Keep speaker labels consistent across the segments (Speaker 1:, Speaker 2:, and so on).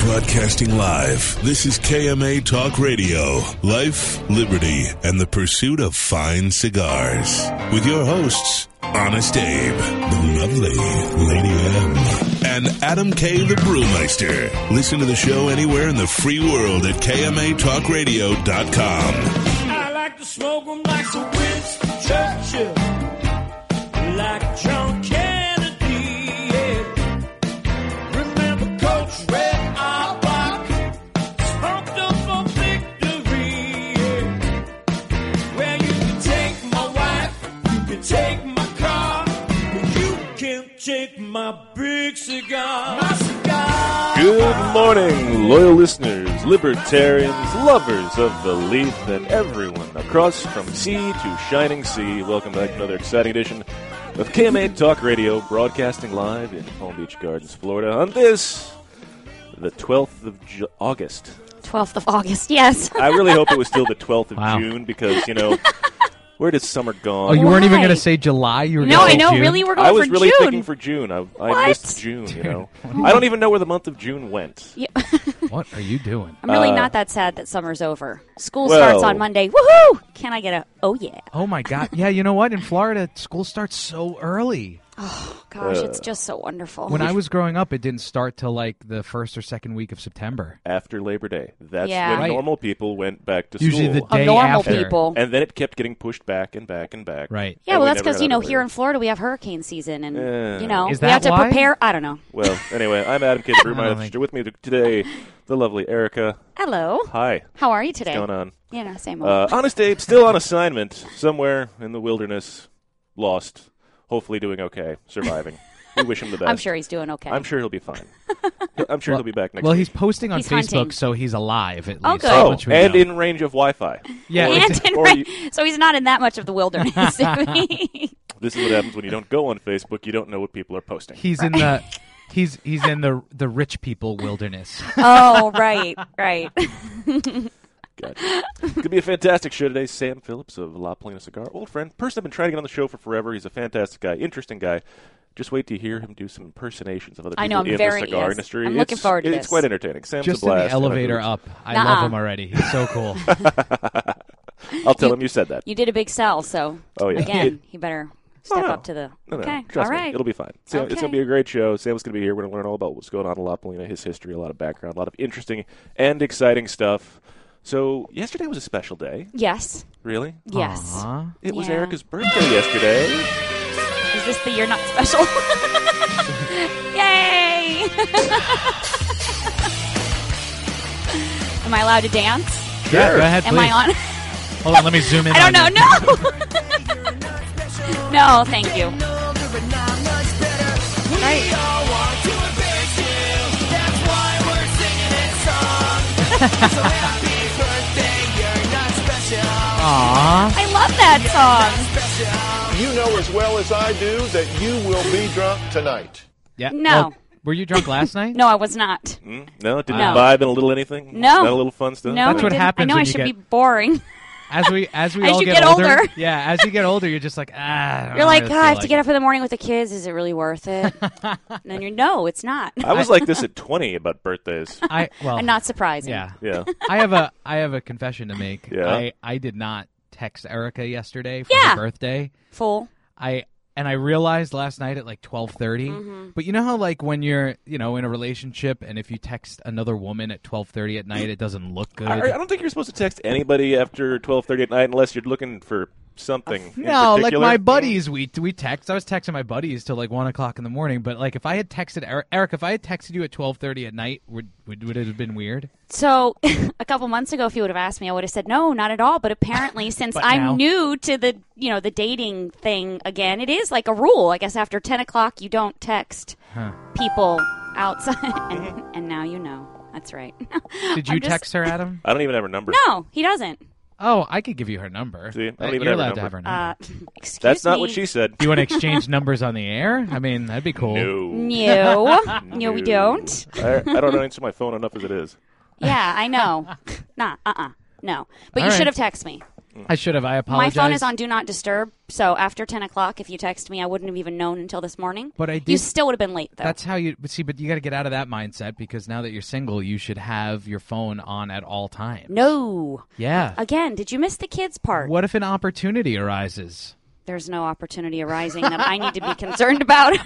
Speaker 1: Broadcasting live. This is KMA Talk Radio. Life, liberty, and the pursuit of fine cigars. With your hosts, Honest Abe, the lovely Lady M, and Adam K. the Brewmeister. Listen to the show anywhere in the free world at KMATalkRadio.com.
Speaker 2: I like to smoke 'em like the Winston Churchill, like John Kennedy. Yeah. Remember Coach Red Auerbach, pumped up for victory. Yeah. Well, you can take my wife, you can take my car, but you can't take my big cigar. My cigar.
Speaker 3: Good morning, loyal listeners, libertarians, lovers of the leaf, and everyone across from sea to shining sea. Welcome back to another exciting edition of KMA Talk Radio, broadcasting live in Palm Beach Gardens, Florida, on this, the 12th of Ju- August.
Speaker 4: 12th of August, yes.
Speaker 3: I really hope it was still the 12th of
Speaker 5: Wow.
Speaker 3: June because, you know, where does summer go?
Speaker 5: Oh, you weren't even
Speaker 4: Why?
Speaker 5: going to say July. You were
Speaker 4: No,
Speaker 5: gonna
Speaker 4: I
Speaker 5: say
Speaker 4: know.
Speaker 5: June?
Speaker 4: Really, we're going
Speaker 3: I was
Speaker 4: for
Speaker 3: really
Speaker 4: June.
Speaker 3: thinking for June. I, I missed June, you know. I don't even know where the month of June went.
Speaker 4: Yeah.
Speaker 5: What are you doing?
Speaker 4: I'm really not that sad that summer's over. School
Speaker 3: Uh, Well-
Speaker 4: starts on Monday. Woohoo! Can I get a? Oh yeah.
Speaker 5: Oh my God! Yeah, you know what? In Florida, school starts so early.
Speaker 4: Oh, Gosh,
Speaker 3: uh,
Speaker 4: it's just so wonderful.
Speaker 5: When I was growing up, it didn't start till like the first or second week of September.
Speaker 3: after Labor Day. That's
Speaker 4: Yeah.
Speaker 3: when
Speaker 5: Right.
Speaker 3: normal people went back to
Speaker 5: Usually
Speaker 3: school.
Speaker 5: the
Speaker 4: Of
Speaker 5: day
Speaker 4: normal
Speaker 5: after.
Speaker 4: people.
Speaker 3: And then it kept getting pushed back and back and back.
Speaker 5: Right.
Speaker 4: yeah,
Speaker 3: And
Speaker 4: well,
Speaker 3: we
Speaker 4: that's
Speaker 3: never
Speaker 4: because
Speaker 3: got
Speaker 4: you know
Speaker 3: out of
Speaker 4: here
Speaker 3: it.
Speaker 4: in Florida we have hurricane season, and
Speaker 3: Yeah.
Speaker 4: you know
Speaker 5: Is
Speaker 4: we have
Speaker 5: that
Speaker 4: to
Speaker 5: why?
Speaker 4: prepare. I don't know.
Speaker 3: Well, anyway, I'm Adam Kidd, Brewmeister.
Speaker 5: think-
Speaker 3: With me today, the lovely Erica.
Speaker 4: Hello,
Speaker 3: Hi.
Speaker 4: how are you today?
Speaker 3: What's going on?
Speaker 4: You know, same old.
Speaker 3: Uh, Honest Abe, still on assignment somewhere in the wilderness, lost, hopefully doing okay, surviving. we wish him the best.
Speaker 4: I'm sure he's doing okay.
Speaker 3: I'm sure he'll be fine. I'm sure he'll be back next
Speaker 5: Well,
Speaker 3: week.
Speaker 5: he's posting on
Speaker 4: He's
Speaker 5: Facebook,
Speaker 4: hunting.
Speaker 5: so he's alive at
Speaker 4: Oh,
Speaker 5: least.
Speaker 4: good.
Speaker 5: That
Speaker 3: oh,
Speaker 5: much we
Speaker 3: and
Speaker 5: know.
Speaker 3: in range of Wi-Fi.
Speaker 5: yeah,
Speaker 3: Or-
Speaker 5: it's-
Speaker 4: And in
Speaker 3: or
Speaker 4: rain.
Speaker 3: you-
Speaker 4: so he's not in that much of the wilderness.
Speaker 3: this is what happens when you don't go on Facebook. You don't know what people are posting.
Speaker 5: he's in the he's he's in the the rich people wilderness.
Speaker 4: oh, right, right.
Speaker 3: Gotcha. Could be a fantastic show today. Sam Phillips of La Plena Cigar, old friend, person I've been trying to get on the show for forever. He's a fantastic guy, interesting guy. Just wait to hear him do some impersonations of other people
Speaker 4: I know, I'm
Speaker 3: in
Speaker 4: very-
Speaker 3: the cigar
Speaker 4: yes.
Speaker 3: industry.
Speaker 4: I'm
Speaker 3: It's-
Speaker 4: looking forward to
Speaker 3: it's
Speaker 4: this.
Speaker 3: quite entertaining. Sam's
Speaker 5: Just
Speaker 3: a
Speaker 5: in
Speaker 3: blast.
Speaker 5: the elevator up. I
Speaker 4: Nuh-uh.
Speaker 5: love him already. He's so cool.
Speaker 3: I'll tell him you said that.
Speaker 4: You did a big sell, so
Speaker 3: Oh, yeah.
Speaker 4: again,
Speaker 3: It-
Speaker 4: he better step
Speaker 3: no.
Speaker 4: up to the.
Speaker 3: No, no,
Speaker 4: okay,
Speaker 3: trust
Speaker 4: all
Speaker 3: me,
Speaker 4: right.
Speaker 3: it'll be fine. Sam, It's
Speaker 4: Okay.
Speaker 3: going to be a great show. Sam's going to be here. We're going to learn all about what's going on in La Polina, his history, a lot of background, a lot of interesting and exciting stuff. So yesterday was a special day.
Speaker 4: Yes.
Speaker 3: Really?
Speaker 4: Yes.
Speaker 5: Huh?
Speaker 3: It was
Speaker 4: Yeah.
Speaker 3: Erica's birthday yesterday.
Speaker 4: Is this the year not special? Yay! Am I allowed to dance?
Speaker 5: Yeah, go ahead.
Speaker 4: Am
Speaker 5: please.
Speaker 4: I on?
Speaker 5: Hold on, let me zoom in.
Speaker 4: I don't
Speaker 5: on
Speaker 4: know. No.
Speaker 5: you.
Speaker 4: no, thank you. Right.
Speaker 5: Aw.
Speaker 4: I love that song.
Speaker 6: You know as well as I do that you will be drunk tonight.
Speaker 5: Yeah.
Speaker 4: No.
Speaker 5: well, were you drunk last night?
Speaker 4: No, I was not.
Speaker 3: Mm, no, it didn't
Speaker 4: No.
Speaker 3: vibe in a little anything.
Speaker 4: No.
Speaker 3: not a little fun stuff.
Speaker 4: No,
Speaker 5: That's
Speaker 4: I
Speaker 5: what
Speaker 4: didn't. I
Speaker 5: happens
Speaker 4: know
Speaker 5: when
Speaker 4: I
Speaker 5: you
Speaker 4: should
Speaker 5: get-
Speaker 4: be boring.
Speaker 5: as we as we
Speaker 4: As
Speaker 5: all
Speaker 4: you
Speaker 5: get,
Speaker 4: get
Speaker 5: older,
Speaker 4: older.
Speaker 5: yeah, as you get older, you're just like ah. I don't
Speaker 4: You're like, God,
Speaker 5: really feel
Speaker 4: I have to
Speaker 5: like
Speaker 4: get
Speaker 5: it."
Speaker 4: up in the morning with the kids. Is it really worth it? and then you're, no, it's not.
Speaker 3: I was like this at 20 about birthdays.
Speaker 5: I well,
Speaker 4: And not surprising.
Speaker 5: yeah.
Speaker 3: Yeah.
Speaker 5: I have a I have a confession to make.
Speaker 3: Yeah.
Speaker 5: I I did not text Erica yesterday for
Speaker 4: Yeah.
Speaker 5: her birthday.
Speaker 4: Fool.
Speaker 5: I and I realized last night at like 12:30. But you know how like when you're, you know, in a relationship and if you text another woman at 12:30 at night, it doesn't look good.
Speaker 3: I, I don't think you're supposed to text anybody after 12:30 at night unless you're looking for something. in
Speaker 5: no, like
Speaker 3: particular.
Speaker 5: my buddies, we we text. I was texting my buddies till like one o'clock in the morning. But like, if I had texted Eric, Eric if I had texted you at twelve thirty at night, would, would would it have been weird?
Speaker 4: So, a couple months ago, if you would have asked me, I would have said no, not at all. But apparently, since
Speaker 5: But
Speaker 4: I'm
Speaker 5: now-
Speaker 4: new to the you know the dating thing again, it is like a rule. I guess after ten o'clock, you don't text people outside, and, and now you know. That's right.
Speaker 5: Mm-hmm. Did you
Speaker 4: just-
Speaker 5: text her, Adam?
Speaker 3: I don't even have her number.
Speaker 4: no, he doesn't.
Speaker 5: Oh, I could give you her number.
Speaker 3: See, I don't
Speaker 5: Uh,
Speaker 3: even
Speaker 5: You're
Speaker 3: have her
Speaker 5: allowed to have her
Speaker 3: number.
Speaker 5: number.
Speaker 4: Uh, excuse
Speaker 3: That's not
Speaker 4: me.
Speaker 3: what she said.
Speaker 5: Do you want to exchange numbers on the air? I mean, that'd be cool.
Speaker 3: No.
Speaker 4: No, no, we don't.
Speaker 3: I, I don't answer my phone enough as it is.
Speaker 4: Yeah, I know. nah, uh, uh no. But
Speaker 5: All
Speaker 4: you
Speaker 5: right.
Speaker 4: should have texted me.
Speaker 5: I should have. I
Speaker 4: My
Speaker 5: apologize.
Speaker 4: phone is on do not disturb, so after ten o'clock, if you text me, I wouldn't have even known until this morning.
Speaker 5: But I
Speaker 4: You
Speaker 5: did-
Speaker 4: still would have been late though.
Speaker 5: That's how you but see, but you got to get out of that mindset because now that you're single, you should have your phone on at all times.
Speaker 4: no.
Speaker 5: Yeah.
Speaker 4: Again, did you miss the kids part?
Speaker 5: What if an opportunity arises?
Speaker 4: There's no opportunity arising that I need to be concerned about.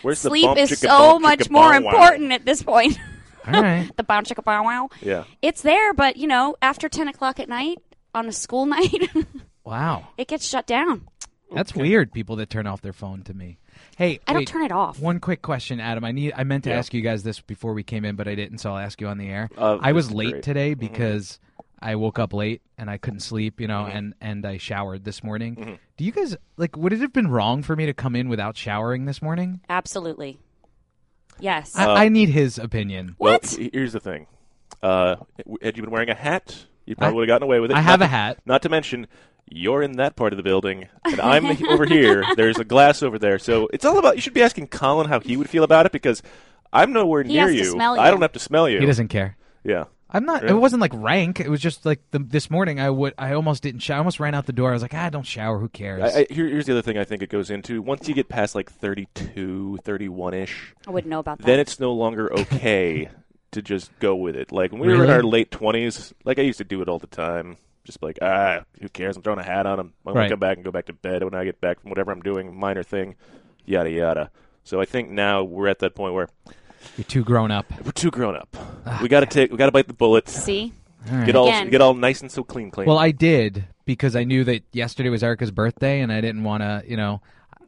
Speaker 3: Where's the
Speaker 4: Sleep
Speaker 3: bump,
Speaker 4: is
Speaker 3: chicka
Speaker 4: so
Speaker 3: bump,
Speaker 4: much
Speaker 3: chicka
Speaker 4: more
Speaker 3: bow wow?
Speaker 4: important at this point.
Speaker 5: All right.
Speaker 4: the bounce chicka bow wow.
Speaker 3: Yeah.
Speaker 4: It's there, but you know, after ten o'clock at night on a school night,
Speaker 5: Wow.
Speaker 4: it gets shut down.
Speaker 5: That's weird. People that turn off their phone to me. Hey,
Speaker 4: I don't
Speaker 5: wait,
Speaker 4: turn it off.
Speaker 5: One quick question, Adam. I need. I meant to
Speaker 3: Yeah.
Speaker 5: ask you guys this before we came in, but I didn't, so I'll ask you on the air.
Speaker 3: Uh,
Speaker 5: I was
Speaker 3: this is
Speaker 5: late
Speaker 3: great.
Speaker 5: today because I woke up late and I couldn't sleep, you know,
Speaker 3: Mm-hmm.
Speaker 5: and and I showered this morning. Do you guys like? Would it have been wrong for me to come in without showering this morning?
Speaker 4: Absolutely. Yes.
Speaker 3: Uh,
Speaker 5: I, I need his opinion.
Speaker 4: what?
Speaker 3: Well, he- here's the thing. Uh, w- had you been wearing a hat, you probably would have gotten away with it.
Speaker 5: I have
Speaker 3: Not
Speaker 5: a
Speaker 3: to-
Speaker 5: hat.
Speaker 3: Not to mention, you're in that part of the building, and I'm over here. There's a glass over there, so it's all about. You should be asking Colin how he would feel about it because I'm nowhere
Speaker 4: He
Speaker 3: near
Speaker 4: has to
Speaker 3: you.
Speaker 4: smell
Speaker 3: I
Speaker 4: you.
Speaker 3: don't have to smell you.
Speaker 5: He doesn't care.
Speaker 3: Yeah.
Speaker 5: I'm not. It
Speaker 3: Really?
Speaker 5: wasn't like rank. It was just like the, this morning. I would. I almost didn't. Show, I almost ran out the door. I was like, ah, don't shower. Who cares?
Speaker 3: I, I, here, here's the other thing I think it goes into. Once you get past like 32, 31 ish,
Speaker 4: I wouldn't know about that.
Speaker 3: then it's no longer okay to just go with it. Like when we were in
Speaker 5: Really?
Speaker 3: our late twenties, like I used to do it all the time. Just like ah, who cares? I'm throwing a hat on. I'm, I'm gonna
Speaker 5: Right.
Speaker 3: come back and go back to bed when I get back from whatever I'm doing, minor thing, yada yada. So I think now we're at that point where
Speaker 5: You're too grown up.
Speaker 3: we're too grown up.
Speaker 5: Ah,
Speaker 3: we gotta take, we gotta bite the bullet.
Speaker 4: See?
Speaker 3: Get all
Speaker 4: Again.
Speaker 3: get all nice and so clean, clean.
Speaker 5: Well, I did because I knew that yesterday was Erica's birthday, and I didn't want to, you know,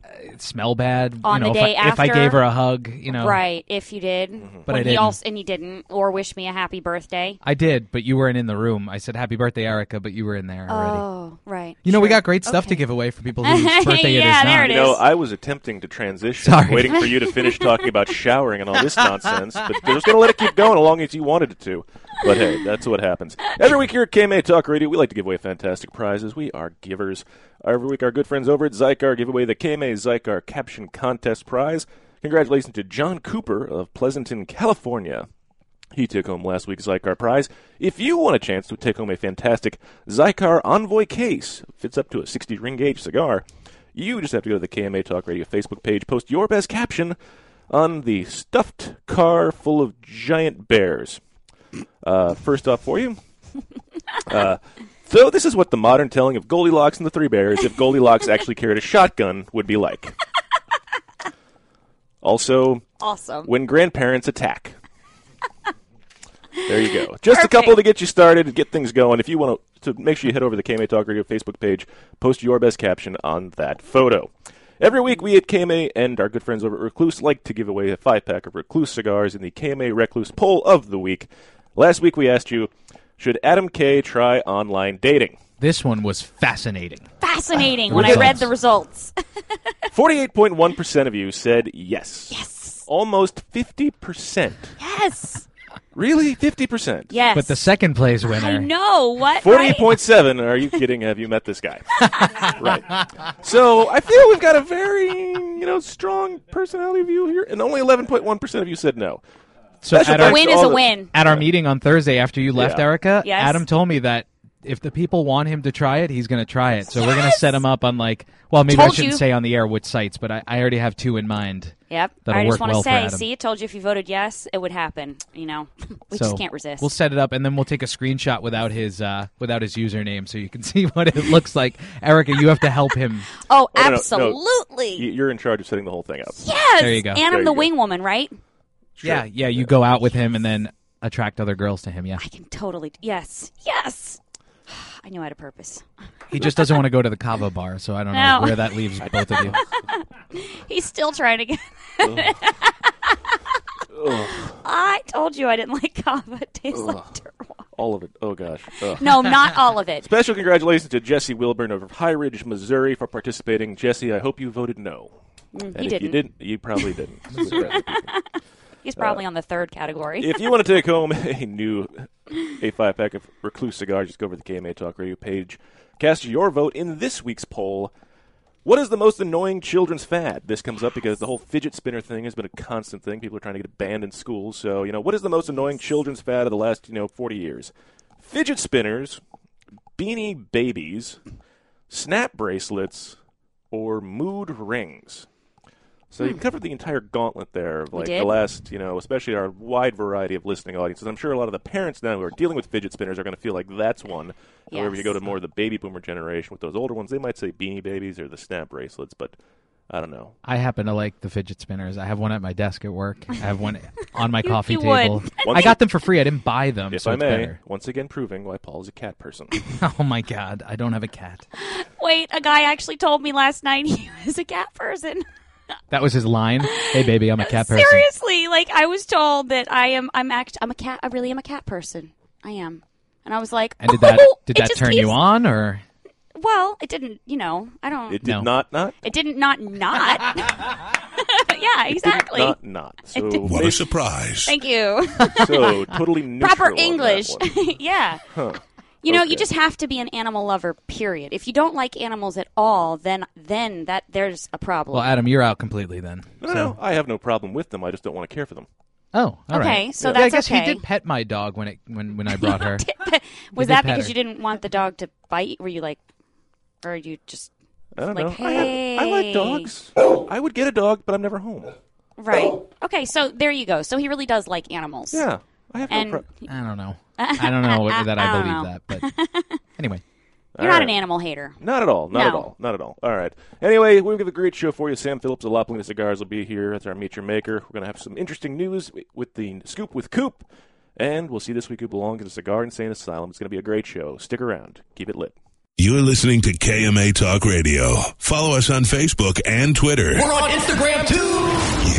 Speaker 5: uh, smell bad.
Speaker 4: On
Speaker 5: you know,
Speaker 4: the
Speaker 5: if
Speaker 4: day
Speaker 5: I, if I
Speaker 4: after?
Speaker 5: gave her a hug, you know,
Speaker 4: Right, if you did.
Speaker 3: Mm-hmm.
Speaker 5: But I
Speaker 4: When he
Speaker 5: didn't.
Speaker 4: also- and you didn't, or wish me a happy birthday.
Speaker 5: I did, but you weren't in the room. I said happy birthday, Erica, but you were in there already.
Speaker 4: Oh, right.
Speaker 5: you know, we
Speaker 4: sure.
Speaker 5: got great stuff to
Speaker 4: Okay.
Speaker 5: give away for people whose birthday it is
Speaker 4: Yeah,
Speaker 5: not.
Speaker 4: there it
Speaker 3: you know,
Speaker 4: is.
Speaker 3: I was attempting to transition,
Speaker 5: Sorry.
Speaker 3: waiting for you to finish talking about showering and all this nonsense, but I was going to let it keep going as long as you wanted it to. But hey, that's what happens. Every week here at KMA Talk Radio, we like to give away fantastic prizes. We are givers. Every week, our good friends over at Zycar give away the KMA Zycar Caption Contest Prize. Congratulations to John Cooper of Pleasanton, California. He took home last week's Zycar Prize. If you want a chance to take home a fantastic Zycar Envoy case, fits up to a 60 ring gauge cigar, you just have to go to the KMA Talk Radio Facebook page, post your best caption on the stuffed car full of giant bears. Uh, first off, for you. Uh, so this is what the modern telling of Goldilocks and the Three Bears, if Goldilocks actually carried a shotgun, would be like. Also,
Speaker 4: awesome.
Speaker 3: when grandparents attack. there you go. Just a couple
Speaker 4: Perfect.
Speaker 3: to get you started and get things going. If you want to, to make sure you head over to the KMA Talk Radio Facebook page, post your best caption on that photo. Every week, we at KMA and our good friends over at Recluse like to give away a five pack of Recluse cigars in the KMA Recluse poll of the week. Last week, we asked you, should Adam K try online dating?
Speaker 5: This one was fascinating.
Speaker 4: Fascinating
Speaker 5: The
Speaker 4: when I read
Speaker 5: results.
Speaker 4: the results.
Speaker 3: 48.1% of you said yes.
Speaker 4: yes.
Speaker 3: Almost 50%.
Speaker 4: Yes.
Speaker 3: Really? 50%?
Speaker 4: Yes.
Speaker 5: But the second place winner.
Speaker 4: I know what.
Speaker 3: Forty
Speaker 4: right?
Speaker 3: point seven. Are you kidding? Have you met this guy? right. So I feel we've got a very you know strong personality view here, and only eleven point one percent of you said no.
Speaker 5: So
Speaker 3: Special
Speaker 5: at
Speaker 4: A
Speaker 5: our,
Speaker 3: thanks
Speaker 4: win
Speaker 3: to
Speaker 4: is
Speaker 3: all
Speaker 4: a
Speaker 3: the-
Speaker 4: win.
Speaker 5: at our meeting on Thursday after you left,
Speaker 3: Yeah.
Speaker 5: Erica,
Speaker 4: Yes.
Speaker 5: Adam told me that if the people want him to try it, he's going to try it. So we're going to set him up on like, well, maybe I
Speaker 4: Told
Speaker 5: shouldn't
Speaker 4: you.
Speaker 5: say on the air which sites, but I, I already have two in mind.
Speaker 4: Yep.
Speaker 5: That'll
Speaker 4: I just
Speaker 5: work
Speaker 4: want to
Speaker 5: well for
Speaker 4: say,
Speaker 5: Adam.
Speaker 4: see, I told you if you voted yes, it would happen. You know, we
Speaker 5: So
Speaker 4: just can't resist.
Speaker 5: We'll set it up, and then we'll take a screenshot without his uh, without his username, so you can see what it looks like. Erica, you have to help him.
Speaker 4: oh,
Speaker 3: no, no, no.
Speaker 4: absolutely.
Speaker 3: Y- You're in charge of setting the whole thing up.
Speaker 4: Yes.
Speaker 5: There you go.
Speaker 4: And
Speaker 3: There
Speaker 4: I'm
Speaker 3: you
Speaker 4: the
Speaker 3: go.
Speaker 4: wing woman, right?
Speaker 3: Sure.
Speaker 5: Yeah, yeah. You go out with him, and then attract other girls to him. Yeah,
Speaker 4: I can totally. Yes. Yes. I knew I had a purpose.
Speaker 5: he just doesn't want to go to the Cava bar, so I don't know
Speaker 4: No.
Speaker 5: where that leaves both of you.
Speaker 4: He's still trying to get. I told you I didn't like kava. It tastes like dirt water.
Speaker 3: All of it. Oh gosh. Ugh.
Speaker 4: No, not all of it.
Speaker 3: Special congratulations to Jesse Wilburn of High Ridge, Missouri, for participating. Jesse, I hope you voted no. and
Speaker 4: Mm, he
Speaker 3: if you
Speaker 4: didn't.
Speaker 3: didn't, you probably didn't.
Speaker 4: He's probably on the third category.
Speaker 3: Uh, if you want to take home a new A5 pack of Recluse cigars, just go over to the KMA Talk Radio page. Cast your vote in this week's poll. What is the most annoying children's fad? This comes up because the whole fidget spinner thing has been a constant thing. People are trying to get it banned in schools. So, you know, what is the most annoying children's fad of the last, you know, 40 years? Fidget spinners, beanie babies, snap bracelets, or mood rings. So you covered the entire gauntlet there of like the
Speaker 4: Hmm. did.
Speaker 3: last, you know, especially our wide variety of listening audiences. I'm sure a lot of the parents now who are dealing with fidget spinners are going to feel like that's one. However, you
Speaker 4: Yes.
Speaker 3: go to more of the baby boomer generation with those older ones, they might say beanie babies or the snap bracelets, but I don't know.
Speaker 5: I happen to like the fidget spinners. I have one at my desk at work. I have one on my coffee
Speaker 4: you
Speaker 5: table.
Speaker 4: would.
Speaker 5: I got them for free. I didn't buy them,
Speaker 3: If
Speaker 5: so
Speaker 3: I
Speaker 5: it's
Speaker 3: may,
Speaker 5: better.
Speaker 3: once again proving why Paul is a cat person.
Speaker 5: Oh my god, I don't have a cat.
Speaker 4: Wait, a guy actually told me last night he was a cat person.
Speaker 5: That was his line. Hey baby, I'm a cat person.
Speaker 4: Seriously, like I was told that I am. I'm act. I'm a cat. I really am a cat person. I am. And I was like,
Speaker 5: And did that
Speaker 4: "Oh,
Speaker 5: did
Speaker 4: it
Speaker 5: that
Speaker 4: just
Speaker 5: turn
Speaker 4: keeps-
Speaker 5: you on or
Speaker 4: Well, it didn't. You know, I don't.
Speaker 3: It
Speaker 4: It,
Speaker 3: did
Speaker 5: No.
Speaker 3: not not
Speaker 4: didn't not not. yeah, exactly.
Speaker 3: not not. So
Speaker 1: What a
Speaker 3: bas-
Speaker 1: surprise.
Speaker 4: Thank you.
Speaker 3: so totally neutral
Speaker 4: Proper
Speaker 3: on that
Speaker 4: English.
Speaker 3: one.
Speaker 4: yeah. You know,
Speaker 3: Okay.
Speaker 4: you just have to be an animal lover. Period. If you don't like animals at all, then then that there's a problem.
Speaker 5: Well, Adam, you're out completely then.
Speaker 3: No, no, no, I have no problem with them. I just don't want to care for them.
Speaker 5: Oh, all right.
Speaker 4: Okay, so
Speaker 5: Yeah, I
Speaker 4: that's
Speaker 5: guess
Speaker 4: okay.
Speaker 5: he did pet my dog when it when when I brought her.
Speaker 4: was
Speaker 5: did
Speaker 4: that
Speaker 5: pet
Speaker 4: because
Speaker 5: her.
Speaker 4: you didn't want the dog to bite? Were you like, or you just
Speaker 3: I don't
Speaker 4: Like,
Speaker 3: know. I, have- I like
Speaker 4: hey.
Speaker 3: dogs. I would get a dog, but I'm never home.
Speaker 4: right? Okay, so there you go. So he really does like animals.
Speaker 3: Yeah, I have
Speaker 4: and
Speaker 3: no problem.
Speaker 4: you're
Speaker 5: I don't know. I don't know that I,
Speaker 4: I
Speaker 5: believe
Speaker 4: don't
Speaker 5: that, but anyway.
Speaker 4: not an animal hater.
Speaker 3: Not at all. Not at
Speaker 4: No.
Speaker 3: all. Not at all. All right. Anyway, we've got a great show for you. Sam Phillips of La Palina Cigars will be here. That's our Meet Your Maker. We're going to have some interesting news with the Scoop with Coop. And we'll see this week who belongs in the Cigar Insane Asylum. It's going to be a great show. Stick around. Keep it lit.
Speaker 1: You're listening to KMA Talk Radio. Follow us on Facebook and Twitter.
Speaker 7: We're on Instagram too.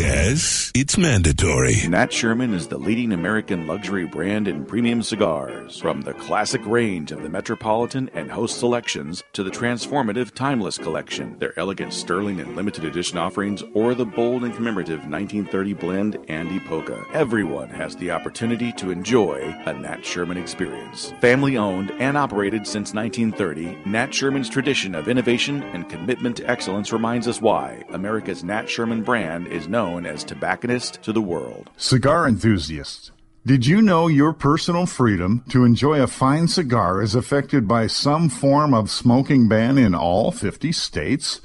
Speaker 1: Yes, it's mandatory.
Speaker 8: Nat Sherman is the leading American luxury brand in premium cigars. From the classic range of the Metropolitan and Host selections to the transformative Timeless collection, their elegant Sterling and limited edition offerings, or the bold and commemorative 1930 blend Andy Polka. Everyone has the opportunity to enjoy a Nat Sherman experience. Family owned and operated since 1930, Nat Sherman's tradition of innovation and commitment to excellence reminds us why America's Nat Sherman brand is known as tobacconist to the world.
Speaker 9: Cigar enthusiasts, did you know your personal freedom to enjoy a fine cigar is affected by some form of smoking ban in all 50 states?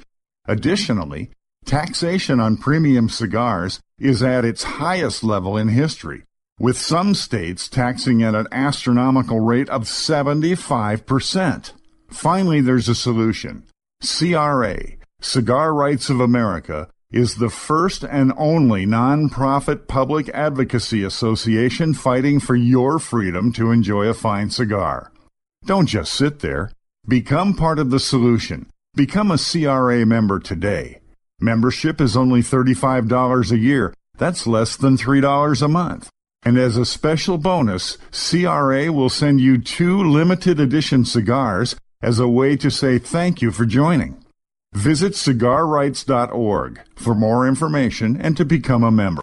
Speaker 9: Additionally, taxation on premium cigars is at its highest level in history, with some states taxing at an astronomical rate of 75%. Finally, there's a solution. CRA, Cigar Rights of America, is the first and only nonprofit public advocacy association fighting for your freedom to enjoy a fine cigar. Don't just sit there. Become part of the solution. Become a CRA member today. Membership is only $35 a year. That's less than $3 a month. And as a special bonus, CRA will send you two limited edition cigars as a way to say thank you for joining. Visit cigarrights.org for more information and to become a member.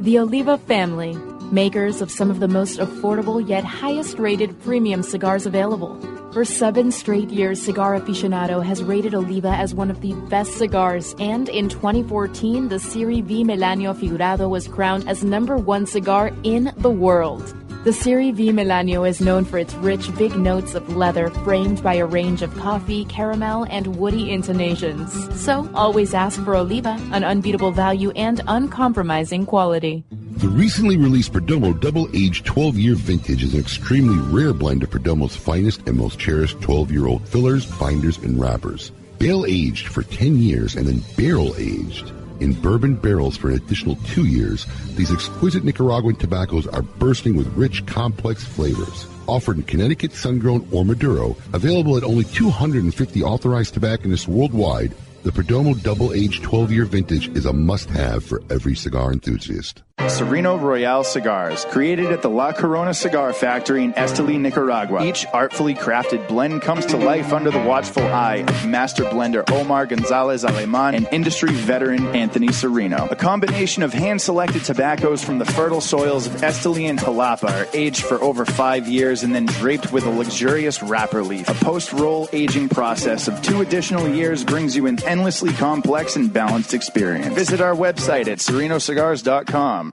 Speaker 10: The Oliva family, makers of some of the most affordable yet highest rated premium cigars available. For seven straight years, Cigar Aficionado has rated Oliva as one of the best cigars, and in 2014, the Siri V Melanio Figurado was crowned as number one cigar in the world. The Siri V Melanio is known for its rich, big notes of leather framed by a range of coffee, caramel, and woody intonations. So always ask for Oliva, an unbeatable value and uncompromising quality.
Speaker 11: The recently released Perdomo Double Aged 12 Year Vintage is an extremely rare blend of Perdomo's finest and most cherished 12 year old fillers, binders, and wrappers. Bale aged for 10 years and then barrel aged in bourbon barrels for an additional two years, these exquisite Nicaraguan tobaccos are bursting with rich, complex flavors. Offered in Connecticut, Sun Grown, or Maduro, available at only 250 authorized tobacconists worldwide, the Perdomo Double Aged 12 Year Vintage is a must have for every cigar enthusiast.
Speaker 12: Sereno Royale cigars, created at the La Corona Cigar Factory in Esteli, Nicaragua. Each artfully crafted blend comes to life under the watchful eye of master blender Omar Gonzalez Aleman and industry veteran Anthony Sereno. A combination of hand selected tobaccos from the fertile soils of Esteli and Jalapa are aged for over five years and then draped with a luxurious wrapper leaf. A post roll aging process of two additional years brings you an endlessly complex and balanced experience. Visit our website at serenocigars.com.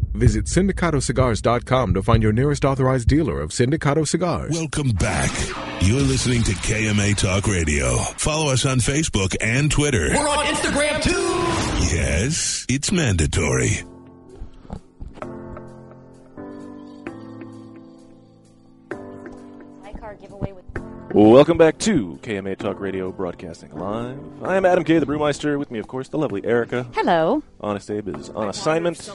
Speaker 7: Visit syndicatocigars.com to find your nearest authorized dealer of Sindicato cigars.
Speaker 1: Welcome back. You're listening to KMA Talk Radio. Follow us on Facebook and Twitter.
Speaker 2: We're on Instagram too.
Speaker 1: Yes, it's mandatory.
Speaker 3: Welcome back to KMA Talk Radio, broadcasting live. I am Adam K, the brewmeister. With me, of course, the lovely Erica.
Speaker 4: Hello.
Speaker 3: Honest Abe is on assignment,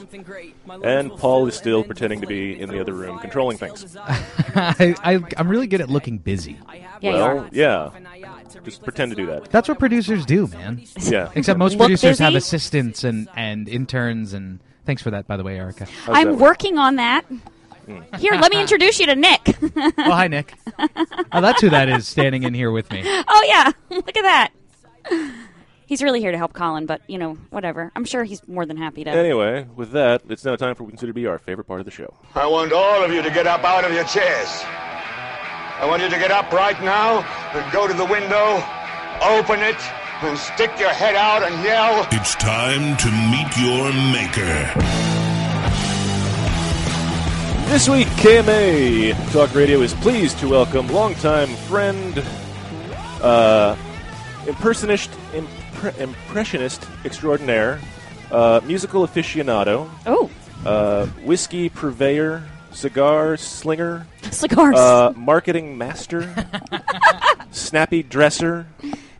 Speaker 3: and Paul is still pretending to be in the other room controlling things.
Speaker 5: I, I, I'm really good at looking busy.
Speaker 3: well, yeah. Just pretend to do that.
Speaker 5: That's what producers do, man.
Speaker 3: Yeah.
Speaker 5: Except most
Speaker 4: Look
Speaker 5: producers have
Speaker 4: busy?
Speaker 5: assistants and, and interns and thanks for that, by the way, Erica.
Speaker 4: I'm working on that.
Speaker 3: Hmm.
Speaker 4: Here, let me introduce you to Nick. oh,
Speaker 5: Oh, hi, Nick. Oh, that's who that is standing in here with me.
Speaker 4: Oh, yeah. Look at that. He's really here to help Colin, but, you know, whatever. I'm sure he's more than happy to.
Speaker 3: Anyway, with that, it's now time for what we consider to be our favorite part of the show.
Speaker 6: I want all of you to get up out of your chairs. I want you to get up right now and go to the window, open it, and stick your head out and yell.
Speaker 1: It's time to meet your maker.
Speaker 3: This week, KMA Talk Radio is pleased to welcome longtime friend, uh, impersonist, impre- impressionist extraordinaire, uh, musical aficionado,
Speaker 4: oh,
Speaker 3: uh, whiskey purveyor, cigar slinger,
Speaker 4: Cigar
Speaker 3: uh, marketing master, snappy dresser,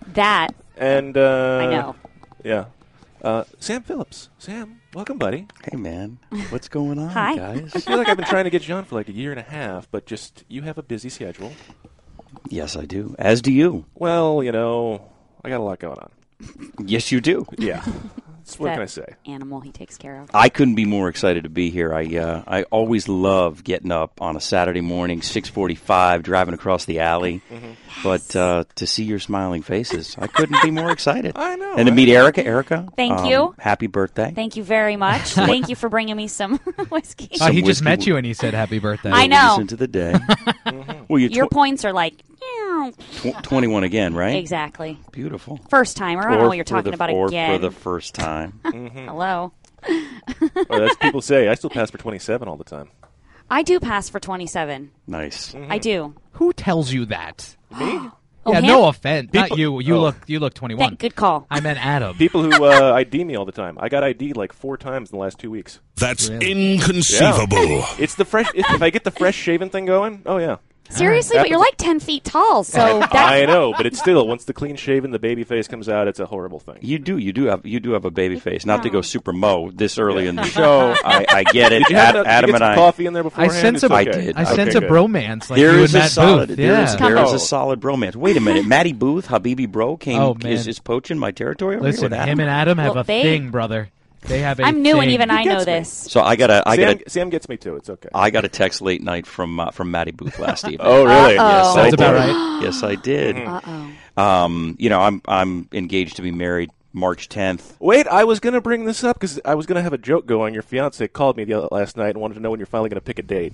Speaker 4: that.
Speaker 3: and uh,
Speaker 4: I know.
Speaker 3: yeah, uh, Sam Phillips. Sam, welcome, buddy.
Speaker 13: Hey, man. What's going on,
Speaker 3: Hi.
Speaker 13: guys?
Speaker 3: I feel like I've been trying to get you on for like a year and a half, but just you have a busy schedule.
Speaker 13: Yes, I do. As do you.
Speaker 3: Well, you
Speaker 13: Oh,
Speaker 3: know, I got a lot going on.
Speaker 13: Yes, you do.
Speaker 3: Yeah. what
Speaker 4: that
Speaker 3: can I say?
Speaker 4: Animal he takes care of.
Speaker 13: I couldn't be more excited to be here. I uh, I always love getting up on a Saturday morning, six forty-five, driving across the alley.
Speaker 2: Mhm.
Speaker 13: But uh, to see your smiling faces, I couldn't be more excited. I
Speaker 4: know,
Speaker 13: And to meet Erica, Erica, um,
Speaker 4: Thank you.
Speaker 13: Happy birthday.
Speaker 4: Thank you very much. Thank you for bringing me some whiskey.
Speaker 5: Oh, he just met you and he said happy birthday.
Speaker 4: I know.
Speaker 13: Into the day.
Speaker 3: Mm-hmm.
Speaker 13: well, you're
Speaker 4: Your
Speaker 13: tw-
Speaker 4: points are like, yeah,
Speaker 13: tw- twenty-one again, right?
Speaker 4: Exactly.
Speaker 13: Beautiful.
Speaker 4: First timer. I don't know
Speaker 13: Or
Speaker 4: what you're
Speaker 13: for
Speaker 4: talking
Speaker 13: the-
Speaker 4: about
Speaker 13: or
Speaker 4: again.
Speaker 13: for the first time.
Speaker 4: Hello.
Speaker 3: Or as people say, I still pass for 27 all the time.
Speaker 4: I do pass for 27.
Speaker 13: Nice.
Speaker 4: I do.
Speaker 5: Who tells you that?
Speaker 3: Me?
Speaker 4: Oh,
Speaker 5: yeah,
Speaker 4: him?
Speaker 5: no offense. Not
Speaker 3: People-
Speaker 5: you. You
Speaker 3: Oh.
Speaker 5: look you look 21.
Speaker 4: Thank- good call.
Speaker 5: I meant Adam.
Speaker 3: People who uh, ID me all the time. I got ID like four times in the last two weeks.
Speaker 1: That's inconceivable.
Speaker 3: Yeah. it's the fresh. If, if I get the fresh shaven thing going, oh yeah.
Speaker 4: Seriously, but you're like 10 feet tall, so
Speaker 3: I,
Speaker 4: that,
Speaker 3: I know, but it's still once the clean shaven, the baby face comes out. It's a horrible thing.
Speaker 13: You do, you do have, you do have a baby face. Not to go super mo this early in the show. I, I get it.
Speaker 3: Did you
Speaker 13: Ad-
Speaker 3: have a- did you
Speaker 13: Adam
Speaker 3: get
Speaker 13: and
Speaker 3: some
Speaker 13: I.
Speaker 3: coffee in there
Speaker 5: I sense a-
Speaker 13: I
Speaker 5: okay.
Speaker 13: did.
Speaker 5: I
Speaker 13: Okay,
Speaker 5: sense a
Speaker 13: good.
Speaker 5: bromance, like
Speaker 13: there
Speaker 5: you
Speaker 13: is
Speaker 5: and
Speaker 13: a
Speaker 5: Matt
Speaker 13: solid.
Speaker 5: Booth.
Speaker 13: There is
Speaker 5: Yeah.
Speaker 13: there is
Speaker 5: Oh.
Speaker 13: a solid bromance. Wait a minute, Matty Booth, Habibi Bro came
Speaker 5: Oh, man.
Speaker 13: is, is poaching my territory. over here
Speaker 5: Listen,
Speaker 13: with Adam.
Speaker 5: him and Adam have
Speaker 4: Well,
Speaker 5: a
Speaker 4: they-
Speaker 5: thing, brother. They have a
Speaker 4: I'm new and
Speaker 5: thing.
Speaker 4: even I know
Speaker 3: gets me.
Speaker 4: this.
Speaker 13: So I got a I
Speaker 3: Sam,
Speaker 13: got a
Speaker 3: Sam gets me too. It's okay.
Speaker 13: I got a text late night from uh, from Matty Booth last evening.
Speaker 3: Oh, really? Uh-oh.
Speaker 13: Yes, I
Speaker 3: Sounds about
Speaker 13: did.
Speaker 3: right.
Speaker 13: Yes, I did.
Speaker 3: Mhm.
Speaker 13: Um, you know, I'm I'm engaged to be married March 10th.
Speaker 3: Wait, I was gonna bring this up because I was gonna have a joke going. Your fiance called me the other, last night and wanted to know when you're finally gonna pick a date.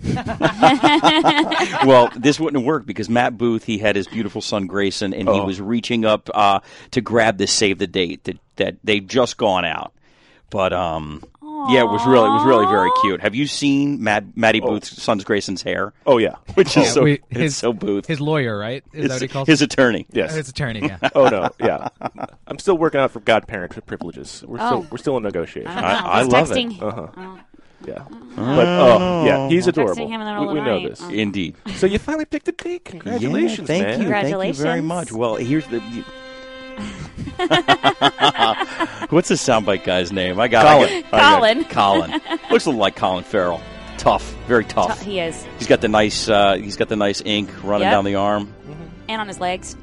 Speaker 13: well, this wouldn't have worked because Matt Booth, he had his beautiful son Grayson, and he
Speaker 3: Oh.
Speaker 13: was reaching up uh, to grab this save the date that, that they've just gone out. But um, yeah, it was really it was really very cute. Have you seen Matt, Matty Booth's son's Grayson's hair?
Speaker 3: Oh yeah,
Speaker 13: Oh. which
Speaker 5: Yeah,
Speaker 13: is so
Speaker 5: we-
Speaker 13: it's
Speaker 5: his-
Speaker 13: so Booth.
Speaker 5: His lawyer, right? Is
Speaker 13: his,
Speaker 5: that what he calls
Speaker 13: his
Speaker 5: it? Uh,
Speaker 13: attorney?
Speaker 3: Yes,
Speaker 5: His attorney, yeah.
Speaker 3: oh no, yeah. I'm still working out for godparent privileges. We're
Speaker 4: Oh.
Speaker 3: still we're still in negotiation.
Speaker 4: I don't know. I- I He's love it. texting. Oh.
Speaker 3: Uh-huh. Yeah. But
Speaker 13: uh,
Speaker 3: oh, yeah, he's
Speaker 4: Texting
Speaker 3: adorable.
Speaker 4: him in the middle
Speaker 3: we
Speaker 4: of
Speaker 3: we
Speaker 4: the
Speaker 3: know
Speaker 4: night.
Speaker 3: this.
Speaker 4: Oh.
Speaker 13: Indeed.
Speaker 3: So you finally picked a date. Congratulations,
Speaker 13: Yeah, thank
Speaker 3: man.
Speaker 13: you. Thank you very
Speaker 4: Congratulations.
Speaker 13: much. Well, here's the. What's the soundbite guy's name? I got I
Speaker 4: Colin.
Speaker 13: got- I
Speaker 4: Colin.
Speaker 13: got- Colin. Looks a little like Colin Farrell. Tough, very tough.
Speaker 4: T- he is.
Speaker 13: He's got the nice. Uh, he's got the nice ink running
Speaker 4: Yep.
Speaker 13: down the arm.
Speaker 4: And on his legs.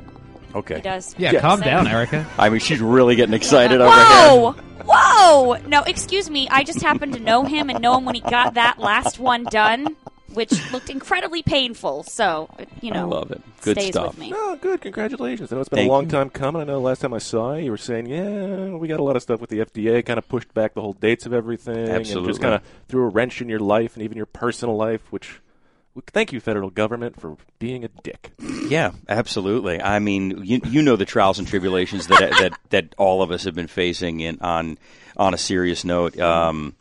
Speaker 13: Okay.
Speaker 4: He does.
Speaker 5: Yeah, calm
Speaker 4: Same.
Speaker 5: down, Erica.
Speaker 13: I mean, she's really getting excited over here.
Speaker 4: Whoa! Whoa! No, excuse me. I just happened to know him and know him when he got that last one done, which looked incredibly painful. So, it- you know.
Speaker 13: I love it. Good
Speaker 4: stays
Speaker 13: stuff.
Speaker 4: With me.
Speaker 3: Oh, good. Congratulations. I know it's been
Speaker 13: Thank
Speaker 3: a long
Speaker 13: you.
Speaker 3: time coming. I know last time I saw you, you were saying, yeah, we got a lot of stuff with the FDA, kind of pushed back the whole dates of everything. And
Speaker 13: Absolutely.
Speaker 3: just kind of threw a wrench in your life and even your personal life, which. Thank you, federal government, for being a dick.
Speaker 13: Yeah, absolutely. I mean, you, you know the trials and tribulations that, that that all of us have been facing. And on on a serious note, um,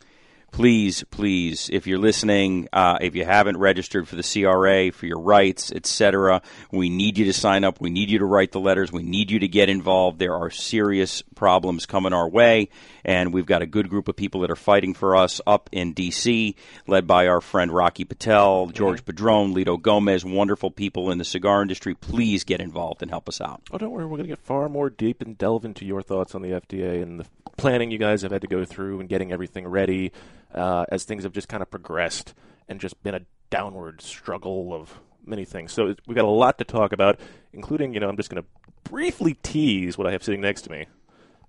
Speaker 13: please, please, if you're listening, uh, if you haven't registered for the CRA for your rights, etc., we need you to sign up. We need you to write the letters. We need you to get involved. There are serious problems coming our way, and we've got a good group of people that are fighting for us up in D.C., led by our friend Rocky Patel, George Padron, Lito Gomez, wonderful people in the cigar industry. Please get involved and help us out.
Speaker 3: Oh, don't worry. We're going to get far more deep and delve into your thoughts on the FDA and the planning you guys have had to go through and getting everything ready uh, as things have just kind of progressed and just been a downward struggle of many things. So it, we've got a lot to talk about, including, you know, I'm just going to briefly tease what I have sitting next to me.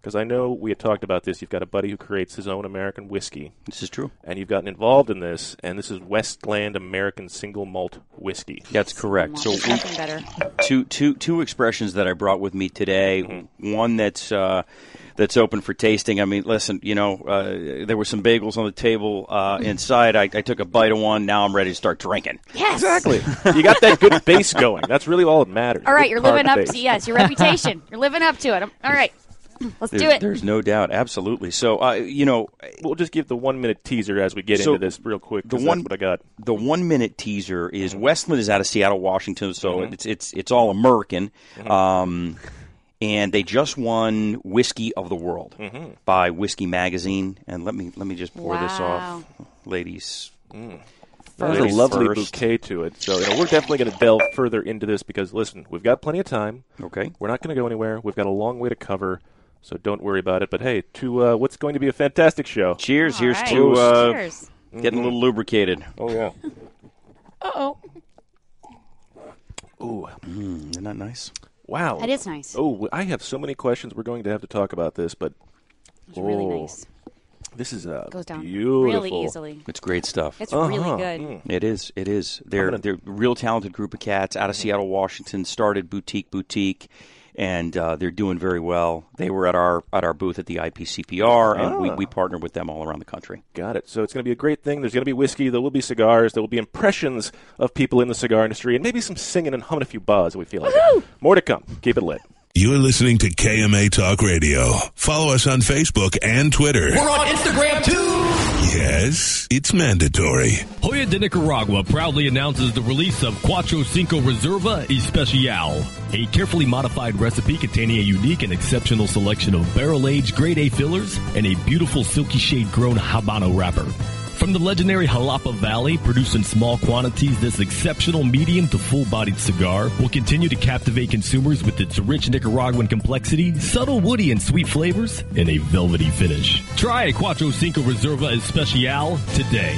Speaker 3: Because I know we had talked about this. You've got a buddy who creates his own American whiskey,
Speaker 13: This is true.
Speaker 3: and you've gotten involved in this, and this is Westland American Single Malt Whiskey.
Speaker 13: That's correct. So we,
Speaker 4: Nothing better.
Speaker 13: two two two expressions that I brought with me today.
Speaker 3: Mm-hmm.
Speaker 13: One that's uh, that's open for tasting. I mean, listen, you know, uh, there were some bagels on the table uh,
Speaker 4: Mm-hmm.
Speaker 13: inside. I, I took a bite of one. Now I'm ready to start drinking.
Speaker 4: Yes.
Speaker 3: Exactly. you got that good base going. That's really all that matters.
Speaker 4: All right,
Speaker 3: Good
Speaker 4: you're living
Speaker 3: carb
Speaker 4: up
Speaker 3: base.
Speaker 4: to yes, your reputation. You're living up to it. I'm, all right. Let's
Speaker 13: There's,
Speaker 4: do it.
Speaker 13: there's no doubt, absolutely. So, uh, you know,
Speaker 3: We'll just give the one minute teaser as we get
Speaker 13: So,
Speaker 3: into this real quick.
Speaker 13: the
Speaker 3: The
Speaker 13: one-
Speaker 3: one, that's what I got. Mm-hmm.
Speaker 13: the one minute teaser is Westland is out of Seattle, Washington, so it's it's it's all American.
Speaker 3: Mm-hmm.
Speaker 13: Um, and they just won Whiskey of the World
Speaker 3: Mm-hmm.
Speaker 13: by Whiskey Magazine. And let me let me just pour this off, ladies.
Speaker 3: Mm. There's a
Speaker 13: Ladies
Speaker 3: lovely
Speaker 13: first.
Speaker 3: bouquet to it. So you know, we're definitely going to delve further into this because listen, we've got plenty of time.
Speaker 13: Okay.
Speaker 3: We're not going to go anywhere. We've got a long way to cover, so don't worry about it. But hey, to uh, what's going to be a fantastic show.
Speaker 13: Cheers. Here's
Speaker 4: right.
Speaker 13: to uh,
Speaker 4: Cheers.
Speaker 13: getting a little lubricated.
Speaker 3: Oh yeah.
Speaker 4: Uh oh.
Speaker 3: Ooh.
Speaker 13: Mm, Isn't that nice?
Speaker 3: Wow.
Speaker 4: That is nice.
Speaker 3: Oh, I have so many questions. We're going to have to talk about this, but
Speaker 4: It's really
Speaker 3: Oh.
Speaker 4: nice.
Speaker 3: this is uh,
Speaker 4: Goes down
Speaker 3: beautiful. Uh-huh.
Speaker 4: really easily.
Speaker 13: It's great stuff.
Speaker 4: It's
Speaker 13: Uh-huh.
Speaker 4: really good.
Speaker 13: It is. It is. They're they're a real talented group of cats out of
Speaker 3: Mm-hmm.
Speaker 13: Seattle, Washington. Started boutique boutique, and uh, they're doing very well. They were at our at our booth at the IPCPR, and we,
Speaker 3: Ah.
Speaker 13: we partner with them all around the country.
Speaker 3: Got it. So it's going to be a great thing. There's going to be whiskey. There will be cigars. There will be impressions of people in the cigar industry, and maybe some singing and humming a few bars. if We feel like it. more to come. Keep it lit.
Speaker 1: You're listening to KMA Talk Radio. Follow us on Facebook and Twitter.
Speaker 2: We're on Instagram too.
Speaker 1: Yes, it's mandatory.
Speaker 14: Hoya de Nicaragua proudly announces the release of Cuatro Cinco Reserva Especial, a carefully modified recipe containing a unique and exceptional selection of barrel-aged grade A fillers and a beautiful silky shade-grown Habano wrapper. From the legendary Jalapa Valley, produced in small quantities, this exceptional medium to full-bodied cigar will continue to captivate consumers with its rich Nicaraguan complexity, subtle woody and sweet flavors, and a velvety finish. Try a Cuatro Cinco Reserva Especial today.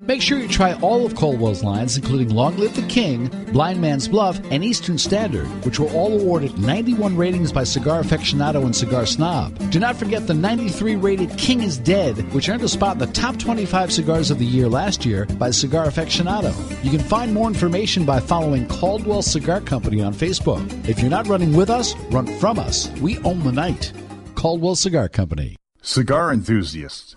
Speaker 10: Make sure you try all of Caldwell's lines, including Long Live the King, Blind Man's Bluff, and Eastern Standard, which were all awarded 91 ratings by Cigar Aficionado and Cigar Snob. Do not forget the 93 rated King is Dead, which earned a spot in the top 25 cigars of the year last year by Cigar Aficionado. You can find more information by following Caldwell Cigar Company on Facebook. If you're not running with us, run from us. We own the night. Caldwell Cigar Company.
Speaker 9: Cigar enthusiast.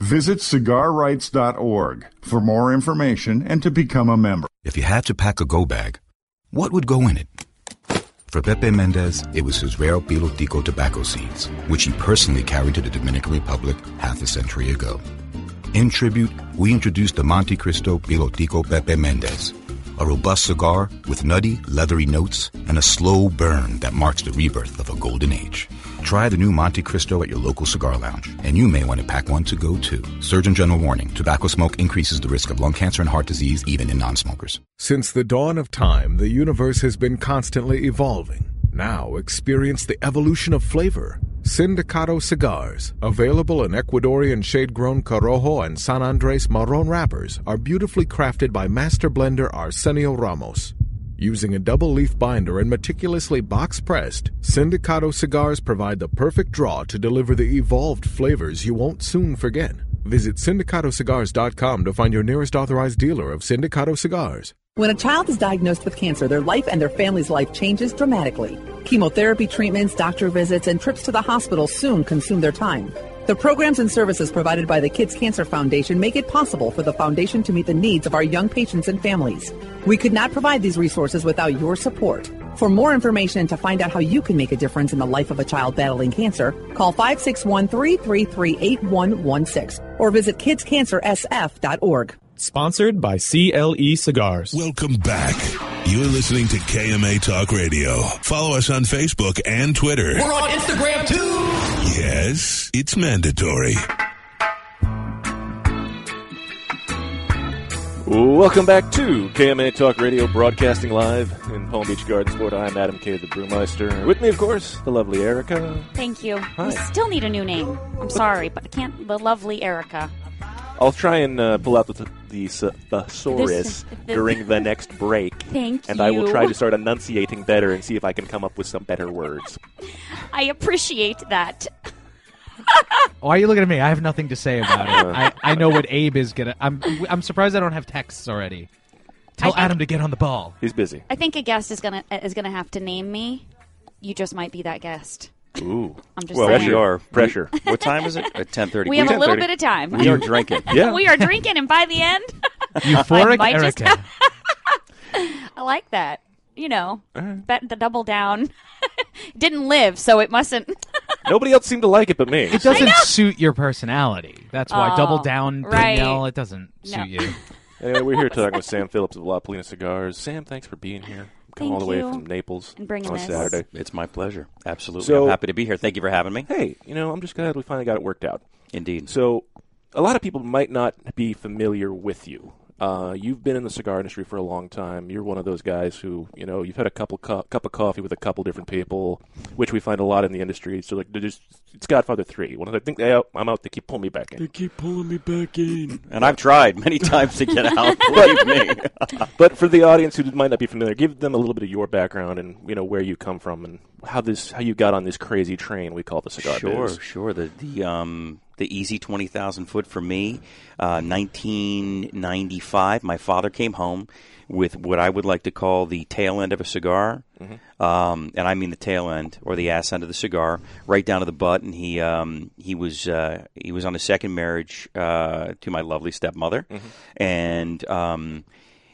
Speaker 9: Visit cigarrights.org for more information and to become a member.
Speaker 15: If you had to pack a go bag, what would go in it? For Pepe Mendez, it was his rare Pilo Tico tobacco seeds, which he personally carried to the Dominican Republic half a century ago. In tribute, we introduced the Monte Cristo Pilo Tico Pepe Mendez, a robust cigar with nutty, leathery notes and a slow burn that marks the rebirth of a golden age. Try the new Monte Cristo at your local cigar lounge, and you may want to pack one to go too. Surgeon General warning tobacco smoke increases the risk of lung cancer and heart disease even in non smokers.
Speaker 7: Since the dawn of time, the universe has been constantly evolving. Now experience the evolution of flavor. Sindicato cigars, available in Ecuadorian shade grown Corojo and San Andres Marron wrappers, are beautifully crafted by master blender Arsenio Ramos. Using a double leaf binder and meticulously box pressed, Sindicato cigars provide the perfect draw to deliver the evolved flavors you won't soon forget. Visit syndicatocigars.com to find your nearest authorized dealer of Sindicato cigars.
Speaker 16: When a child is diagnosed with cancer, their life and their family's life changes dramatically. Chemotherapy treatments, doctor visits, and trips to the hospital soon consume their time. The programs and services provided by the Kids Cancer Foundation make it possible for the foundation to meet the needs of our young patients and families. We could not provide these resources without your support. For more information and to find out how you can make a difference in the life of a child battling cancer, call 561 333 8116 or visit kidscancersf.org.
Speaker 17: Sponsored by CLE Cigars.
Speaker 1: Welcome back. You're listening to KMA Talk Radio. Follow us on Facebook and Twitter.
Speaker 2: We're on Instagram too.
Speaker 1: Yes, it's mandatory.
Speaker 3: Welcome back to KMA Talk Radio, broadcasting live in Palm Beach Gardens, Florida. I'm Adam K. the Brewmeister. With me, of course, the lovely Erica.
Speaker 4: Thank you. We still need a new name. I'm sorry, but I can't. The lovely Erica.
Speaker 3: I'll try and uh, pull out the, the s- thesaurus
Speaker 4: This- the-
Speaker 3: during the next break.
Speaker 4: Thank
Speaker 3: And I will
Speaker 4: you.
Speaker 3: try to start enunciating better and see if I can come up with some better words.
Speaker 4: I appreciate that.
Speaker 5: Why are you looking at me? I have nothing to say about it. I, I know what Abe is gonna. I'm I'm surprised I don't have texts already. Tell Adam to get on the ball.
Speaker 3: He's busy.
Speaker 4: I think a guest is gonna is gonna have to name me. You just might be that guest.
Speaker 13: Ooh.
Speaker 4: I'm just
Speaker 13: well,
Speaker 4: saying.
Speaker 13: we are.
Speaker 3: Pressure.
Speaker 13: what time is it? At 10.30.
Speaker 4: We have a little bit of time.
Speaker 13: We are drinking.
Speaker 4: we are drinking, and by the end,
Speaker 13: Euphoric
Speaker 4: I might just
Speaker 13: Erica.
Speaker 4: have- I like that. You know, bet the double down. Didn't live, so it mustn't.
Speaker 3: Nobody else seemed to like it but me.
Speaker 5: It doesn't suit your personality. That's why
Speaker 4: Oh,
Speaker 5: double down,
Speaker 4: right.
Speaker 5: Danielle. It doesn't suit
Speaker 4: No.
Speaker 5: you.
Speaker 3: Anyway, we're here talking with Sam Phillips of La Polina Cigars. Sam, thanks for being here. Come all the
Speaker 13: Thank
Speaker 3: way
Speaker 13: you.
Speaker 3: from Naples
Speaker 13: And bringing
Speaker 3: on a
Speaker 13: this.
Speaker 3: Saturday.
Speaker 13: It's my pleasure. Absolutely.
Speaker 3: So-
Speaker 13: I'm happy to be here. Thank you for having me.
Speaker 3: Hey, you know, I'm just glad we finally got it worked out.
Speaker 13: Indeed.
Speaker 3: So, a lot of people might not be familiar with you. Uh, you've been in the cigar industry for a long time. You're one of those guys who, you know, you've had a couple cu- cup of coffee with a couple different people, which we find a lot in the industry. So, like, they're just it's Godfather three. One of the, I think they out, I'm out. They keep pulling me back in.
Speaker 13: They keep pulling me back in. And I've tried many times to get out, believe me.
Speaker 3: but for the audience who might not be familiar, give them a little bit of your background and you know where you come from and how this how you got on this crazy train we call the cigar
Speaker 13: Sure,
Speaker 3: biz.
Speaker 13: sure. The the um the easy twenty thousand foot for me, uh, nineteen ninety five. My father came home with what I would like to call the tail end of a cigar, um, and I mean the tail end or the ass end of the cigar, right down to the butt. And he um, he was uh, he was on his second marriage uh, to my lovely stepmother,
Speaker 3: Mhm.
Speaker 13: and um,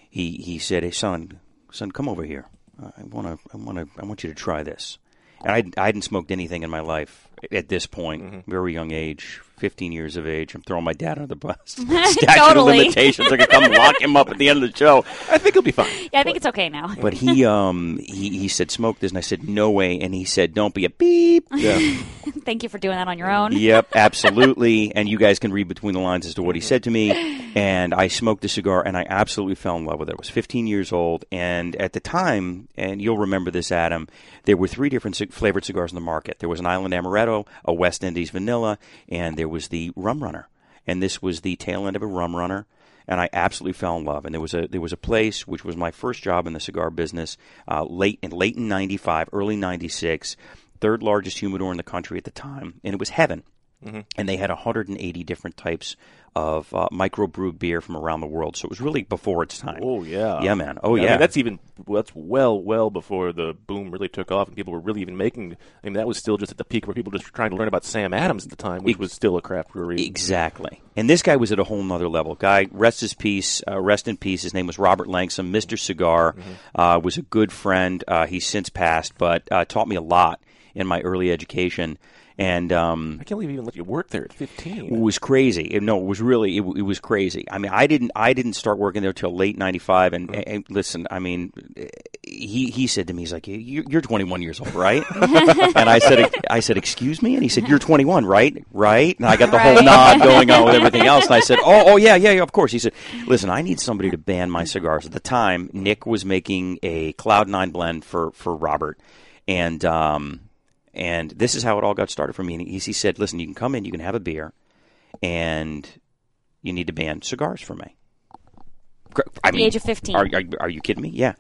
Speaker 13: he he said, "Hey, son, son, come over here. I want to I want to I want you to try this." and I, I hadn't smoked anything in my life at this point, very young age, 15 years of age. I'm throwing my dad under the bus. Statute
Speaker 4: Totally.
Speaker 13: of limitations. They're going to come lock him up at the end of the show. I think he'll be fine.
Speaker 4: Yeah, I think it's okay now.
Speaker 13: But he, um, he, he said, smoke this. And I said, no way. And he said, don't be a beep.
Speaker 4: Thank you for doing that on your own.
Speaker 13: Yep, absolutely. and you guys can read between the lines as to what he said to me. And I smoked a cigar, and I absolutely fell in love with it. I was 15 years old, and at the time, and you'll remember this, Adam, there were three different cig- flavored cigars in the market. There was an Island Amaretto, a West Indies Vanilla, and there was the Rum Runner. And this was the tail end of a Rum Runner. And I absolutely fell in love. And there was a there was a place which was my first job in the cigar business, uh, late in late in '95, early '96, third largest humidor in the country at the time, and it was heaven.
Speaker 3: Mhm.
Speaker 13: And they had 180 different types of uh, microbrewed beer from around the world. So it was really before its time.
Speaker 3: Oh yeah,
Speaker 13: yeah, man. Oh
Speaker 3: I mean,
Speaker 13: yeah,
Speaker 3: that's e- even that's well, well before the boom really took off and people were really even making. I mean, that was still just at the peak where people just were trying to learn about Sam Adams at the time, which was still a crap brewery.
Speaker 13: Exactly. And this guy was at a whole nother level. Guy, rest his peace, uh, rest in peace. His name was Robert Langsom. Mr. Cigar
Speaker 3: Mm-hmm.
Speaker 13: uh, was a good friend. Uh, he's since passed, but uh, taught me a lot in my early education. And um,
Speaker 3: I can't believe he even let you work there at fifteen.
Speaker 13: It was crazy. It- no, it was really it, w- it was crazy. I mean, I didn't I didn't start working there till late '95. And, and listen, I mean, eh, he he said to me, he's like, "You- "You're 21 years old, right?" and I said, "I said, excuse me." And he said, "You're 21, right? Right?" And I got the whole
Speaker 3: Right.
Speaker 13: nod going on with everything else. And I said, "Oh, oh yeah, yeah, yeah, of course." He said, "Listen, I need somebody to ban my cigars." At the time, Nick was making a Cloud Nine blend for for Robert, and um. And this is how it all got started for me. And he, he said, "Listen, you can come in, you can have a beer, and you need to ban cigars from me." Gr- I
Speaker 4: The
Speaker 13: mean,
Speaker 4: age of 15.
Speaker 13: Are, are, are you kidding me? Yeah,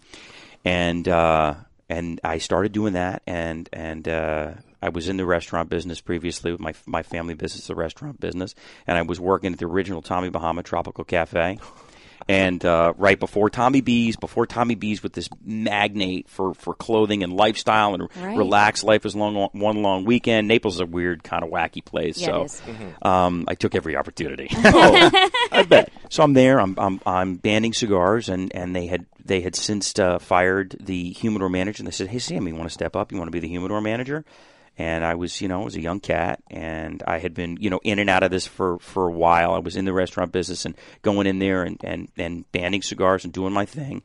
Speaker 13: and uh, and I started doing that, and and uh, I was in the restaurant business previously with my my family business, the restaurant business, and I was working at the original Tommy Bahama Tropical Cafe. And uh, right before Tommy B's, before Tommy B's, with this magnate for, for clothing and lifestyle and
Speaker 3: Right.
Speaker 13: relax, life is long, one long weekend. Naples is a weird kind of wacky place,
Speaker 3: Yeah, it
Speaker 13: so
Speaker 3: is. Mhm.
Speaker 13: um, I took every opportunity. Oh, I bet. So I'm there. I'm I'm, I'm banning cigars, and, and they had they had since uh, fired the humidor manager, and they said, "Hey Sam, you want to step up? You want to be the humidor manager?" And I was, you know, I was a young cat, and I had been, you know, in and out of this for, for a while. I was in the restaurant business and going in there and, and, and banning cigars and doing my thing.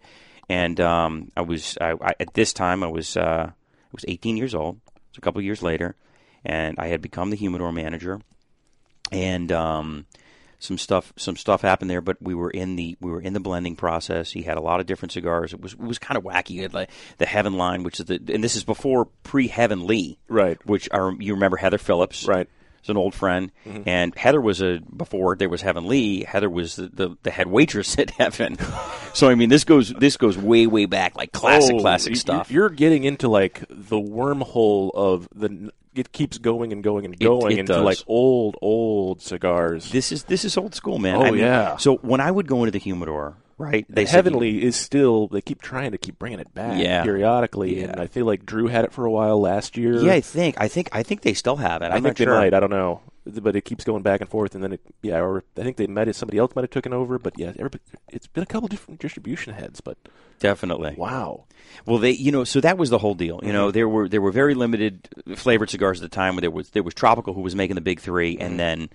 Speaker 13: And um, I was I, I, at this time I was uh, I was 18 years old. It's a couple years later, and I had become the humidor manager and um, some stuff some stuff happened there. But we were in the we were in the blending process. He had a lot of different cigars. It was it was kind of wacky. He had like the Heaven line, which is the and this is before pre Heaven Lee, right? Which are you remember Heather Phillips, right? Is an old friend,
Speaker 3: Mhm.
Speaker 13: and Heather was a before there was Heaven Lee. Heather was the, the, the head waitress at Heaven. so I mean, this goes this goes way way back, like classic
Speaker 3: Oh,
Speaker 13: classic
Speaker 3: you-
Speaker 13: stuff.
Speaker 3: You're getting into like the wormhole of the. It keeps going and going and going
Speaker 13: it
Speaker 3: into
Speaker 13: does.
Speaker 3: like old old cigars.
Speaker 13: This is this is old school, man.
Speaker 3: Oh
Speaker 13: I mean,
Speaker 3: yeah.
Speaker 13: So when I would go into the humidor, right?
Speaker 3: They
Speaker 13: said,
Speaker 3: Heavenly is still. They keep trying to keep bringing it back
Speaker 13: Yeah.
Speaker 3: periodically, and I feel like Drew had it for a while last year.
Speaker 13: Yeah, I think I think I think they still have it. I'm
Speaker 3: I think
Speaker 13: not
Speaker 3: they
Speaker 13: sure.
Speaker 3: might. I don't know, but it keeps going back and forth, and then it, yeah, or I think they might. Somebody else might have taken over, but yeah, everybody, it's been a couple different distribution heads, but
Speaker 13: Definitely.
Speaker 3: Wow.
Speaker 13: Well, they you know so that was the whole deal. You know
Speaker 3: Mhm.
Speaker 13: there were there were very limited flavored cigars at the time. Where there was there was Tropical who was making the big 3
Speaker 3: Mm-hmm.
Speaker 13: and then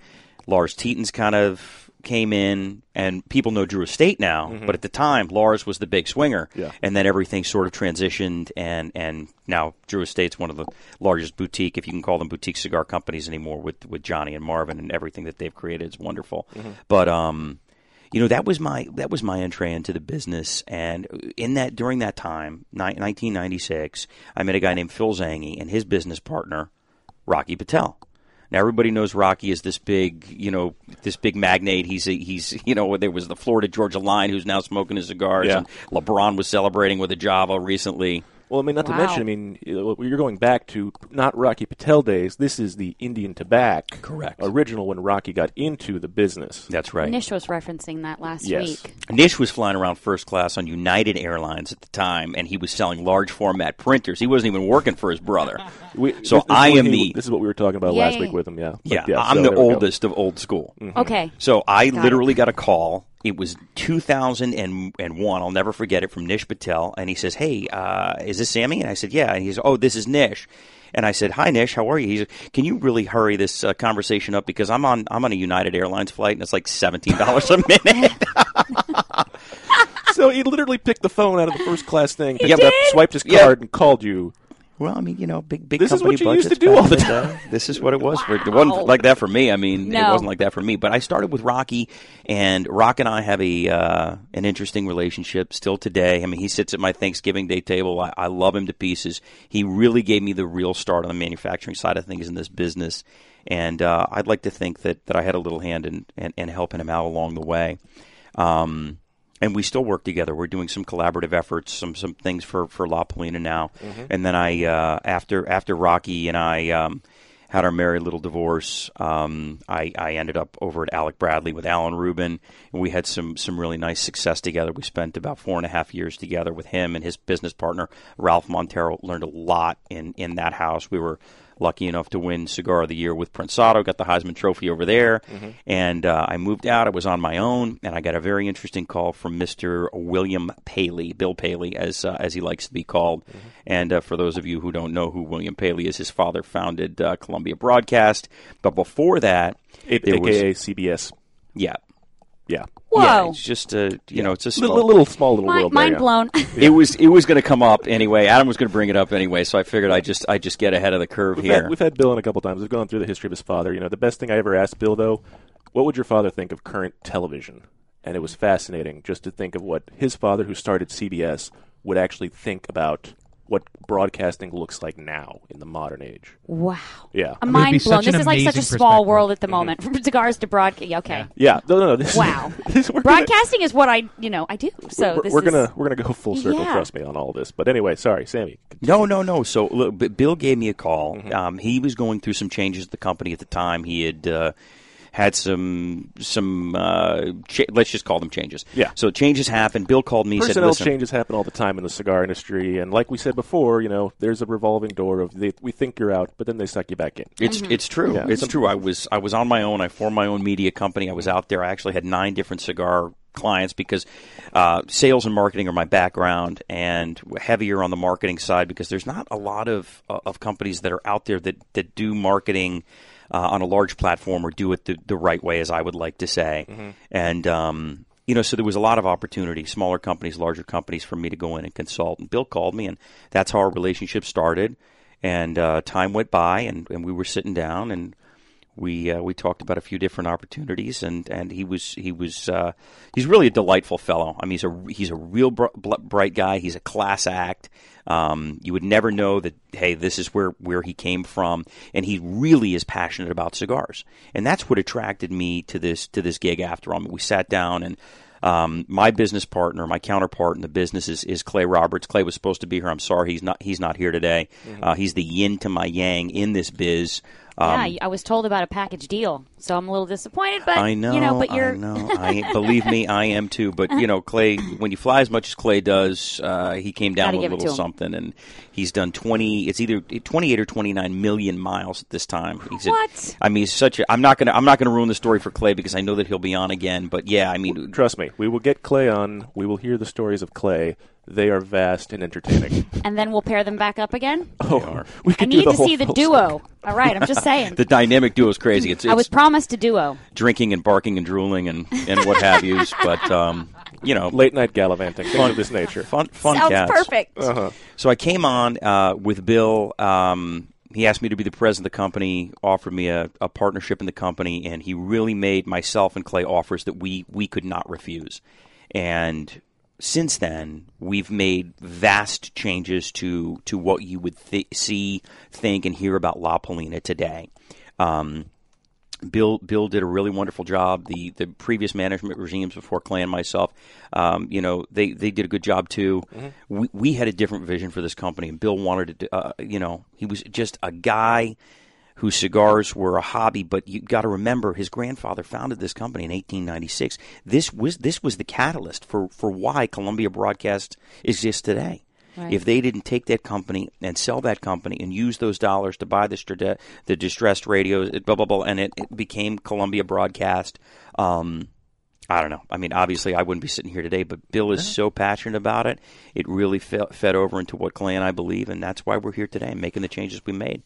Speaker 13: Lars Teton's kind of came in, and people know Drew Estate now,
Speaker 3: Mhm.
Speaker 13: but at the time Lars was the big swinger,
Speaker 3: Yeah.
Speaker 13: and then everything sort of transitioned, and and now Drew Estate's one of the largest boutique, if you can call them boutique cigar companies anymore, with with Johnny and Marvin and everything that they've created is wonderful.
Speaker 3: Mhm.
Speaker 13: But um, you know that was my that was my entree into the business, and in that during that time, ni- 1996, I met a guy named Phil Zangi and his business partner, Rocky Patel. Now everybody knows Rocky is this big, you know, this big magnate. He's a, he's you know there was the Florida Georgia line who's now smoking his cigars,
Speaker 3: Yeah.
Speaker 13: and LeBron was celebrating with a Java recently.
Speaker 3: Well, I mean, not
Speaker 13: Wow.
Speaker 3: to mention, I mean, you- you're going back to not Rocky Patel days. This is the Indian Tobacco, correct? Original when Rocky got into the business.
Speaker 13: That's right.
Speaker 4: Nish was referencing that last
Speaker 13: Yes.
Speaker 4: week.
Speaker 13: Nish was flying around first class on United Airlines at the time, and he was selling large format printers. He wasn't even working for his brother. so
Speaker 3: this- this
Speaker 13: I
Speaker 3: is what
Speaker 13: am
Speaker 3: he-
Speaker 13: the.
Speaker 3: This is what we were talking about
Speaker 4: Yeah,
Speaker 3: last
Speaker 4: yeah,
Speaker 3: week
Speaker 4: yeah.
Speaker 3: with him. Yeah, But
Speaker 13: Yeah, I'm
Speaker 3: so
Speaker 13: the
Speaker 3: there we go. Mm-hmm.
Speaker 13: oldest of old school.
Speaker 4: Okay.
Speaker 13: So I
Speaker 4: Got it.
Speaker 13: literally got a call. It was 2001. I'll never forget it from Nish Patel, and he says, "Hey, uh, is this Sammy?" And I said, "Yeah." And he says, "Oh, this is Nish." and I said, "Hi, Nish, how are you?" He's, like, "Can you really hurry this uh, conversation up because I'm on I'm on a United Airlines flight and it's like seventeen dollars a minute."
Speaker 3: so he literally picked the phone out of the first class thing,
Speaker 13: He
Speaker 3: picked it up,
Speaker 13: did?
Speaker 3: swiped his
Speaker 13: Yeah.
Speaker 3: card, and called you.
Speaker 13: Well, I mean, you know, big big
Speaker 3: This is
Speaker 13: company
Speaker 3: what you used to
Speaker 13: budgets
Speaker 3: do all
Speaker 13: back
Speaker 3: the
Speaker 13: in
Speaker 3: time.
Speaker 13: day. This is what it was for it wasn't like that for me. I mean, it
Speaker 3: No.
Speaker 13: wasn't like that for me. But I started with Rocky, and Rock and I have a uh, an interesting relationship still today. I mean, he sits at my Thanksgiving Day table. I, I love him to pieces. He really gave me the real start on the manufacturing side of things in this business, and uh, I'd like to think that that I had a little hand in and in, in helping him out along the way. Um, and we still work together. We're doing some collaborative efforts, some some things for for La Polina now.
Speaker 3: Mhm.
Speaker 13: And then I uh, after after Rocky and I um, had our merry little divorce, um, I, I ended up over at Alec Bradley with Alan Rubin, and we had some some really nice success together. We spent about four and a half years together with him and his business partner Ralph Montero. Learned a lot in in that house. We were lucky enough to win Cigar of the Year with Prensado, got the Heisman Trophy over there.
Speaker 3: Mhm.
Speaker 13: And uh, I moved out. I was on my own, and I got a very interesting call from Mr. William Paley, Bill Paley, as uh, as he likes to be called.
Speaker 3: Mm-hmm.
Speaker 13: And uh, for those of you who don't know who William Paley is, his father founded uh, Columbia Broadcast. But before that,
Speaker 3: A-
Speaker 13: there was-
Speaker 3: AKA CBS.
Speaker 13: yeah,
Speaker 3: yeah,
Speaker 4: Whoa.
Speaker 13: yeah. It's just a you know, it's a
Speaker 3: Little- little- small
Speaker 4: Mi- mind blown.
Speaker 13: it was it was going to come up anyway. Adam was going to bring it up anyway, so I figured I just I just get ahead of the curve
Speaker 3: We've
Speaker 13: here.
Speaker 3: had, we've had Bill in a couple times. We've gone through the history of his father. You know, the best thing I ever asked Bill though, what would your father think of current television? And it was fascinating just to think of what his father, who started CBS, would actually think about what broadcasting looks like now in the modern age.
Speaker 4: Wow.
Speaker 3: Yeah,
Speaker 4: I'm mind blown. This is like such a small world
Speaker 13: Mm-hmm.
Speaker 4: at the moment. From cigars to broadcast. Okay.
Speaker 3: Yeah, no, no, no. This,
Speaker 4: Wow.
Speaker 3: we're gonna-
Speaker 4: Broadcasting is what I, you know, I do. So
Speaker 3: we're,
Speaker 4: this
Speaker 3: we're
Speaker 4: is
Speaker 3: gonna we're gonna go full circle.
Speaker 4: Yeah.
Speaker 3: Trust me on all this. But anyway, sorry, Sammy. Mm-hmm.
Speaker 13: No, no, no. So look, B- Bill gave me a call. Um, he was going through some changes at the company at the time. He had uh, had some some uh, cha- let's just call them changes.
Speaker 3: Yeah.
Speaker 13: So changes happened. Bill called me.
Speaker 3: Personnel
Speaker 13: said, "Listen,
Speaker 3: changes happen all the time in the cigar industry, and like we said before, you know, there's a revolving door of they, we think you're out, but then they suck you back in.
Speaker 13: It's
Speaker 4: Mm-hmm.
Speaker 13: it's true.
Speaker 3: Yeah.
Speaker 13: It's true. I was I was on my own. I formed my own media company. I was out there. I actually had nine different cigar clients because uh, sales and marketing are my background, and heavier on the marketing side because there's not a lot of uh, of companies that are out there that that do marketing. Uh, on a large platform, or do it the, the right way, as I would like to say,
Speaker 3: Mhm.
Speaker 13: and um, you know, so there was a lot of opportunity, smaller companies, larger companies, for me to go in and consult. And Bill called me, and that's how our relationship started. And uh, time went by, and, and we were sitting down, and we uh, we talked about a few different opportunities. And, and he was he was uh, he's really a delightful fellow. I mean, he's a he's a real br- bl- bright guy. He's a class act. Um, you would never know that. Hey, this is where where he came from, and he really is passionate about cigars, and that's what attracted me to this to this gig. After all, we sat down and. Um, my business partner, my counterpart in the business is, is Clay Roberts. Clay was supposed to be here. I'm sorry, he's not. He's not here today.
Speaker 4: Mhm.
Speaker 13: Uh, he's the yin to my yang in this biz. Um,
Speaker 4: yeah, I was told about a package deal, so I'm a little disappointed. But
Speaker 13: I know,
Speaker 4: you know, but you're
Speaker 13: I know. I believe me, I am too. But you know, Clay, when you fly as much as Clay does, uh, he came down
Speaker 4: Gotta
Speaker 13: with a
Speaker 4: give it to
Speaker 13: little
Speaker 4: him.
Speaker 13: something, and he's done twenty. It's either twenty eight or twenty nine million miles at this time. He's a-
Speaker 4: What?
Speaker 13: I mean, he's such a. I'm not gonna. I'm not gonna ruin the story for Clay because I know that he'll be on again. But yeah, I mean,
Speaker 3: trust me, we will get Clay on. We will hear the stories of Clay. They are vast and entertaining.
Speaker 4: and then we'll pair them back up again.
Speaker 3: oh, we
Speaker 4: I
Speaker 3: could do
Speaker 4: need
Speaker 3: the
Speaker 4: to
Speaker 3: whole
Speaker 4: see the
Speaker 3: full
Speaker 4: duo. All right, I'm just saying.
Speaker 13: the dynamic duo is crazy. It's, it's
Speaker 4: I was promised a duo.
Speaker 13: drinking and barking and drooling and, and what have yous. But um, you know,
Speaker 3: late night gallivanting, things
Speaker 13: fun
Speaker 3: of this nature.
Speaker 13: Fun, fun
Speaker 4: Sounds
Speaker 13: cats.
Speaker 4: perfect. Uh-huh.
Speaker 13: So I came on uh, with Bill. Um, he asked me to be the president of the company, offered me a, a partnership in the company, and he really made myself and Clay offers that we we could not refuse. And since then, we've made vast changes to to what you would th- see, think, and hear about La Polina today. Um, Bill Bill did a really wonderful job. The the previous management regimes before Clay and myself, um, you know, they, they did a good job too.
Speaker 3: Mhm.
Speaker 13: We, we had a different vision for this company, and Bill wanted to, uh, you know, he was just a guy whose cigars were a hobby. But you got to remember, his grandfather founded this company in 1896. This was this was the catalyst for for why Columbia Broadcast exists today.
Speaker 3: Right.
Speaker 13: If they didn't take that company and sell that company and use those dollars to buy the, strate- the distressed radios, it- blah blah blah, and it, it became Columbia Broadcast. Um, I don't know. I mean, obviously, I wouldn't be sitting here today, but Bill is so passionate about it. It really fe- fed over into what Clay and I believe, and that's why we're here today, making the changes we made.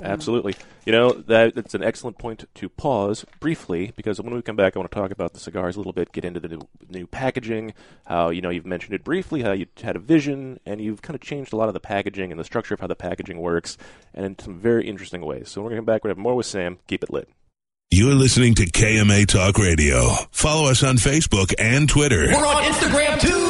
Speaker 3: Absolutely. You know, that, that's an excellent point to pause briefly because when we come back, I want to talk about the cigars a little bit, get into the new, new packaging, how, you know, you've mentioned it briefly, how you had a vision, and you've kind of changed a lot of the packaging and the structure of how the packaging works, and in some very interesting ways. So when we come back, we have more with Sam. Keep it lit.
Speaker 1: You're listening to KMA Talk Radio. Follow us on Facebook and Twitter.
Speaker 2: We're on Instagram too.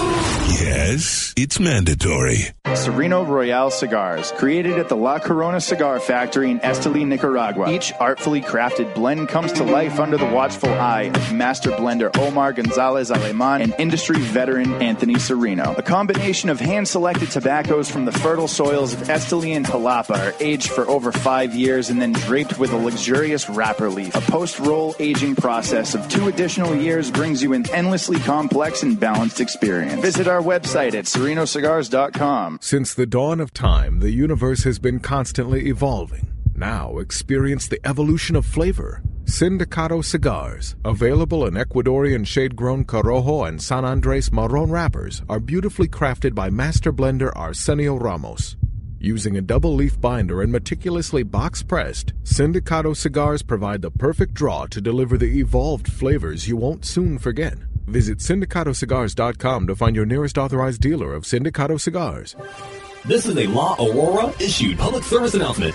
Speaker 1: Yes, it's mandatory.
Speaker 12: Sereno Royale cigars, created at the La Corona Cigar Factory in Esteli, Nicaragua. Each artfully crafted blend comes to life under the watchful eye of master blender Omar Gonzalez Aleman and industry veteran Anthony Sereno. A combination of hand selected tobaccos from the fertile soils of Esteli and Jalapa are aged for over five years and then draped with a luxurious wrapper leaf. A post roll aging process of two additional years brings you an endlessly complex and balanced experience. Visit our website at serenocigars.com.
Speaker 7: um, Since the dawn of time, the universe has been constantly evolving. Now experience the evolution of flavor. Sindicato cigars, available in Ecuadorian shade grown Corojo and San Andres Marron wrappers, are beautifully crafted by master blender Arsenio Ramos. Using a double leaf binder and meticulously box pressed, Sindicato cigars provide the perfect draw to deliver the evolved flavors you won't soon forget. Visit syndicatocigars.com to find your nearest authorized dealer of Sindicato cigars.
Speaker 14: This is a La Aurora issued public service announcement.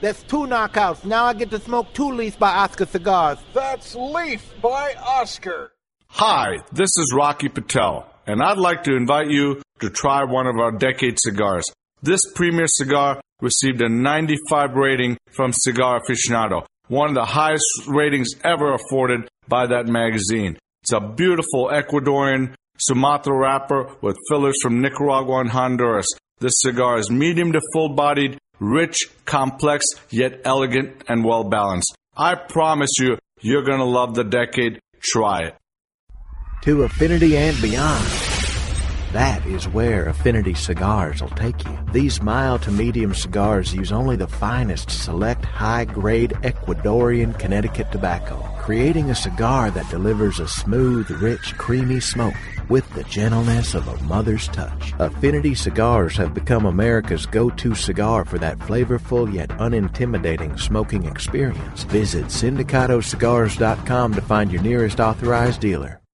Speaker 18: That's two knockouts. Now I get to smoke two Leaf by Oscar cigars.
Speaker 19: That's Leaf by Oscar.
Speaker 20: Hi, this is Rocky Patel, and I'd like to invite you to try one of our decade cigars. This premier cigar received a 95 rating from Cigar Aficionado, one of the highest ratings ever afforded by that magazine. It's a beautiful Ecuadorian Sumatra wrapper with fillers from Nicaragua and Honduras. This cigar is medium to full bodied, rich, complex, yet elegant and well balanced. I promise you, you're going to love the decade. Try it.
Speaker 21: to affinity and beyond. That is where Affinity Cigars will take you. These mild to medium cigars use only the finest select high grade Ecuadorian Connecticut tobacco, creating a cigar that delivers a smooth, rich, creamy smoke with the gentleness of a mother's touch. Affinity Cigars have become America's go to cigar for that flavorful yet unintimidating smoking experience. Visit syndicatocigars.com to find your nearest authorized dealer.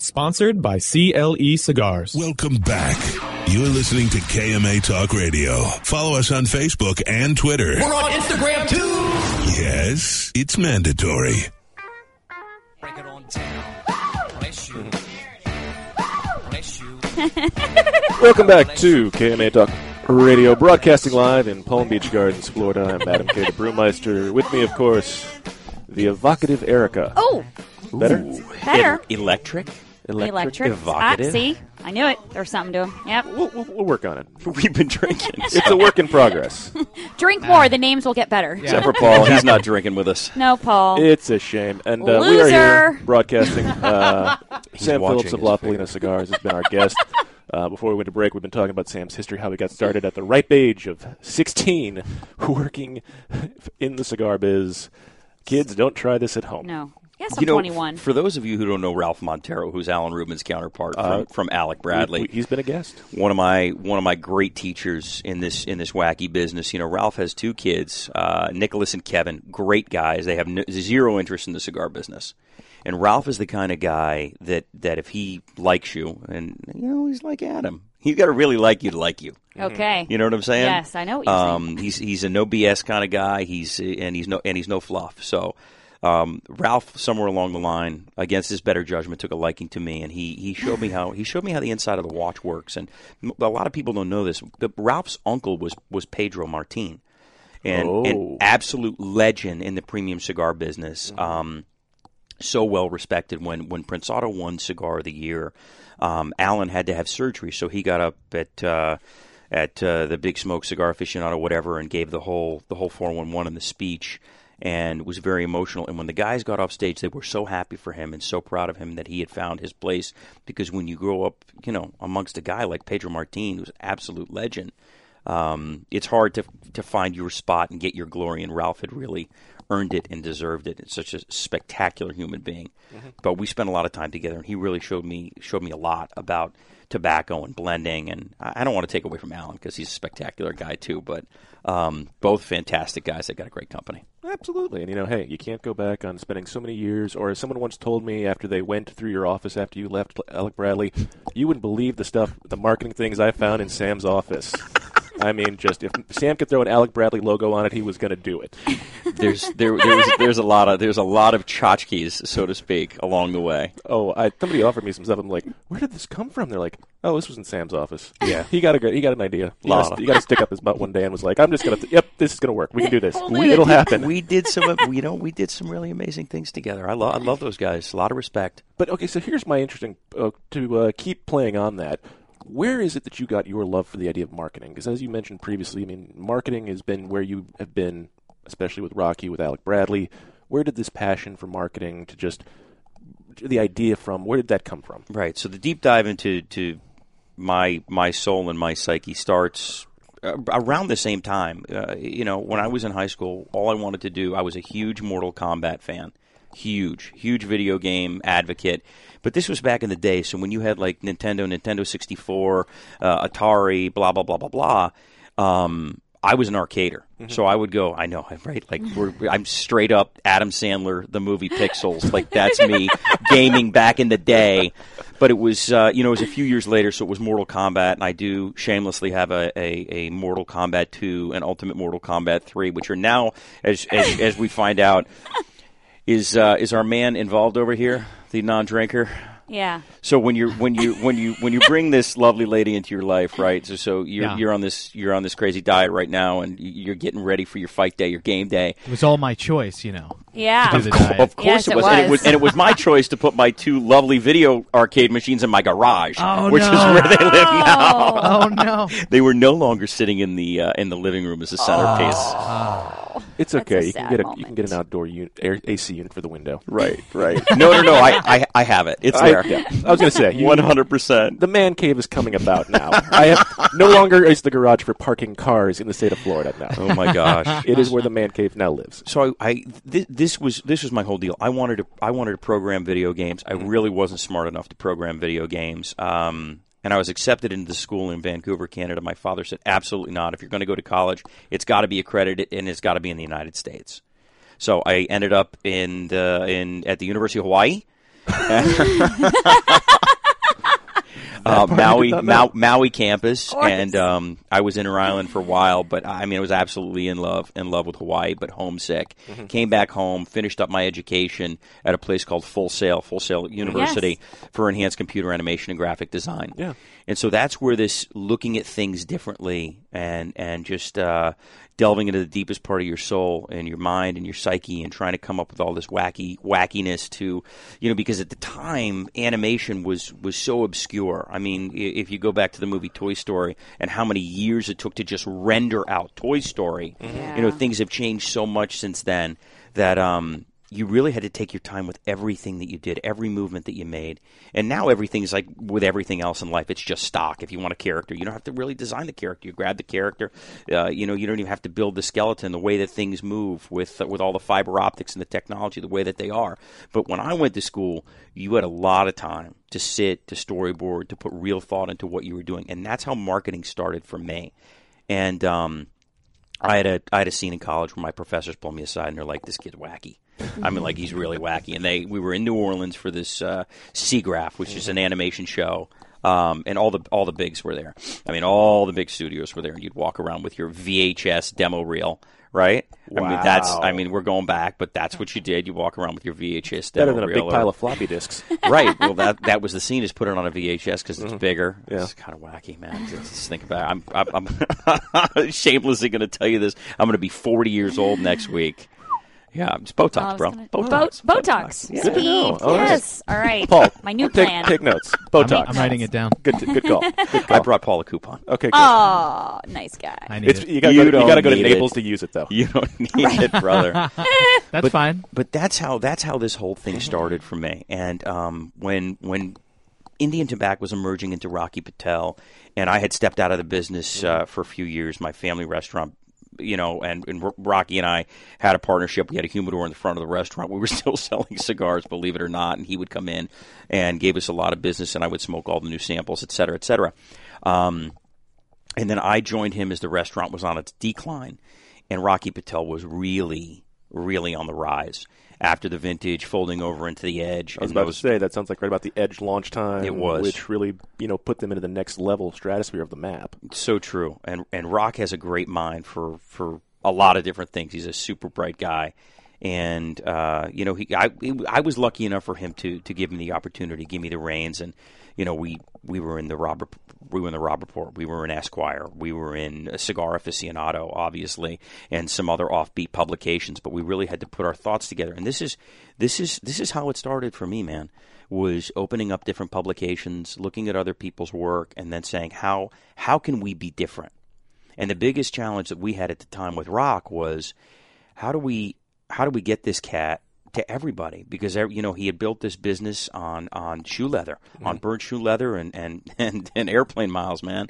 Speaker 17: Sponsored by CLE Cigars.
Speaker 1: Welcome back. You're listening to KMA Talk Radio. Follow us on Facebook and Twitter.
Speaker 2: We're on Instagram too.
Speaker 1: Yes, it's mandatory.
Speaker 2: Break it on down. Bless you. Bless you.
Speaker 3: Welcome back to KMA Talk Radio, broadcasting live in Palm Beach Gardens, Florida. I'm Adam K. the Brewmeister. With me, of course, the evocative Erica.
Speaker 4: Oh,
Speaker 13: Better?
Speaker 4: Better.
Speaker 13: E- electric? Electric?
Speaker 4: Electric.
Speaker 13: Evocative?
Speaker 4: Ah, see, I knew it. There's something to him. Yep.
Speaker 3: We'll work on it.
Speaker 13: We've been drinking.
Speaker 3: It's a work in progress.
Speaker 4: Drink more. The names will get better.
Speaker 13: Except for Paul. He's not drinking with us.
Speaker 4: No, Paul.
Speaker 3: It's a shame. And uh, we are here
Speaker 4: Loser.
Speaker 3: broadcasting. Uh,
Speaker 13: He's
Speaker 3: Sam Phillips
Speaker 13: watching
Speaker 3: of
Speaker 13: his
Speaker 3: La Polina Cigars has been our guest. Uh, before we went to break, we've been talking about Sam's history, how he got started at the ripe age of 16, working in the cigar biz. Kids, don't try this at home.
Speaker 4: No. Yes, I'm
Speaker 13: You know,
Speaker 4: 21.
Speaker 13: f- for those of you who don't know Ralph Montero, who's Alan Rubin's counterpart
Speaker 3: Uh,
Speaker 13: from, from Alec Bradley,
Speaker 3: we- we- he's been a guest.
Speaker 13: One of my one of my great teachers in this in this wacky business. You know, Ralph has two kids, uh, Nicholas and Kevin. Great guys. They have no, zero interest in the cigar business. And Ralph is the kind of guy that that if he likes you, and you know, he's like Adam. He's got to really like you to like you.
Speaker 4: Okay.
Speaker 13: You know what I'm saying?
Speaker 4: Yes, I know what you're saying.
Speaker 13: um, He's he's a no BS kind of guy. He's and he's no and he's no fluff. So um, Ralph, somewhere along the line, against his better judgment, took a liking to me, and he he showed me how he showed me how the inside of the watch works. And m- a lot of people don't know this. The, Ralph's uncle was was Pedro Martin, and an
Speaker 3: Oh.
Speaker 13: absolute legend in the premium cigar business. Um, so well respected. When when Prince Otto won Cigar of the Year, um, Allen had to have surgery, so he got up at uh, at uh, the Big Smoke Cigar Aficionado, whatever, and gave the whole the whole four one one in the speech, and was very emotional. And when the guys got off stage, they were so happy for him and so proud of him that he had found his place. Because when you grow up, you know, amongst a guy like Pedro Martin, who's an absolute legend. Um, it's hard to to find your spot and get your glory, and Ralph had really earned it and deserved it. It's such a spectacular human being.
Speaker 3: Mhm.
Speaker 13: But we spent a lot of time together, and he really showed me showed me a lot about tobacco and blending. And I, I don't want to take away from Alan because he's a spectacular guy too. But um, both fantastic guys that got a great company.
Speaker 3: Absolutely. And, you know, hey, you can't go back on spending so many years, or as someone once told me after they went through your office after you left Alec Bradley, you wouldn't believe the stuff, the marketing things I found in Sam's office. I mean, just if Sam could throw an Alec Bradley logo on it, he was going to do it.
Speaker 13: There's there, there was, there's a lot of there's a lot of tchotchkes, so to speak, along the way.
Speaker 3: Oh, I, somebody offered me some stuff. I'm like, where did this come from? They're like, oh, this was in Sam's office. Yeah, he got a good, he got an idea. He got,
Speaker 13: Lana.
Speaker 3: a, he got a stick up his butt one day and was like, I'm just gonna, yep, this is gonna work. We can do this.
Speaker 13: We-
Speaker 3: It'll happen.
Speaker 13: We did some, of- you know, we did some really amazing things together. I love, I love those guys. A lot of respect.
Speaker 3: But okay, so here's my interesting uh, to uh, keep playing on that. Where is it that you got your love for the idea of marketing? Because as you mentioned previously, I mean, marketing has been where you have been, especially with Rocky, with Alec Bradley. Where did this passion for marketing to just the idea from? Where did that come from?
Speaker 13: Right. So the deep dive into to my my soul and my psyche starts uh, around the same time. Uh, you know, when I was in high school, all I wanted to do, I was a huge Mortal Kombat fan. Huge, huge video game advocate. But this was back in the day, so when you had like Nintendo, Nintendo 64, uh, Atari, blah blah blah blah blah, um, I was an arcader.
Speaker 3: Mhm.
Speaker 13: So I would go, I know, I'm right? Like we're, I'm straight up Adam Sandler, the movie Pixels. Like that's me gaming back in the day. But it was, uh, you know, it was a few years later, so it was Mortal Kombat, and I do shamelessly have a, a, a Mortal Kombat 2 and Ultimate Mortal Kombat 3, which are now, as as, as we find out, is uh, is our man involved over here, the non-drinker?
Speaker 4: Yeah.
Speaker 13: So when you when you when you when you bring this lovely lady into your life, right? So so you're
Speaker 5: Yeah.
Speaker 13: you're on this you're on this crazy diet right now, and y- you're getting ready for your fight day, your game day.
Speaker 5: It was all my choice, you know.
Speaker 4: Yeah.
Speaker 5: to do the diet.
Speaker 13: Of course it, was. and it was, and it was my choice to put my two lovely video arcade machines in my garage,
Speaker 5: Oh,
Speaker 13: which is
Speaker 5: no.
Speaker 13: where they live now.
Speaker 5: Oh, no.
Speaker 13: they were no longer sitting in the uh, in the living room as a centerpiece.
Speaker 5: Ah.
Speaker 3: It's okay.
Speaker 13: a
Speaker 3: You can
Speaker 13: sad
Speaker 3: get a you can get an outdoor unit, air, AC unit for the window.
Speaker 13: Right, right. No, no, no. I, I, I have it. It's
Speaker 3: I-
Speaker 13: there.
Speaker 3: yeah. I was going to say you-
Speaker 13: 100%.
Speaker 3: The man cave is coming about now. I have no longer is the garage for parking cars in the state of Florida now.
Speaker 13: Oh my gosh.
Speaker 3: It is where the man cave now lives.
Speaker 13: So I, I th- this was this was my whole deal. I wanted to I wanted to program video games.
Speaker 3: Mm-hmm.
Speaker 13: I really wasn't smart enough to program video games. Um, and I was accepted into the school in Vancouver, Canada. My father said, "Absolutely not. If you're going to go to college, it's got to be accredited and it's got to be in the United States." So I ended up in Uh, the in at the University of Hawaii. uh,
Speaker 3: part I
Speaker 13: Maui
Speaker 3: did not
Speaker 13: Mau-
Speaker 3: know.
Speaker 13: Maui campus,
Speaker 3: course.
Speaker 13: and um, I was in Rhode Island for a while. But I mean, I was absolutely in love in love with Hawaii, but homesick.
Speaker 3: Mhm.
Speaker 13: Came back home, finished up my education at a place called Full Sail, Full Sail University, for enhanced computer animation and graphic design.
Speaker 3: Yeah.
Speaker 13: And so that's where this looking at things differently and and just uh, delving into the deepest part of your soul and your mind and your psyche and trying to come up with all this wacky wackiness to you know because at the time animation was was so obscure. I mean, i- if you go back to the movie Toy Story and how many years it took to just render out Toy Story, you know things have changed so much since then that um, you really had to take your time with everything that you did, every movement that you made. And now everything's like with everything else in life, it's just stock. If you want a character, you don't have to really design the character. You grab the character. Uh, you know, you don't even have to build the skeleton. The way that things move with uh, with all the fiber optics and the technology, the way that they are. But when I went to school, you had a lot of time to sit, to storyboard, to put real thought into what you were doing, and that's how marketing started for me. And um, I had a I had a scene in college where my professors pulled me aside and they're like, "This kid's wacky." I mean, like he's really wacky. And they we were in New Orleans for this uh, Seagraph, which is an animation show, um, and all the all the bigs were there. I mean, all the big studios were there, and you'd walk around with your VHS demo reel, right? I mean, that's I
Speaker 3: Wow.
Speaker 13: mean, we're going back, but that's what you did. You walk around with your VHS demo
Speaker 3: Better than a
Speaker 13: reel
Speaker 3: big
Speaker 13: or-
Speaker 3: pile of floppy disks.
Speaker 13: right. Well, that that was the scene. Is put it on a VHS because it's
Speaker 3: Mhm.
Speaker 13: bigger.
Speaker 3: Yeah.
Speaker 13: It's kind of wacky, man. Just, just think about. It. I'm I'm, I'm shamelessly going to tell you this. I'm going to be 40 years old next week. Yeah, it's
Speaker 4: Oh, I
Speaker 13: Botox,
Speaker 4: was
Speaker 13: bro.
Speaker 4: gonna-
Speaker 13: Botox.
Speaker 4: Bo- Botox.
Speaker 13: Yeah.
Speaker 4: Steve.
Speaker 13: Good to know. All right.
Speaker 4: yes. All right.
Speaker 13: Paul,
Speaker 4: My new
Speaker 3: take,
Speaker 4: plan.
Speaker 3: Take notes. Botox.
Speaker 5: I'm writing it down.
Speaker 3: Good, good call. Good call.
Speaker 13: I brought Paul a coupon.
Speaker 3: Okay. Good.
Speaker 4: Oh, nice guy.
Speaker 3: It's- You gotta go to, you
Speaker 13: don't
Speaker 3: gotta go to
Speaker 13: need
Speaker 3: Naples
Speaker 13: it.
Speaker 3: to use it, though.
Speaker 13: You don't need it, brother.
Speaker 5: That's
Speaker 13: But-
Speaker 5: fine.
Speaker 13: But that's how that's how this whole thing started for me. And um, when when Indian Tobacco was emerging into Rocky Patel, and I had stepped out of the business
Speaker 3: Mm-hmm.
Speaker 13: uh, for a few years, my family restaurant. You know, and, and R- Rocky and I had a partnership. We had a humidor in the front of the restaurant. We were still selling cigars, believe it or not. And he would come in and gave us a lot of business, and I would smoke all the new samples, et cetera, et cetera. Um, and then I joined him as the restaurant was on its decline, and Rocky Patel was really, really on the rise after the vintage, folding over into the edge.
Speaker 3: I was
Speaker 13: and
Speaker 3: about
Speaker 13: those-
Speaker 3: to say that sounds like right about the Edge launch time.
Speaker 13: It was.
Speaker 3: which really you know put them into the next level stratosphere of the map.
Speaker 13: So true. And and Rock has a great mind for for a lot of different things. He's a super bright guy, and uh, you know he I he- I was lucky enough for him to to give me the opportunity, give me the reins, and you know we we were in the Robert we were in the Robert we were in Esquire, we were in Cigar Aficionado, obviously, and some other offbeat publications. But we really had to put our thoughts together, and this is this is this is how it started for me, man was opening up different publications, looking at other people's work, and then saying how how can we be different? And the biggest challenge that we had at the time with Rock was how do we how do we get this cat to everybody because ev- you know he had built this business on on shoe leather
Speaker 3: Mm-hmm.
Speaker 13: on bird shoe leather and and and, and airplane miles man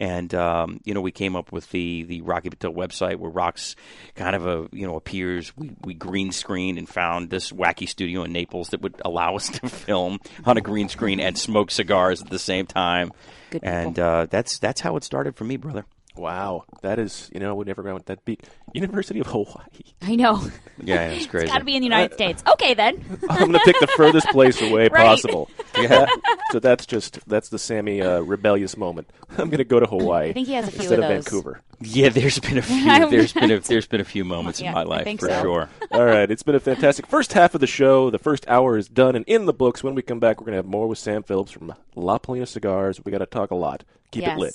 Speaker 13: and um, you know we came up with the the Rocky Patel website where rocks kind of a you know appears we we green screened and found this wacky studio in Naples that would allow us to film on a green screen and smoke cigars at the same time
Speaker 3: Good people.
Speaker 13: and uh, that's that's how it started for me brother
Speaker 3: Wow, that is you know I would never go with that beat. University of Hawaii.
Speaker 4: I know.
Speaker 13: yeah, it's crazy
Speaker 4: Got to be in the United States. Okay, then.
Speaker 3: I'm going to pick the furthest place away
Speaker 4: Right.
Speaker 3: possible. Yeah. so that's just that's the Sammy uh, rebellious moment. I'm going to go to Hawaii.
Speaker 4: I think he has a few
Speaker 3: instead
Speaker 4: of
Speaker 3: of,
Speaker 4: those.
Speaker 3: Vancouver.
Speaker 13: Yeah, there's been a few.
Speaker 4: I'm
Speaker 13: There's been a,
Speaker 4: not-
Speaker 13: there's been a few moments
Speaker 4: Yeah,
Speaker 13: in my
Speaker 4: I
Speaker 13: life
Speaker 4: think
Speaker 13: for
Speaker 4: so.
Speaker 13: sure.
Speaker 3: All right, it's been a fantastic first half of the show. The first hour is done and in the books. When we come back, we're going to have more with Sam Phillips from La Polina Cigars. We got to talk a lot. Keep
Speaker 22: Yes.
Speaker 3: it lit.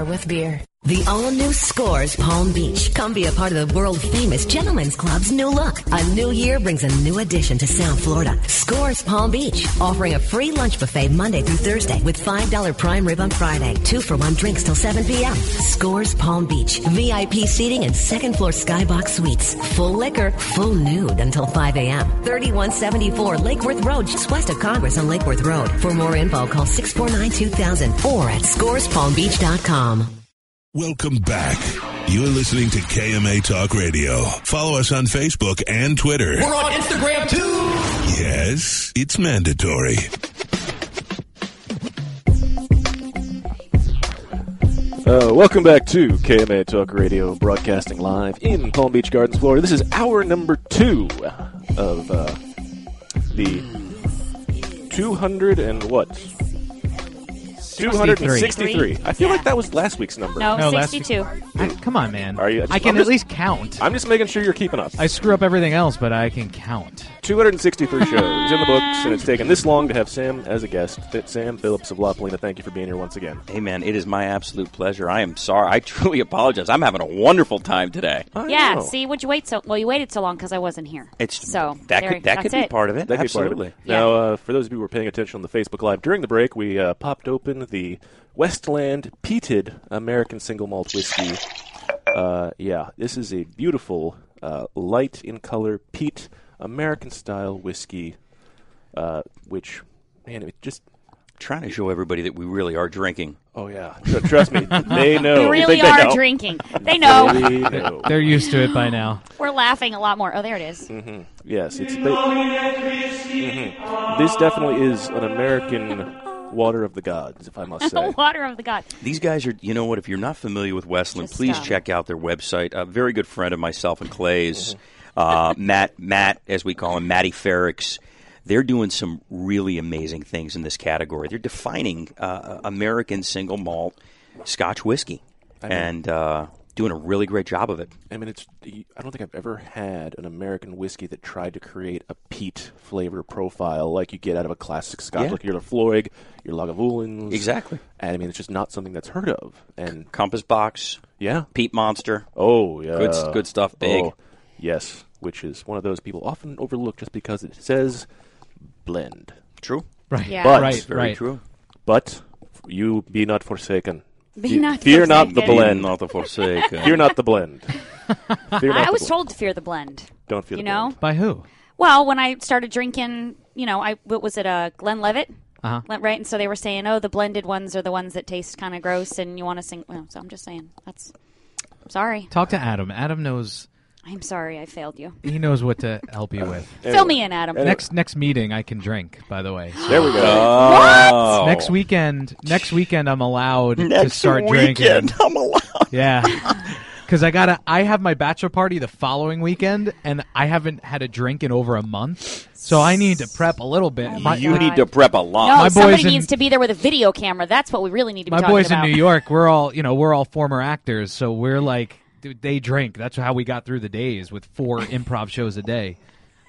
Speaker 22: with beer.
Speaker 23: The all-new Scores Palm Beach. Come be a part of the world-famous Gentlemen's Club's new look. A new year brings a new addition to South Florida. Scores Palm Beach, offering a free lunch buffet Monday through Thursday with $5 prime rib on Friday. Two for one drinks till 7 p.m. Scores Palm Beach. VIP seating and second floor skybox suites. Full liquor, full nude until 5 a.m. 3174 Lake Worth Road, just west of Congress on Lake Worth Road. For more info, call 649-2000 or at scorespalmbeach.com.
Speaker 1: Welcome back. You're listening to KMA Talk Radio. Follow us on Facebook and Twitter.
Speaker 2: We're on Instagram too.
Speaker 1: Yes, it's mandatory.
Speaker 3: Uh, welcome back to KMA Talk Radio, broadcasting live in Palm Beach Gardens, Florida. This is hour number two of uh, the 200 and what? 263. I feel like that was last week's number.
Speaker 4: No,
Speaker 3: last week-
Speaker 4: 62.
Speaker 5: Come on, man.
Speaker 3: Are you?
Speaker 5: I can
Speaker 3: I'm
Speaker 5: at
Speaker 3: just-
Speaker 5: least count.
Speaker 3: I'm just making sure you're keeping up.
Speaker 5: I screw up everything else, but I can count.
Speaker 3: 263 shows in the books, and it's taken this long to have Sam as a guest. Th- Sam Phillips of La Polina, thank you for being here once again.
Speaker 13: Hey, man, it is my absolute pleasure. I am sorry. I truly apologize. I'm having a wonderful time today.
Speaker 4: yeah, see, would you wait so? Well, you waited so long because I wasn't here.
Speaker 13: It's-
Speaker 4: so
Speaker 13: that
Speaker 4: there-
Speaker 13: could- that
Speaker 4: that's
Speaker 13: could be
Speaker 4: it.
Speaker 13: part of it.
Speaker 3: That could be
Speaker 13: Absolutely.
Speaker 3: part of it. Now, uh, for those of you who were paying attention on the Facebook Live during the break, we uh, popped open the Westland Peated American Single Malt Whiskey. Uh, yeah, this is a beautiful, uh, light in color peat American style whiskey, uh, which, man, it just.
Speaker 13: Trying to show everybody that we really are drinking.
Speaker 3: Oh, yeah. Tr- Trust me, they know.
Speaker 4: We really
Speaker 13: They- they
Speaker 4: are
Speaker 13: know.
Speaker 4: drinking. They know.
Speaker 3: know.
Speaker 5: They're used to it by now.
Speaker 4: We're laughing a lot more. Oh, there it is.
Speaker 13: Mm-hmm.
Speaker 3: hmm Yes, it's ba- Mhm. this definitely is an American water of the gods, if I must say.
Speaker 4: Water of the God.
Speaker 13: These guys are, you know what, if you're not familiar with Westland,
Speaker 4: Just
Speaker 13: please
Speaker 4: stop.
Speaker 13: check out their website. A very good friend of myself and Clay's, uh, Matt, Matt, as we call him, Matty Ferrix, they're doing some really amazing things in this category. They're defining uh, American single malt Scotch whiskey
Speaker 3: I mean-
Speaker 13: and uh, doing a really great job of it.
Speaker 3: I mean, it's. I don't think I've ever had an American whiskey that tried to create a peat flavor profile like you get out of a classic Scotch,
Speaker 13: Yeah.
Speaker 3: like your Lafroig, your Lagavulins.
Speaker 13: Exactly.
Speaker 3: And I mean, it's just not something that's heard of. And
Speaker 13: Compass Box.
Speaker 3: Yeah.
Speaker 13: Peat Monster.
Speaker 3: Oh yeah.
Speaker 13: Good s- good stuff, big.
Speaker 3: Oh, yes, which is one of those people often overlook just because it says blend.
Speaker 13: True.
Speaker 5: Right. Yeah.
Speaker 3: But,
Speaker 5: Right, Very right.
Speaker 13: true.
Speaker 3: But you be not forsaken.
Speaker 4: Be
Speaker 3: Fe-
Speaker 4: not
Speaker 3: fear not the
Speaker 4: forsaken.
Speaker 3: blend.
Speaker 4: Be
Speaker 13: not the forsaken.
Speaker 3: Fear not the blend. Fear not
Speaker 4: I
Speaker 3: the
Speaker 4: was
Speaker 3: blend.
Speaker 4: told to fear the blend.
Speaker 3: Don't fear
Speaker 4: You
Speaker 3: the
Speaker 4: know?
Speaker 3: blend.
Speaker 5: By who?
Speaker 4: Well, when I started drinking, you know, I what was it? Uh, Glenn Levitt.
Speaker 5: Uh-huh.
Speaker 4: Glenn- Right, and so they were saying, "Oh, the blended ones are the ones that taste kind of gross, and you want to sing." Well, so I'm just saying, that's. I'm sorry,
Speaker 5: Talk to Adam. Adam knows.
Speaker 4: I'm sorry, I failed you.
Speaker 5: He knows what to help you with.
Speaker 4: Fill me in, Adam.
Speaker 5: Next next meeting, I can drink. By the way, So-
Speaker 4: There we go.
Speaker 13: Oh. What?
Speaker 5: Next weekend, next weekend, I'm allowed to
Speaker 13: Next
Speaker 5: start
Speaker 13: weekend,
Speaker 5: drinking.
Speaker 13: I'm allowed.
Speaker 5: Yeah, because I gotta. I have my bachelor party the following weekend, and I haven't had a drink in over a month, so I need to prep a little bit. My-
Speaker 13: you
Speaker 5: like-
Speaker 13: need to prep a lot.
Speaker 4: Oh No,
Speaker 5: my
Speaker 4: somebody
Speaker 5: boys in-
Speaker 4: needs to be there with a video camera. That's what we really need to be
Speaker 5: my
Speaker 4: talking
Speaker 5: boys
Speaker 4: about.
Speaker 5: in New York, we're all you know, we're all former actors, so we're like dude, they drink. That's how we got through the days with four improv shows a day.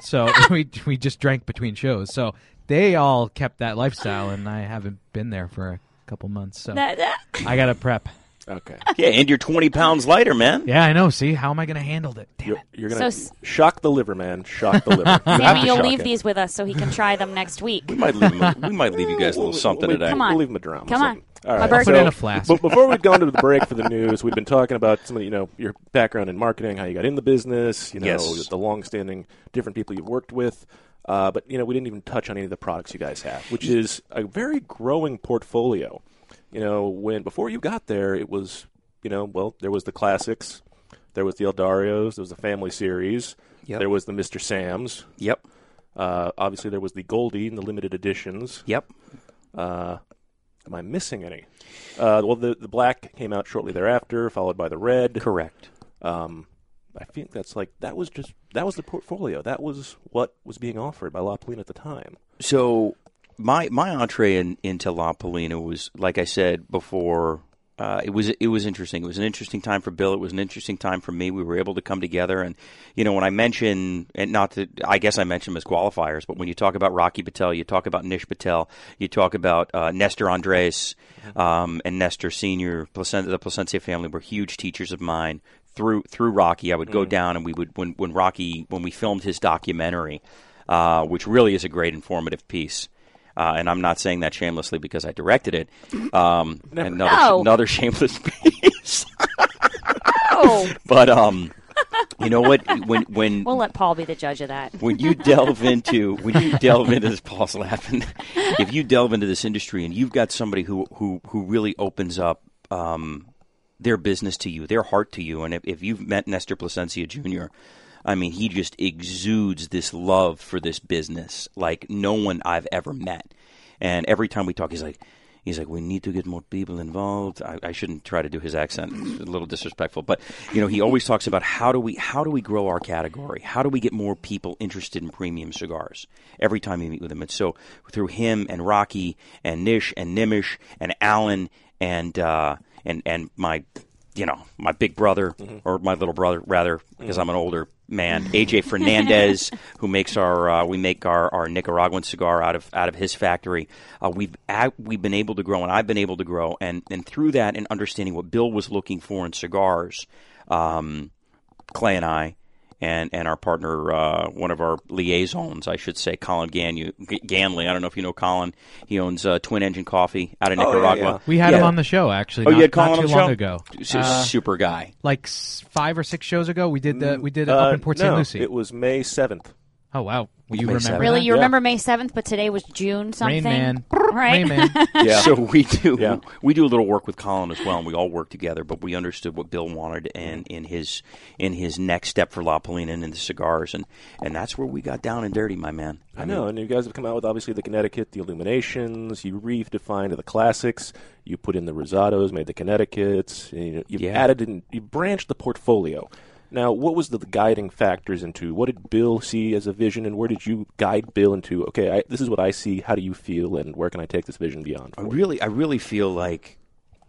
Speaker 5: So we we just drank between shows. So they all kept that lifestyle, and I haven't been there for a couple months. So
Speaker 4: That- that-
Speaker 5: I gotta prep.
Speaker 3: Okay.
Speaker 13: Yeah, and you're 20 pounds lighter, man.
Speaker 5: Yeah, I know. See, how am I gonna handle it?
Speaker 3: You're, you're
Speaker 4: So
Speaker 3: gonna
Speaker 4: s-
Speaker 3: shock the liver, man. Shock the liver. You have
Speaker 4: Sammy,
Speaker 3: to
Speaker 4: you'll
Speaker 3: shock
Speaker 4: leave
Speaker 3: it.
Speaker 4: these with us so he can try them next week.
Speaker 13: We might leave, him a- we might leave you guys a little something
Speaker 3: Wait,
Speaker 13: today.
Speaker 4: Come on.
Speaker 3: We'll leave him a drama.
Speaker 4: Come on.
Speaker 3: All
Speaker 4: My
Speaker 3: right.
Speaker 4: birthday.
Speaker 5: Put it in a flask.
Speaker 3: But before we'd gone to the break for the news, we'd been talking about some of the, you know your background in marketing, how you got in the business, you know
Speaker 13: Yes.
Speaker 3: the long-standing different people you've worked with. Uh, but you know we didn't even touch on any of the products you guys have, which is a very growing portfolio. You know when before you got there, it was you know well there was the classics, there was the Eldarios, there was the Family Series,
Speaker 13: Yep.
Speaker 3: there was the Mister Sam's.
Speaker 13: Yep.
Speaker 3: Uh, obviously there was the Goldie and the limited editions.
Speaker 13: Yep.
Speaker 3: Uh, Am I missing any? Uh, well, the the black came out shortly thereafter, followed by the red.
Speaker 13: Correct.
Speaker 3: Um, I think that's like that was just that was the portfolio. That was what was being offered by La Polina at the time.
Speaker 13: So my my entree in, into La Polina was, like I said before, uh, it was it was interesting. It was an interesting time for Bill. It was an interesting time for me. We were able to come together, and you know when I mention and not that I guess I mentioned them as qualifiers, but when you talk about Rocky Patel, you talk about Nish Patel, you talk about uh, Nestor Andres um, and Nestor Senior, Placenta, the Placencia family were huge teachers of mine. Through through Rocky, I would go
Speaker 3: Mhm.
Speaker 13: down, and we would when when Rocky when we filmed his documentary, uh, which really is a great informative piece. Uh, and I'm not saying that shamelessly because I directed it. Um,
Speaker 2: Never.
Speaker 13: another,
Speaker 2: No.
Speaker 13: another shameless piece. But um, you know what? When when
Speaker 4: We'll let Paul be the judge of that.
Speaker 13: when you delve into when you delve into this Paul's laughing. If you delve into this industry and you've got somebody who who who really opens up um, their business to you, their heart to you, and if, if you've met Nestor Placencia Jr., I mean, he just exudes this love for this business like no one I've ever met. And every time we talk, he's like. He's like, we need to get more people involved. I, I shouldn't try to do his accent; it's a little disrespectful. But you know, he always talks about how do we how do we grow our category? How do we get more people interested in premium cigars? Every time you meet with him, and so through him and Rocky and Nish and Nimish and Alan and uh, and and my you know my big brother
Speaker 3: Mhm.
Speaker 13: or my little brother rather because I'm an older man, AJ
Speaker 3: Mhm.
Speaker 13: Fernandez who makes our uh, we make our, our Nicaraguan cigar out of out of his factory. Uh, we've a we've been able to grow, and I've been able to grow, and and through that and understanding what Bill was looking for in cigars, um, Clay and I. And, and our partner, uh, one of our liaisons, I should say, Colin Ganu- G- Ganley. I don't know if you know Colin. He owns uh, Twin Engine Coffee out of
Speaker 5: Oh, yeah,
Speaker 13: Nicaragua.
Speaker 5: yeah. We had him on the show, actually,
Speaker 13: Oh,
Speaker 5: not-
Speaker 13: you had Colin
Speaker 5: not
Speaker 13: on
Speaker 5: too
Speaker 13: the
Speaker 5: long
Speaker 13: show?
Speaker 5: ago.
Speaker 13: S-
Speaker 5: Uh,
Speaker 13: super guy. Mm,
Speaker 5: Like s- five or six shows ago, we did the we did it
Speaker 3: Uh,
Speaker 5: up in Port St.
Speaker 3: no,
Speaker 5: Lucie.
Speaker 3: It was May seventh.
Speaker 5: Oh wow,
Speaker 13: It was
Speaker 5: you
Speaker 13: May
Speaker 5: remember?
Speaker 13: 7th.
Speaker 4: Really,
Speaker 5: that?
Speaker 4: you remember May seventh, but today was June something.
Speaker 13: Man.
Speaker 4: Right.
Speaker 13: yeah. So we do we do a little work with Colin as well, and we all work together. But we understood what Bill wanted and in his in his next step for La Polina and in the cigars, and and that's where we got down and dirty, my man.
Speaker 3: I know, and you guys have come out with obviously the Connecticut, the Illuminations. You redefined the classics. You put in the Rosados, made the Connecticuts. and, you know, you've
Speaker 13: Yeah.
Speaker 3: added and you branched the portfolio. Now, what was the guiding factors into what did Bill see as a vision, and where did you guide Bill into? Okay, I, this is what I see. How do you feel, and where can I take this vision beyond?
Speaker 13: I really, I really feel like,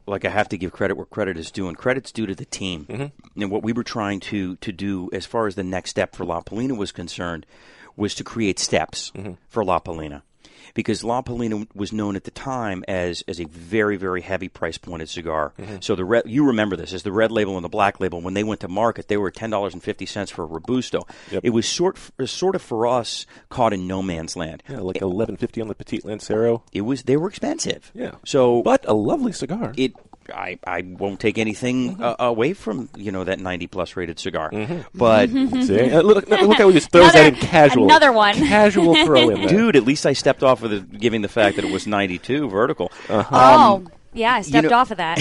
Speaker 13: like I have to give credit where credit is due, and credit's due to the team. Mm-hmm. And what we were trying to to do, as far as the next step for La Polina was concerned, was to create steps
Speaker 3: Mm-hmm.
Speaker 13: for La Polina, because La Polina was known at the time as as a very very heavy price pointed cigar.
Speaker 3: Mhm.
Speaker 13: So the red, you remember this as the red label and the black label. When they went to market, they were ten dollars and fifty cents for a robusto. It was sort sort of for us caught in no man's land.
Speaker 3: Yeah, like eleven fifty on the Petite Lancero.
Speaker 13: It was they were expensive.
Speaker 3: Yeah.
Speaker 13: So,
Speaker 3: but a lovely cigar. Mm-hmm.
Speaker 13: It, I, I won't take anything uh, away from you know that ninety plus rated cigar, but
Speaker 3: See? Uh, look- look how he just throws that in Another- casual. another one. Casual throw in there.
Speaker 13: dude. At least I stepped off of the, giving the fact that it was ninety two vertical.
Speaker 3: Uh-huh.
Speaker 4: oh,
Speaker 13: Um,
Speaker 4: yeah, I
Speaker 13: you
Speaker 4: stepped
Speaker 13: know-
Speaker 4: off of that.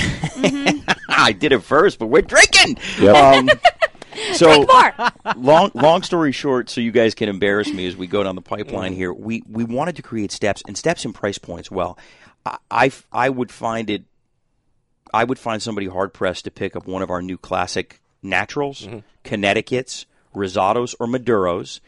Speaker 13: I did it first, but we're drinking.
Speaker 4: Yep.
Speaker 13: so
Speaker 4: Drink more.
Speaker 13: long long story short, so you guys can embarrass me as we go down the pipeline here. We we wanted to create steps and steps and price points. Well, I I f- I would find it. I would find somebody hard pressed to pick up one of our new classic naturals, Connecticut's, Rosados, or Maduros.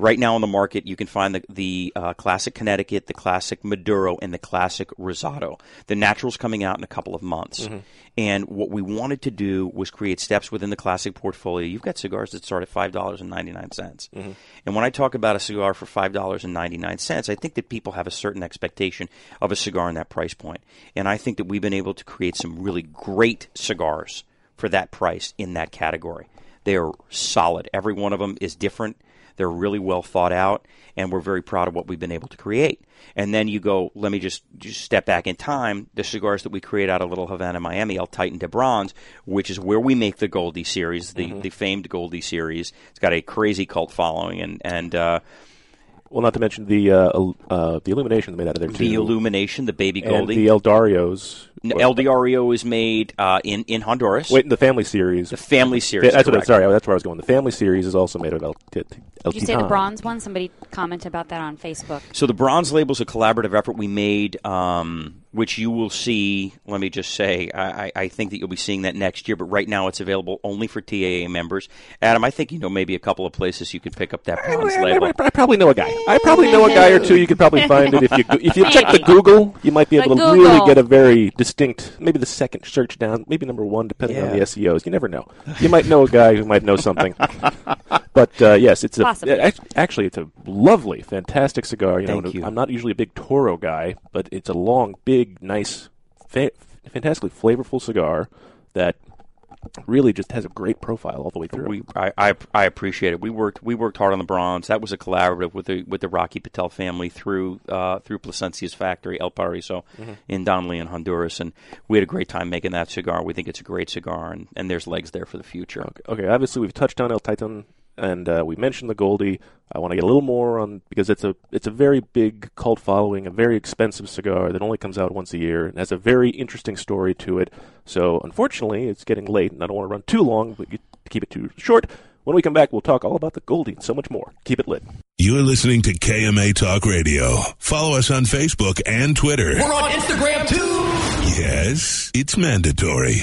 Speaker 13: Right now on the market, you can find the, the uh, classic Connecticut, the classic Maduro, and the classic Rosado. The natural's coming out in a couple of months.
Speaker 3: Mhm.
Speaker 13: Mm-hmm. And what we wanted to do was create steps within the classic portfolio. You've got cigars that start at five dollars and ninety nine cents.
Speaker 3: Mhm.
Speaker 13: And when I talk about a cigar for five dollars and ninety nine cents, I think that people have a certain expectation of a cigar in that price point. And I think that we've been able to create some really great cigars for that price in that category. They are solid. Every one of them is different. They're really well thought out, and we're very proud of what we've been able to create. And then you go, let me just, just step back in time. The cigars that we create out of Little Havana, Miami, El Titan de Bronze, which is where we make the Goldie series, the,
Speaker 3: Mhm.
Speaker 13: the famed Goldie series. It's got a crazy cult following, and and uh,
Speaker 3: Well, not to mention the uh, il- uh, the illumination made out of there too.
Speaker 13: the Illumination, the Baby
Speaker 3: and
Speaker 13: Goldie,
Speaker 3: the Eldarios.
Speaker 13: N- LDREO E is made uh, in in Honduras.
Speaker 3: Wait, the family series. The
Speaker 13: family series,
Speaker 3: that's what. I'm,
Speaker 13: correct.
Speaker 3: sorry, that's where I was going. The family series is also made of El, El
Speaker 4: Did you say the bronze one? Somebody commented about that on Facebook.
Speaker 13: So the bronze label is a collaborative effort we made, um, which you will see. Let me just say, I, I- I think that you'll be seeing that next year. But right now, it's available only for TAA members. Adam, I think you know maybe a couple of places you can pick up that bronze label.
Speaker 3: I probably know a guy. I probably know a guy or two. You could probably find it if you if you check the Google. You might be
Speaker 13: The
Speaker 3: able to
Speaker 13: Google.
Speaker 3: really get a very distinct, maybe the second search down, maybe number one, depending on
Speaker 8: Yeah.
Speaker 3: the SEOs. You never know. You might know a guy who might know something. but uh, yes, it's a
Speaker 8: Possibly.
Speaker 3: a- act- actually it's a lovely, fantastic cigar. You know,
Speaker 8: Thank you.
Speaker 3: I'm not usually a big Toro guy, but it's a long, big, nice, fa- fantastically flavorful cigar that really just has a great profile all the way through.
Speaker 13: We, I, I, I appreciate it. We worked we worked hard on the bronze. That was a collaborative with the with the Rocky Patel family through uh, through Placencia's factory El Pariso
Speaker 3: Mm-hmm.
Speaker 8: Mhm.
Speaker 13: in Don Lee in Honduras, and we had a great time making that cigar. We think it's a great cigar, and, and there's legs there for the future.
Speaker 3: okay, obviously we've touched on El Titan and uh, we mentioned the Goldie. I want to get a little more on because it's a it's a very big cult following, a very expensive cigar that only comes out once a year and has a very interesting story to it. So unfortunately, it's getting late, and I don't want to run too long, but you- keep it too short. When we come back, we'll talk all about the Goldie and so much more. Keep it lit.
Speaker 1: You're listening to KMA Talk Radio. Follow us on Facebook and Twitter.
Speaker 14: We're on Instagram too.
Speaker 1: Yes, it's mandatory.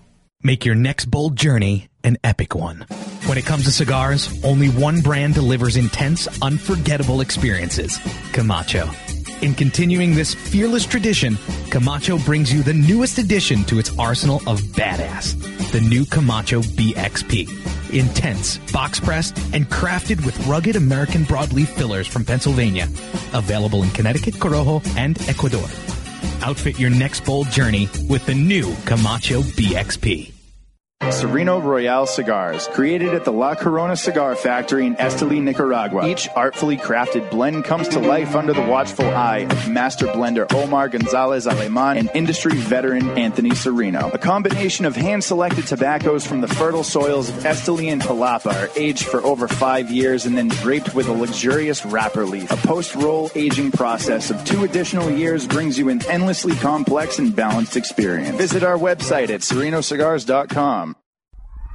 Speaker 5: Make your next bold journey an epic one. When it comes to cigars, only one brand delivers intense, unforgettable experiences Camacho. In continuing this fearless tradition, Camacho brings you the newest addition to its arsenal of badass the new Camacho BXP. Intense, box pressed, and crafted with rugged American broadleaf fillers from Pennsylvania. Available in Connecticut, Corojo, and Ecuador. Outfit your next bold journey with the new Camacho BXP.
Speaker 12: Sereno Royale cigars, created at the La Corona Cigar Factory in Esteli, Nicaragua. Each artfully crafted blend comes to life under the watchful eye of master blender Omar Gonzalez Aleman and industry veteran Anthony Sereno. A combination of hand selected tobaccos from the fertile soils of Esteli and Jalapa are aged for over five years and then draped with a luxurious wrapper leaf. A post roll aging process of two additional years brings you an endlessly complex and balanced experience. Visit our website at serenocigars.com.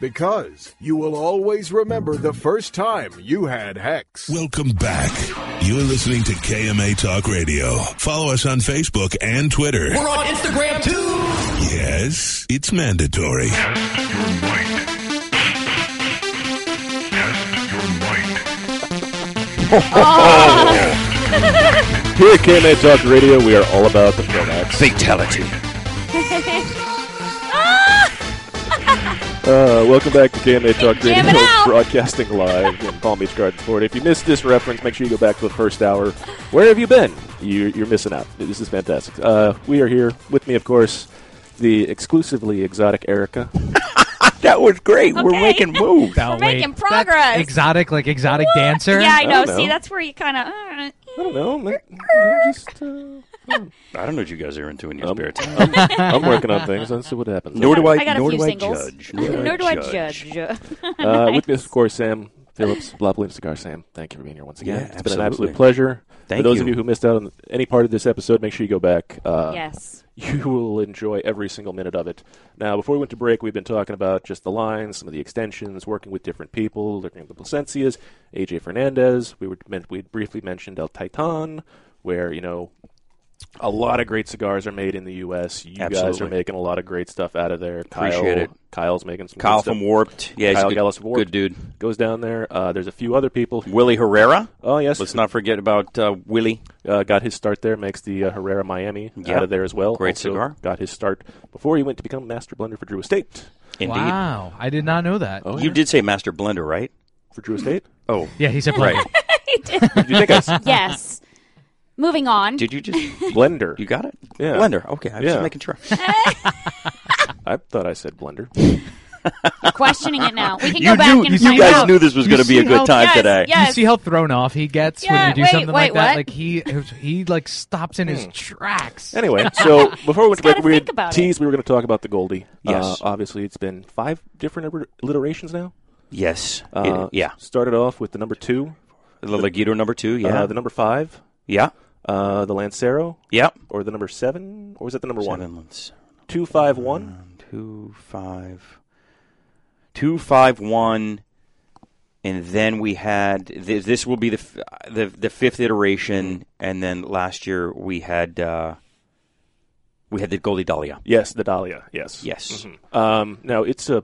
Speaker 7: because you will always remember the first time you had Hex.
Speaker 1: Welcome back. You're listening to KMA Talk Radio. Follow us on Facebook and Twitter.
Speaker 14: We're on Instagram too.
Speaker 1: Yes, it's mandatory.
Speaker 3: Oh.
Speaker 5: Oh,
Speaker 3: Here at KMA Talk Radio, we are all about the format. Fatality.
Speaker 14: Ah!
Speaker 3: Uh, welcome back to KMA Talk
Speaker 4: Jam
Speaker 3: Radio,
Speaker 4: it out.
Speaker 3: broadcasting live in Palm Beach Garden, Florida. If you missed this reference, make sure you go back to the first hour. Where have you been? You, you're missing out. This is fantastic. Uh, we are here with me, of course, the exclusively exotic Erica.
Speaker 13: that was great. We're making moves.
Speaker 5: We're
Speaker 4: making progress.
Speaker 5: Exotic, like exotic dancer.
Speaker 4: Yeah, I know.
Speaker 13: don't know.
Speaker 4: See, that's where you uh, kind of. I
Speaker 3: don't know.
Speaker 4: uh,
Speaker 13: uh,
Speaker 4: Just,
Speaker 13: I don't know what you guys are into in your spare time.
Speaker 3: Um, I'm, I'm working on things. Let's see what happens.
Speaker 13: Nor do I.
Speaker 4: got
Speaker 13: nor
Speaker 4: a few
Speaker 13: do I
Speaker 4: singles.
Speaker 13: judge.
Speaker 4: Nor do I judge.
Speaker 3: Uh, With me,
Speaker 4: Nice.
Speaker 3: of course, Sam Phillips, La Palooza Cigar. Sam, thank you for being here once again.
Speaker 13: Yeah,
Speaker 3: it's been an
Speaker 13: absolutely.
Speaker 3: absolute pleasure.
Speaker 13: Thank
Speaker 3: for those of
Speaker 13: you.
Speaker 3: you who missed out on any part of this episode, make sure you go back. Uh,
Speaker 4: Yes.
Speaker 3: You will enjoy every single minute of it. Now, before we went to break, we've been talking about just the lines, some of the extensions, working with different people, looking at the Placencias, AJ Fernandez. We were meant we briefly mentioned El Titan, where you know a lot of great cigars are made in the U.S. You guys are
Speaker 13: Absolutely.
Speaker 3: making a lot of great stuff out of there. Kyle,
Speaker 13: Appreciate it.
Speaker 3: Kyle's making some
Speaker 13: Kyle
Speaker 3: good stuff.
Speaker 13: from Warped. Yeah, he's
Speaker 3: Kyle
Speaker 13: a good-
Speaker 3: Gallus from Warped.
Speaker 13: good dude.
Speaker 3: Goes down there. Uh, there's a few other people.
Speaker 13: Willie Herrera.
Speaker 3: Oh yes.
Speaker 13: Let's not forget about uh, Willie.
Speaker 3: Uh, got his start there. Makes the uh, Herrera Miami
Speaker 13: Yeah.
Speaker 3: out of there as well.
Speaker 13: Great
Speaker 3: Also
Speaker 13: cigar.
Speaker 3: Got his start before he went to become master blender for Drew Estate.
Speaker 13: Indeed. Oh,
Speaker 5: Wow, I did not know that.
Speaker 4: Oh,
Speaker 13: you did say master blender, right?
Speaker 3: For Drew Estate.
Speaker 13: Oh,
Speaker 5: Yeah, he said
Speaker 13: right.
Speaker 5: blender.
Speaker 4: He did.
Speaker 13: you think I s-
Speaker 4: Yes. Moving on.
Speaker 13: Did you just
Speaker 3: blender?
Speaker 13: You got it.
Speaker 3: Yeah.
Speaker 13: Blender. Okay, I was
Speaker 3: Yeah.
Speaker 13: just making sure.
Speaker 3: I thought I said blender.
Speaker 4: questioning it now? We can
Speaker 13: You
Speaker 4: go back
Speaker 13: knew-
Speaker 4: and
Speaker 13: you
Speaker 4: find
Speaker 13: guys
Speaker 4: out.
Speaker 13: knew this was
Speaker 5: You
Speaker 13: gonna be a
Speaker 5: see
Speaker 13: good
Speaker 5: how-
Speaker 13: time Yes, today.
Speaker 5: You
Speaker 4: yes.
Speaker 5: see how thrown off he gets when
Speaker 4: Yeah,
Speaker 5: you do
Speaker 4: wait,
Speaker 5: something like
Speaker 4: wait,
Speaker 5: that.
Speaker 4: what? Hmm.
Speaker 5: Like he he like stops in his tracks.
Speaker 3: Anyway, so before we went to break, we had
Speaker 5: about it.
Speaker 3: teased we were going to talk about the Goldie.
Speaker 13: Yes.
Speaker 3: Uh, obviously, it's been five different alliter- alliterations now.
Speaker 13: Yes.
Speaker 3: Uh,
Speaker 13: It- yeah.
Speaker 3: Started off with the number two.
Speaker 13: The Legido number two, yeah.
Speaker 3: Uh, the number five.
Speaker 13: Yeah.
Speaker 3: Uh, the Lancero.
Speaker 13: Yep.
Speaker 3: Or the number seven. Or was it the number
Speaker 13: Seven
Speaker 3: one? Two five one.
Speaker 13: Two five. Two five one, and then we had th- this will be the f- the the fifth iteration, and then last year we had uh, we had the Goldie Dahlia.
Speaker 3: Yes, the Dahlia. Yes.
Speaker 13: Yes.
Speaker 3: Mhm. Um, now it's a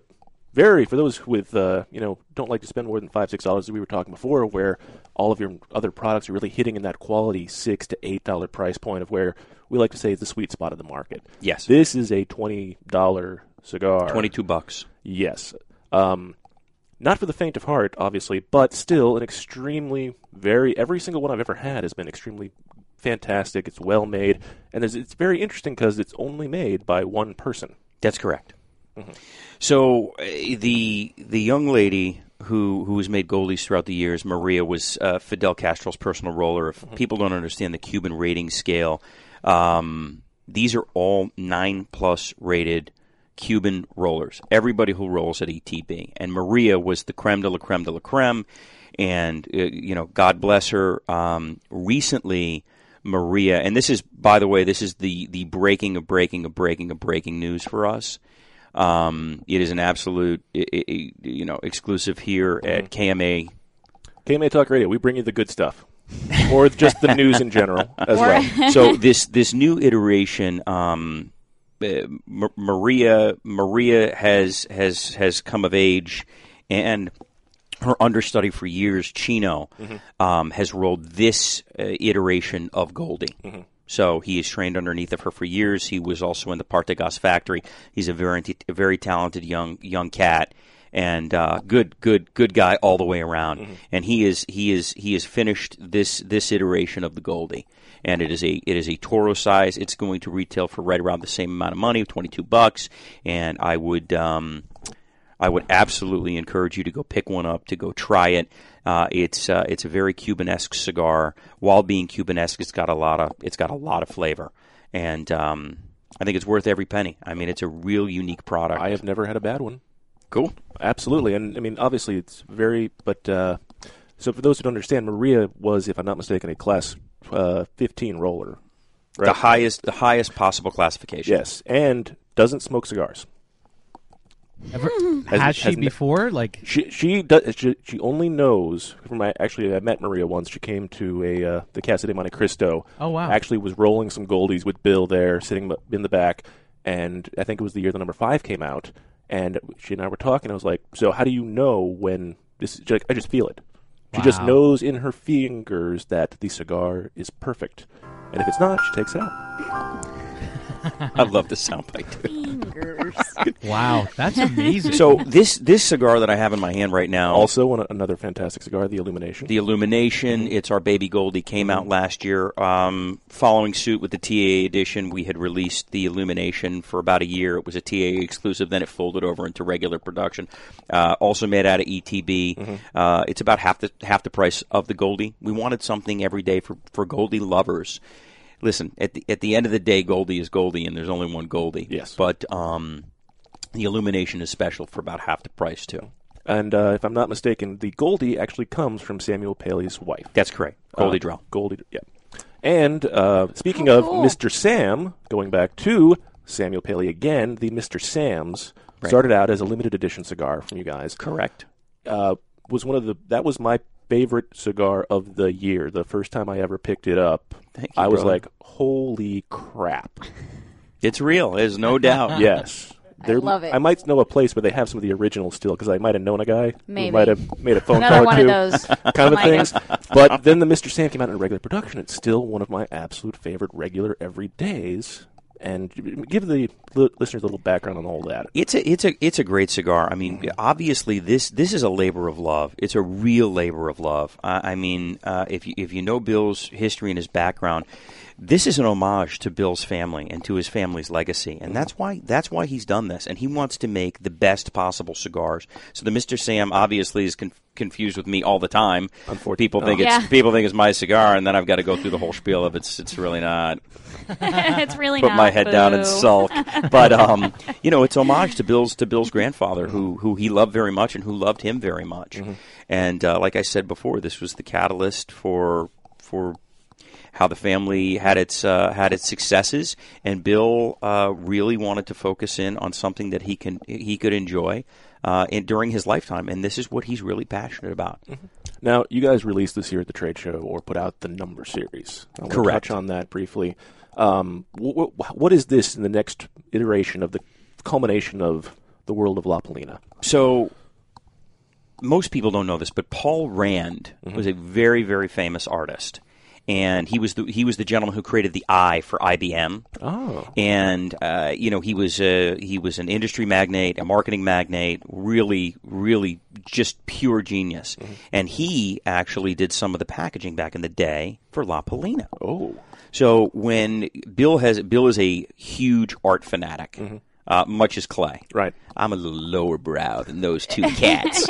Speaker 3: very for those with uh, you know don't like to spend more than five six dollars. as We were talking before where all of your other products are really hitting in that quality six to eight dollar price point of where we like to say is the sweet spot of the market.
Speaker 13: Yes.
Speaker 3: This is a twenty dollar cigar.
Speaker 13: Twenty two bucks.
Speaker 3: Yes. Um, not for the faint of heart, obviously, but still an extremely very every single one I've ever had has been extremely fantastic. It's well made, and there's, it's very interesting because it's only made by one person.
Speaker 13: That's correct. So uh, the the young lady who who has made goalies throughout the years, Maria, was uh, Fidel Castro's personal roller. If people don't understand the Cuban rating scale, um, these are all nine plus rated Cuban rollers. Everybody who rolls at ETB, and Maria was the creme de la creme de la creme. And uh, you know, God bless her. Um, recently. Maria, and this is, by the way, this is the the breaking of breaking of breaking of breaking news for us. Um, it is an absolute, i i i- you know, exclusive here
Speaker 3: Mm-hmm.
Speaker 13: at KMA.
Speaker 3: KMA Talk Radio, we bring you the good stuff, or just the news in general as well.
Speaker 13: so this this new iteration, um, uh, M- Maria Maria has has has come of age, and her understudy for years, Chino,
Speaker 6: Mhm.
Speaker 13: um, has rolled this uh, iteration of Goldie.
Speaker 6: Mhm.
Speaker 13: So he is trained underneath of her for years. He was also in the Partagas factory. He's a very, a very talented young young cat and uh, good, good, good guy all the way around. And he is he is he has finished this this iteration of the Goldie, and it is a it is a Toro size. It's going to retail for right around the same amount of money, twenty two bucks. And I would. Um, I would absolutely encourage you to go pick one up, to go try it. Uh, it's uh, it's a very Cubanesque cigar. While being Cubanesque, it's got a lot of it's got a lot of flavor, and um, I think it's worth every penny. I mean, it's a real unique product. I
Speaker 3: have never had a bad one.
Speaker 13: Cool.
Speaker 3: Absolutely. And I mean, obviously, it's very, but uh, so for those who don't understand, Maria was, if I'm not mistaken, a class uh, 15 roller.
Speaker 13: The highest the highest possible classification.
Speaker 3: Yes. And doesn't smoke cigars.
Speaker 5: Ever-
Speaker 3: Has-
Speaker 5: has she
Speaker 3: has-
Speaker 5: before? Like
Speaker 3: She she does she, she only knows from my actually I met Maria once she came to a uh, the Casa de Monte Cristo.
Speaker 5: Oh, wow.
Speaker 3: Actually was rolling some goldies with Bill there sitting in the back and I think it was the year the number 5 came out and she and I were talking I was like so how do you know when this is like I just feel it. She just
Speaker 5: Wow.
Speaker 3: knows in her fingers that the cigar is perfect. And if it's not she takes it out.
Speaker 13: I love the soundbite.
Speaker 5: Wow, that's amazing.
Speaker 13: So this this cigar that I have in my hand right now,
Speaker 3: also an- another fantastic cigar, the Illumination.
Speaker 13: the Illumination,
Speaker 3: Mm-hmm.
Speaker 13: it's our baby gold. He came out last year. Um, following suit with the TAA edition, we had released the Illumination for about a year. It was a TAA exclusive. Then it folded over into regular production. Uh, also made out of ETB.
Speaker 3: Mm-hmm.
Speaker 6: Mhm.
Speaker 13: Uh, it's about half the half the price of the Goldie. We wanted something every day for for Goldie lovers. Listen, at the at the end of the day, Goldie is Goldie, and there's only one Goldie. Yes, but um, the Illumination is special for about half the price too.
Speaker 3: And uh, if I'm not mistaken, the Goldie actually comes from Samuel Paley's wife.
Speaker 13: That's correct. Goldie
Speaker 3: Uh,
Speaker 13: Drell.
Speaker 3: Goldie, yeah. And uh, speaking of
Speaker 13: cool.
Speaker 3: Mr. Sam, going back to Samuel Paley again, the Mr. Sam's
Speaker 13: Right.
Speaker 3: started out as a limited edition cigar from you guys.
Speaker 13: Correct.
Speaker 3: Uh, was one of the that was my favorite cigar of the year. The first time I ever picked it up,
Speaker 13: Thank you,
Speaker 3: I was
Speaker 13: brother.
Speaker 3: like, "Holy crap!"
Speaker 13: It's real. There's no doubt.
Speaker 3: yes.
Speaker 4: I love it.
Speaker 3: I might know a place where they have some of the original still because I might have known a guy
Speaker 4: Maybe.
Speaker 3: who might have made a phone
Speaker 4: Another
Speaker 3: call
Speaker 4: one
Speaker 3: or
Speaker 4: of
Speaker 3: two,
Speaker 4: those.
Speaker 3: kind of
Speaker 4: Might
Speaker 3: things.
Speaker 4: have.
Speaker 3: But then the Mr. Sam came out in regular production. It's still one of my absolute favorite regular everydays. And give the li- listeners a little background on all that.
Speaker 13: It's a it's a it's a great cigar. I mean, obviously this this is a labor of love. It's a real labor of love. I, I mean, uh, if you if you know Bill's history and his background, this is an homage to Bill's family and to his family's legacy, and that's why that's why he's done this. And he wants to make the best possible cigars. So the Mister Sam obviously is con- confused with me all the time. Unfortunately, people think it's
Speaker 4: Yeah.
Speaker 13: people think it's my cigar, and then I've got to go through the whole spiel of it's it's really not
Speaker 4: it's really
Speaker 13: put
Speaker 4: not,
Speaker 13: my head down and
Speaker 4: boo.
Speaker 13: sulk. But um, you know, it's homage to Bill's to Bill's grandfather, who who he loved very much and who loved him very much.
Speaker 3: Mm-hmm.
Speaker 13: And uh, like I said before, this was the catalyst for for how the family had its uh, had its successes, and Bill uh, really wanted to focus in on something that he can he could enjoy uh, in, during his lifetime, and this is what he's really passionate about.
Speaker 3: Mm-hmm. Now, you guys released this here at the trade show or put out the number series. I wanna
Speaker 13: Correct.
Speaker 3: touch on that briefly. Um, wh- wh- what is this in the next iteration of the culmination of the world of La Polina?
Speaker 13: So most people don't know this, but Paul Rand was a very, very famous artist, and he was the he was the gentleman who created the eye for IBM.
Speaker 3: Oh.
Speaker 13: and uh, you know he was a, he was an industry magnate, a marketing magnate, really, really just pure genius.
Speaker 3: Mm-hmm.
Speaker 13: And he actually did some of the packaging back in the day for La Polina.
Speaker 3: Oh,
Speaker 13: so when Bill has Bill is a huge art fanatic. Uh, much as Clay,
Speaker 3: Mm-hmm. right?
Speaker 13: I'm a little lower brow than those two cats,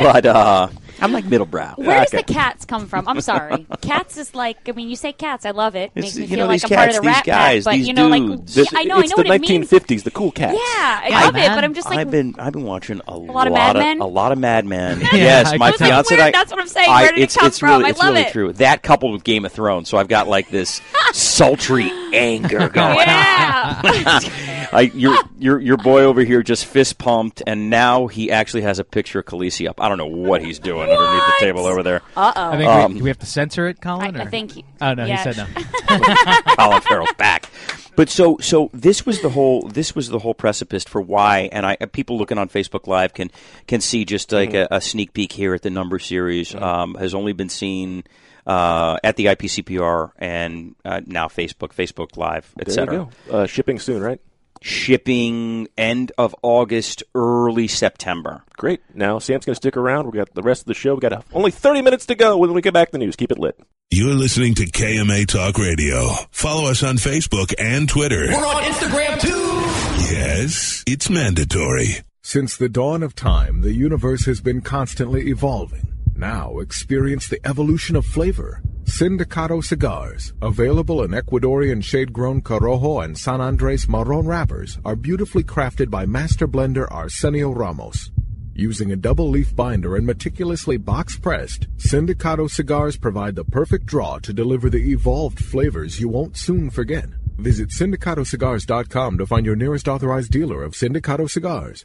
Speaker 13: but uh, I'm like middle brow.
Speaker 4: Where does the cats come from? I'm sorry. cats is like, I mean, you say cats, I love it.
Speaker 13: It's-
Speaker 4: Makes me
Speaker 13: you
Speaker 4: feel
Speaker 13: know,
Speaker 4: like
Speaker 13: these
Speaker 4: I'm part
Speaker 13: cats,
Speaker 4: of the
Speaker 13: these
Speaker 4: rat
Speaker 13: guys,
Speaker 4: pack, but
Speaker 13: these
Speaker 4: you know,
Speaker 13: dudes.
Speaker 4: like, yeah, I know, I
Speaker 3: it's
Speaker 4: know
Speaker 3: the
Speaker 4: what it means.
Speaker 3: 1950s, the cool cats.
Speaker 4: Yeah, I love it, but I'm just like,
Speaker 13: I've been I've been watching a, lot
Speaker 4: lot of Mad
Speaker 13: of
Speaker 4: Men?
Speaker 13: a lot of Mad Men.
Speaker 4: Yeah,
Speaker 13: yes,
Speaker 4: I
Speaker 13: my
Speaker 4: guess. Those are
Speaker 13: fiance
Speaker 4: weird.
Speaker 13: and I.
Speaker 4: That's what I'm saying. Where did it
Speaker 13: it's
Speaker 4: come
Speaker 13: it's really
Speaker 4: from? I
Speaker 13: it's
Speaker 4: love
Speaker 13: really
Speaker 4: it.
Speaker 13: true. That coupled with Game of Thrones, so I've got like this sultry anger going. I, your your your boy over here just fist pumped, and now he actually has a picture of Khaleesi up. I don't know what he's doing underneath the table over there.
Speaker 4: Uh-oh.
Speaker 5: I think
Speaker 13: Um,
Speaker 5: we, do we have to censor it, Colin?
Speaker 4: I- I
Speaker 5: or-
Speaker 4: think he-
Speaker 5: oh no,
Speaker 4: yeah.
Speaker 5: he said no.
Speaker 13: Colin Farrell's back. But so so this was the whole this was the whole precipice for why and I uh, people looking on Facebook Live can can see just like
Speaker 3: Mm-hmm.
Speaker 13: a, a sneak peek here at the number series um, has only been seen uh, at the IPCPR and uh, now Facebook Facebook Live
Speaker 3: There you
Speaker 13: etc
Speaker 3: go. Uh, shipping soon, right?
Speaker 13: shipping end of August, early September.
Speaker 3: Great. Now Sam's going to stick around. We got the rest of the show. We got only 30 minutes to go. When we get back, to the news. Keep it lit.
Speaker 1: You're listening to KMA Talk Radio. Follow us on Facebook and Twitter.
Speaker 2: We're on Instagram too.
Speaker 1: Yes, it's mandatory.
Speaker 7: Since the dawn of time, the universe has been constantly evolving. Now experience the evolution of flavor. Sindicato cigars, available in Ecuadorian shade grown Corojo and San Andres Marron wrappers, are beautifully crafted by master blender Arsenio Ramos. Using a double leaf binder and meticulously box pressed, Sindicato cigars provide the perfect draw to deliver the evolved flavors you won't soon forget. Visit syndicatocigars.com to find your nearest authorized dealer of Sindicato cigars.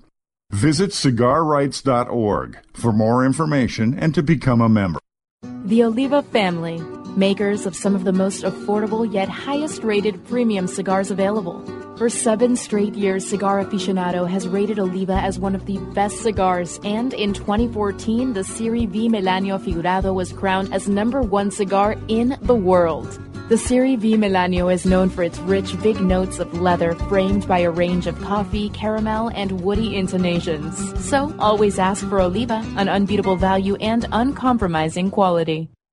Speaker 9: Visit cigarrights.org for more information and to become a member.
Speaker 10: The Oliva family, makers of some of the most affordable yet highest rated premium cigars available. For seven straight years, Cigar Aficionado has rated Oliva as one of the best cigars, and in 2014, the Siri V Melanio Figurado was crowned as number one cigar in the world. The Siri V Melanio is known for its rich, big notes of leather framed by a range of coffee, caramel, and woody intonations. So always ask for Oliva, an unbeatable value and uncompromising quality.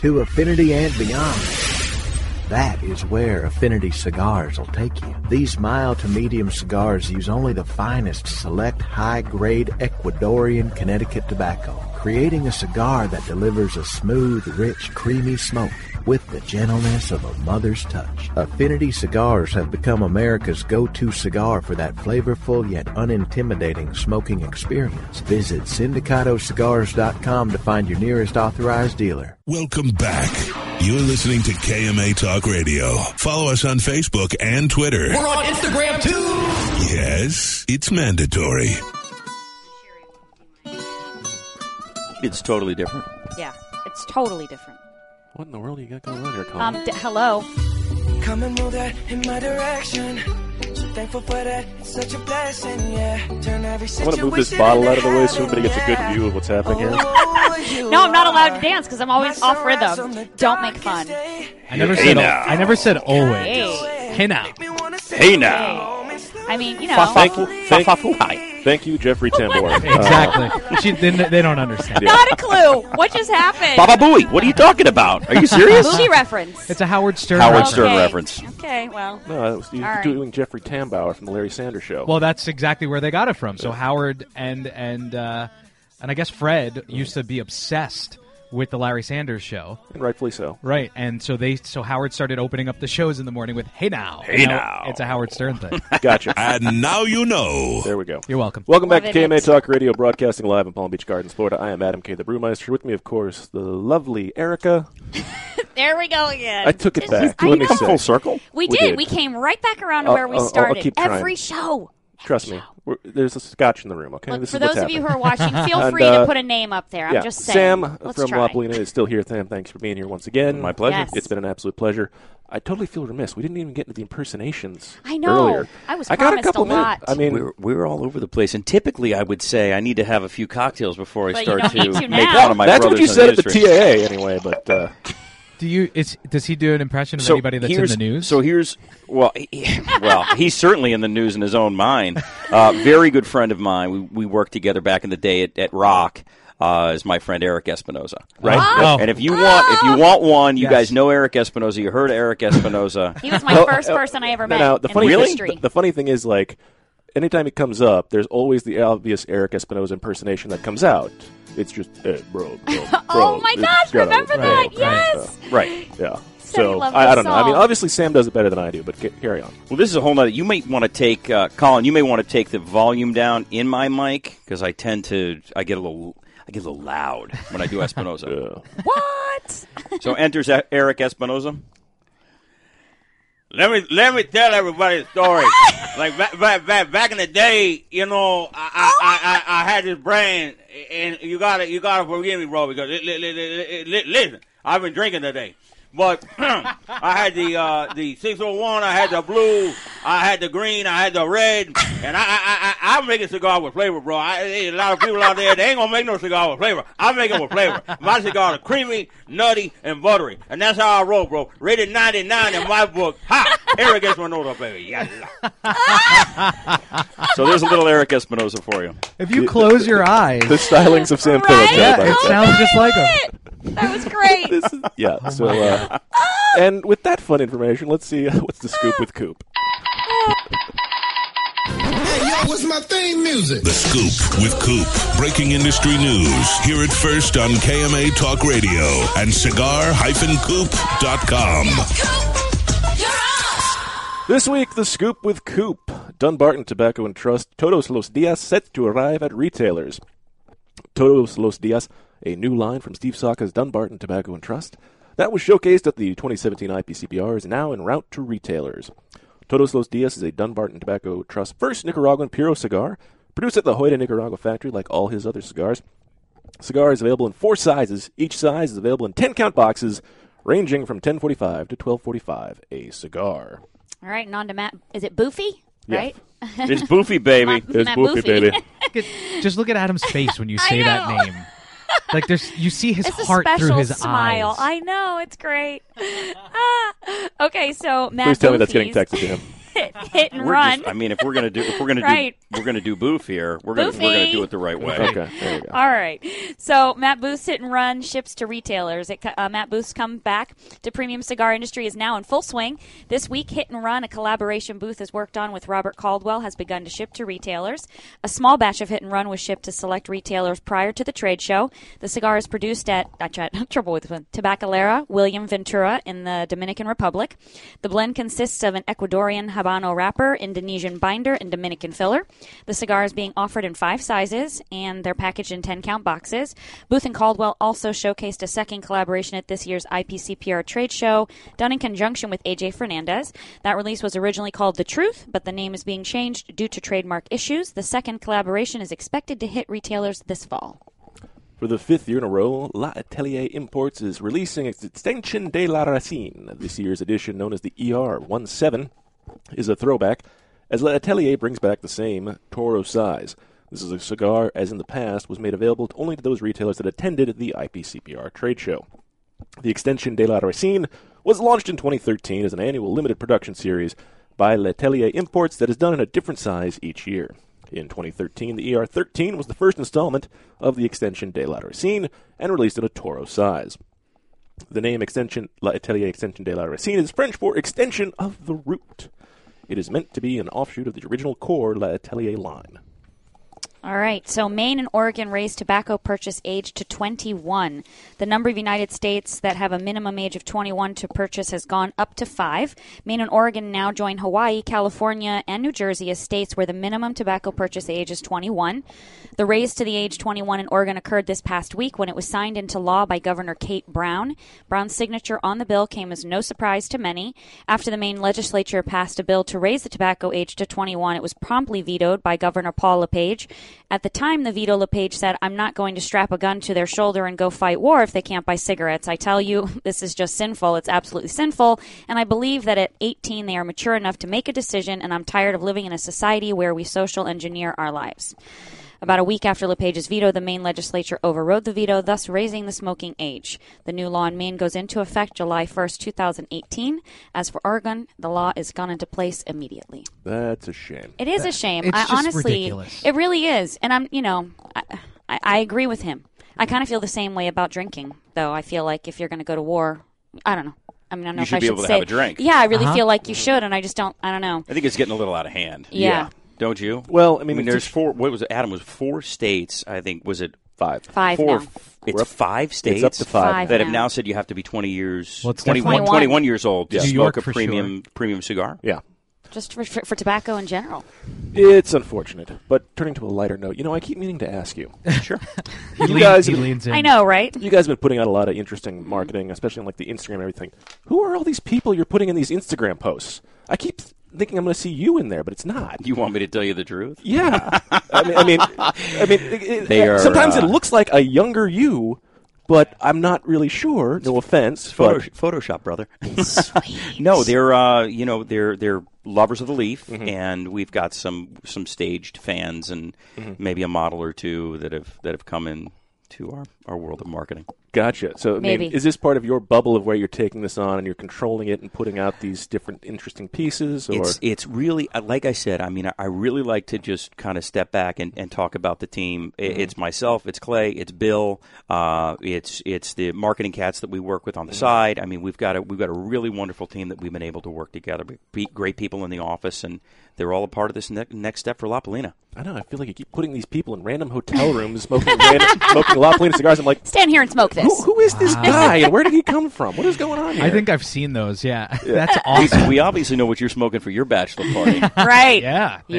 Speaker 21: To affinity and beyond. That is where Affinity Cigars will take you. These mild to medium cigars use only the finest select high grade Ecuadorian Connecticut tobacco, creating a cigar that delivers a smooth, rich, creamy smoke with the gentleness of a mother's touch. Affinity Cigars have become America's go-to cigar for that flavorful yet unintimidating smoking experience. Visit syndicatocigars.com to find your nearest authorized dealer.
Speaker 1: Welcome back. You're listening to KMA Talk Radio. Follow us on Facebook and Twitter.
Speaker 14: We're on Instagram too.
Speaker 1: Yes, it's mandatory.
Speaker 13: It's totally different.
Speaker 4: Yeah, it's totally different.
Speaker 24: What in the world you got going on here,
Speaker 13: Oh.
Speaker 24: Colin?
Speaker 4: Um, d- hello.
Speaker 2: Come and move that in my direction. So thankful for that. It's such a blessing, yeah. Turn every
Speaker 24: I want to move this bottle out of the way so everybody gets a good view of what's happening here.
Speaker 4: No, I'm not allowed to dance because I'm always off rhythm. Don't make fun.
Speaker 5: I never
Speaker 24: Hey
Speaker 5: said.
Speaker 24: now.
Speaker 5: I never said always.
Speaker 4: Hey.
Speaker 5: Hey now.
Speaker 24: Hey now.
Speaker 4: I mean, you know.
Speaker 24: Thank, thank, thank you, Jeffrey Tambor.
Speaker 5: Exactly. she, they, they don't understand.
Speaker 4: Not a clue. What just happened?
Speaker 13: Baba Booey, what are you talking about? Are you serious?
Speaker 4: Movie reference.
Speaker 5: It's a Howard Stern.
Speaker 13: Howard
Speaker 5: reference.
Speaker 13: Stern
Speaker 4: Okay.
Speaker 13: reference.
Speaker 4: Okay, well.
Speaker 24: No, that was, you
Speaker 4: All right.
Speaker 24: doing Jeffrey Tambor from the Larry Sanders Show.
Speaker 5: Well, that's exactly where they got it from. So Howard and and uh, and I guess Fred used to be obsessed with the Larry Sanders Show.
Speaker 24: And rightfully so.
Speaker 5: Right, and so they so Howard started opening up the shows in the morning with "Hey now,
Speaker 24: Hey
Speaker 5: And
Speaker 24: now.
Speaker 5: It's a Howard Stern thing.
Speaker 24: Gotcha.
Speaker 1: and now you know.
Speaker 24: There we go.
Speaker 5: You're welcome.
Speaker 24: Welcome back
Speaker 5: Love
Speaker 24: to
Speaker 5: it.
Speaker 24: KMA Talk Radio, broadcasting live in Palm Beach Gardens, Florida. I am Adam K. the Brewmeister. With me, of course, the lovely Erica.
Speaker 4: There we go again.
Speaker 24: I took it
Speaker 4: It's
Speaker 24: back.
Speaker 4: just- I
Speaker 24: Let me
Speaker 4: know.
Speaker 24: say.
Speaker 4: We, did. We came right back around to
Speaker 24: I'll-
Speaker 4: where we
Speaker 24: I'll- I'll
Speaker 4: started.
Speaker 24: keep trying.
Speaker 4: Every show.
Speaker 3: Trust me, we're, there's a scotch in the room. Okay,
Speaker 4: Look,
Speaker 3: this
Speaker 4: for
Speaker 3: is what's
Speaker 4: those of you who are
Speaker 3: happening.
Speaker 4: watching, feel
Speaker 3: And,
Speaker 4: free to
Speaker 3: uh,
Speaker 4: put a name up there. I'm
Speaker 3: yeah,
Speaker 4: just saying.
Speaker 3: Sam
Speaker 4: Let's
Speaker 3: from
Speaker 4: try.
Speaker 3: Wapelina is still here. Sam, thanks for being here once again. My
Speaker 4: pleasure. Yes.
Speaker 3: It's been an absolute pleasure. I totally feel remiss. We didn't even get into the impersonations.
Speaker 4: I know.
Speaker 3: Earlier.
Speaker 4: I was
Speaker 3: I got a
Speaker 4: promised a
Speaker 3: couple minutes.
Speaker 4: lot.
Speaker 3: I mean,
Speaker 13: we were, we were all over the place, and typically I would say I need to have a few cocktails before I
Speaker 4: But you
Speaker 13: start
Speaker 4: don't
Speaker 13: to,
Speaker 4: need to
Speaker 13: make
Speaker 4: now.
Speaker 13: fun of my
Speaker 3: That's what
Speaker 13: brothers
Speaker 3: you
Speaker 13: on
Speaker 3: said at the
Speaker 13: newsreel.
Speaker 3: TAA anyway. But uh,
Speaker 5: Do you? It's does he do an impression of anybody that's in
Speaker 13: here's-
Speaker 5: the news?
Speaker 13: So here's well, he- well, he's certainly in the news in his own mind. Uh, very good friend of mine. We, we worked together back in the day at, at Rock. Uh, is my friend Eric Espinoza, right?
Speaker 3: Oh.
Speaker 13: And if you want, if you want one, you
Speaker 3: Yes.
Speaker 13: guys know Eric Espinoza. You heard of Eric Espinoza.
Speaker 4: He was my
Speaker 3: Well,
Speaker 4: first
Speaker 3: uh,
Speaker 4: person I ever
Speaker 3: no,
Speaker 4: met
Speaker 3: no, the
Speaker 4: in
Speaker 3: funny
Speaker 4: the
Speaker 3: thing,
Speaker 4: industry.
Speaker 3: the, the funny thing is like, anytime it comes up, there's always the obvious Eric Espinosa impersonation that comes out. It's just eh, bro, bro, bro.
Speaker 4: Oh my
Speaker 3: It's
Speaker 4: gosh,
Speaker 3: gotta-
Speaker 4: remember that? Yes!
Speaker 3: uh, right. Yeah.
Speaker 4: Said he
Speaker 3: So
Speaker 4: loved
Speaker 3: I, I
Speaker 4: us
Speaker 3: don't know. I mean,
Speaker 4: all.
Speaker 3: obviously Sam does it better than I do, but ca- carry on.
Speaker 13: Well, this is a whole nother. You might want to take, uh, Colin. You may want to take the volume down in my mic because I tend to. I get a little. I get a little loud when I do Espinoza.
Speaker 4: what?
Speaker 13: So enters E- Eric Espinoza.
Speaker 22: Let me let me tell everybody a story. like back, back back back in the day, you know, I
Speaker 13: Oh
Speaker 22: I, I, I, I had this brand, and you gotta you gotta forgive me, bro, because li- li- li- li- li- listen, I've been drinking today, but I had the uh, the six hundred one, I had the blue, I had the green, I had the red, and I I I, I I'm making cigar with flavor, bro. I, there's a lot of people out there they ain't gonna make no cigar with flavor. I make them with flavor. My cigar is creamy, nutty, and buttery, and that's how I roll, bro. Rated ninety nine in my book. Ha! Eric gets my note up, baby. Yalla.
Speaker 13: So there's a little Eric Espinoza for you.
Speaker 5: if you close your eyes,
Speaker 3: The stylings of Sam Phillips.
Speaker 5: yeah,
Speaker 3: everybody.
Speaker 5: it sounds just like him.
Speaker 4: That was great.
Speaker 3: Yeah. so, uh,
Speaker 4: Oh!
Speaker 3: and with that fun information, let's see uh, what's the scoop with Coop.
Speaker 1: What's my theme music? The Scoop with Coop. Breaking industry news. Hear it first on KMA Talk Radio and cigar-coop.com.
Speaker 3: This week, the scoop with Coop. Dunbarton Tobacco and Trust Todos Los Dias set to arrive at retailers. Todos Los Dias, a new line from Steve Saka's Dunbarton Tobacco and Trust, that was showcased at the 2017 IPCPR is now en route to retailers. Todos Los Dias is a Dunbarton Tobacco Trust first Nicaraguan Puro cigar, produced at the Hoyta Nicaragua factory like all his other cigars. Cigar is available in four sizes. Each size is available in 10 count boxes, ranging from 1045 to 1245 a cigar.
Speaker 4: All right, and on to Matt. Is it Boofy?
Speaker 3: Yeah.
Speaker 4: Right?
Speaker 13: It's Boofy, baby.
Speaker 4: Matt- It's Matt Boofy, Boofy. baby.
Speaker 5: Just look at Adam's face when you say that name. Like there's, you see his
Speaker 4: it's a
Speaker 5: heart
Speaker 4: special
Speaker 5: through his
Speaker 4: smile.
Speaker 5: eyes.
Speaker 4: I know it's great. Ah. okay, so Matt.
Speaker 13: Please tell me that's
Speaker 4: Boofy's
Speaker 13: getting texted to him.
Speaker 4: Hit, hit and
Speaker 13: We're
Speaker 4: run.
Speaker 13: just- I mean, if we're gonna do, if we're gonna
Speaker 4: Right.
Speaker 13: do, we're gonna do boof here. We're gonna, we're
Speaker 4: Boofy.
Speaker 13: gonna do it the right way.
Speaker 3: Okay, there you go.
Speaker 4: All right. So Matt Booth's Hit and Run ships to retailers. It, co- uh, Matt Booth's come back to premium cigar industry is now in full swing. This week, Hit and Run, a collaboration Booth has worked on with Robert Caldwell, has begun to ship to retailers. A small batch of Hit and Run was shipped to select retailers prior to the trade show. The cigar is produced at I tried, trouble with this one, Tabacalera William Ventura in the Dominican Republic. The blend consists of an Ecuadorian Habano wrapper, Indonesian binder, and Dominican filler. The cigar is being offered in five sizes, and they're packaged in 10 count boxes. Booth and Caldwell also showcased a second collaboration at this year's IPCPR trade show, done in conjunction with AJ Fernandez. That release was originally called The Truth, but the name is being changed due to trademark issues. The second collaboration is expected to hit retailers this fall.
Speaker 3: For the fifth year in a row, La Atelier Imports is releasing its Extension de la Racine. This year's edition, known as the E ER17, is a throwback, as La Atelier brings back the same Toro size. This is a cigar, as in the past, was made available only to those retailers that attended the IPCPR trade show. The Extension de la Racine was launched in 2013 as an annual limited production series by L'Atelier Imports that is done in a different size each year. In 2013, the ER13 was the first installment of the Extension de la Racine and released in a Toro size. The name Extension L'Atelier Extension de la Racine is French for extension of the root. It is meant to be an offshoot of the original core L'Atelier line.
Speaker 4: All right. So Maine and Oregon raised tobacco purchase age to 21. The number of United States that have a minimum age of 21 to purchase has gone up to five. Maine and Oregon now join Hawaii, California, and New Jersey as states where the minimum tobacco purchase age is 21. The raise to the age 21 in Oregon occurred this past week when it was signed into law by Governor Kate Brown. Brown's signature on the bill came as no surprise to many. After the Maine legislature passed a bill to raise the tobacco age to 21, it was promptly vetoed by Governor Paul LePage. At the time, the veto LePage said, I'm not going to strap a gun to their shoulder and go fight war if they can't buy cigarettes. I tell you, this is just sinful. It's absolutely sinful. And I believe that at 18, they are mature enough to make a decision, and I'm tired of living in a society where we social engineer our lives. About a week after LePage's veto, the Maine legislature overrode the veto, thus raising the smoking age. The new law in Maine goes into effect July 1st, 2018. As for Oregon, the law is gone into place immediately.
Speaker 3: That's a shame.
Speaker 4: It is a shame.
Speaker 3: It's
Speaker 4: I
Speaker 3: just
Speaker 4: honestly,
Speaker 3: ridiculous.
Speaker 4: it really is. And I'm, you know, I, I, I agree with him. I kind of feel the same way about drinking, though. I feel like if you're going to go to war, I don't know. I mean, I don't know
Speaker 13: You
Speaker 4: if
Speaker 13: should
Speaker 4: I
Speaker 13: be
Speaker 4: should
Speaker 13: able to
Speaker 4: say.
Speaker 13: have a drink.
Speaker 4: Yeah, I really
Speaker 13: Uh-huh.
Speaker 4: feel like you should, and I just don't. I don't know.
Speaker 13: I think it's getting a little out of hand.
Speaker 4: Yeah. Yeah.
Speaker 13: Don't you?
Speaker 3: Well, I
Speaker 13: I
Speaker 3: mean,
Speaker 13: mean,
Speaker 3: it's
Speaker 13: there's
Speaker 3: just-
Speaker 13: four. What was it? Adam was four states. I think was it five?
Speaker 4: Five
Speaker 13: Four.
Speaker 4: now.
Speaker 13: f- It's five states.
Speaker 3: up to five. Five
Speaker 13: that have
Speaker 4: now.
Speaker 13: now said you have to be 20 years,
Speaker 3: Well, it's
Speaker 13: 21,
Speaker 4: definitely-
Speaker 13: 21 years old to
Speaker 3: Yeah. New
Speaker 13: smoke
Speaker 3: York
Speaker 13: a
Speaker 3: for
Speaker 13: premium premium cigar.
Speaker 3: Yeah.
Speaker 4: Just for, for, for tobacco in general.
Speaker 3: It's unfortunate. But turning to a lighter note, you know, I keep meaning to ask you. Sure. you
Speaker 4: leans-
Speaker 3: guys
Speaker 4: he
Speaker 3: have-
Speaker 4: leans in. I know, right?
Speaker 3: You guys have been putting out a lot of interesting marketing, especially on like the Instagram and everything. Who are all these people you're putting in these Instagram posts? I keep thinking I'm going to see you in there, but it's not.
Speaker 13: You want me to tell you the truth?
Speaker 3: Yeah. I mean, I mean, I mean it- it-
Speaker 13: They are,
Speaker 3: sometimes it
Speaker 13: uh,
Speaker 3: looks like a younger you, but I'm not really sure. No offense.
Speaker 13: Photo-
Speaker 3: but
Speaker 13: Photoshop, brother. no, they're uh, you know they're they're lovers of the leaf,
Speaker 3: Mm-hmm.
Speaker 13: and we've got some some staged fans and
Speaker 3: Mhm.
Speaker 13: maybe a model or two that have that have come in to our, our world of marketing.
Speaker 3: Gotcha. So, I mean,
Speaker 13: Maybe.
Speaker 3: is this part of your bubble of where you're taking this on and you're controlling it and putting out these different interesting pieces? Or
Speaker 5: e-
Speaker 13: It's it's really uh, like I said. I mean, I, I really like to just kind of step back and, and talk about the team. I It's myself, it's Clay, it's Bill, uh, it's it's the marketing cats that we work with on the side. I mean, we've got a we've got a really wonderful team that we've been able to work together. We be great people in the office, and they're all a part of this ne- next step for La Polina.
Speaker 3: I know. I feel like you keep putting these people in random hotel rooms smoking random, smoking La Palina cigars. I'm like,
Speaker 4: Stand here and smoke this.
Speaker 3: who is this guy and where did he come from? What is going on here?
Speaker 5: I think I've seen those. Yeah,
Speaker 13: Yeah.
Speaker 5: that's awesome.
Speaker 13: We obviously know what you're smoking for your bachelor party.
Speaker 4: Right.
Speaker 5: Yeah. there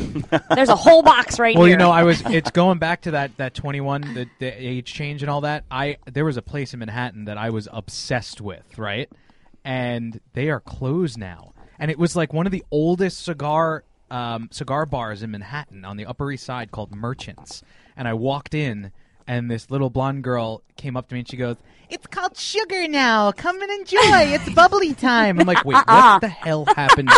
Speaker 5: you
Speaker 4: Yeah. There's a whole box right
Speaker 5: well,
Speaker 4: here.
Speaker 5: you know, I was. It's going back to that that twenty one, the, the age change and all that. I there was a place in Manhattan that I was obsessed with, right? And they are closed now. And it was like one of the oldest cigar um, cigar bars in Manhattan on the Upper East Side called Merchants. And I walked in, and this little blonde girl came up to me and she goes, It's called sugar now. Come and enjoy. It's bubbly time. I'm like, wait, what the hell happened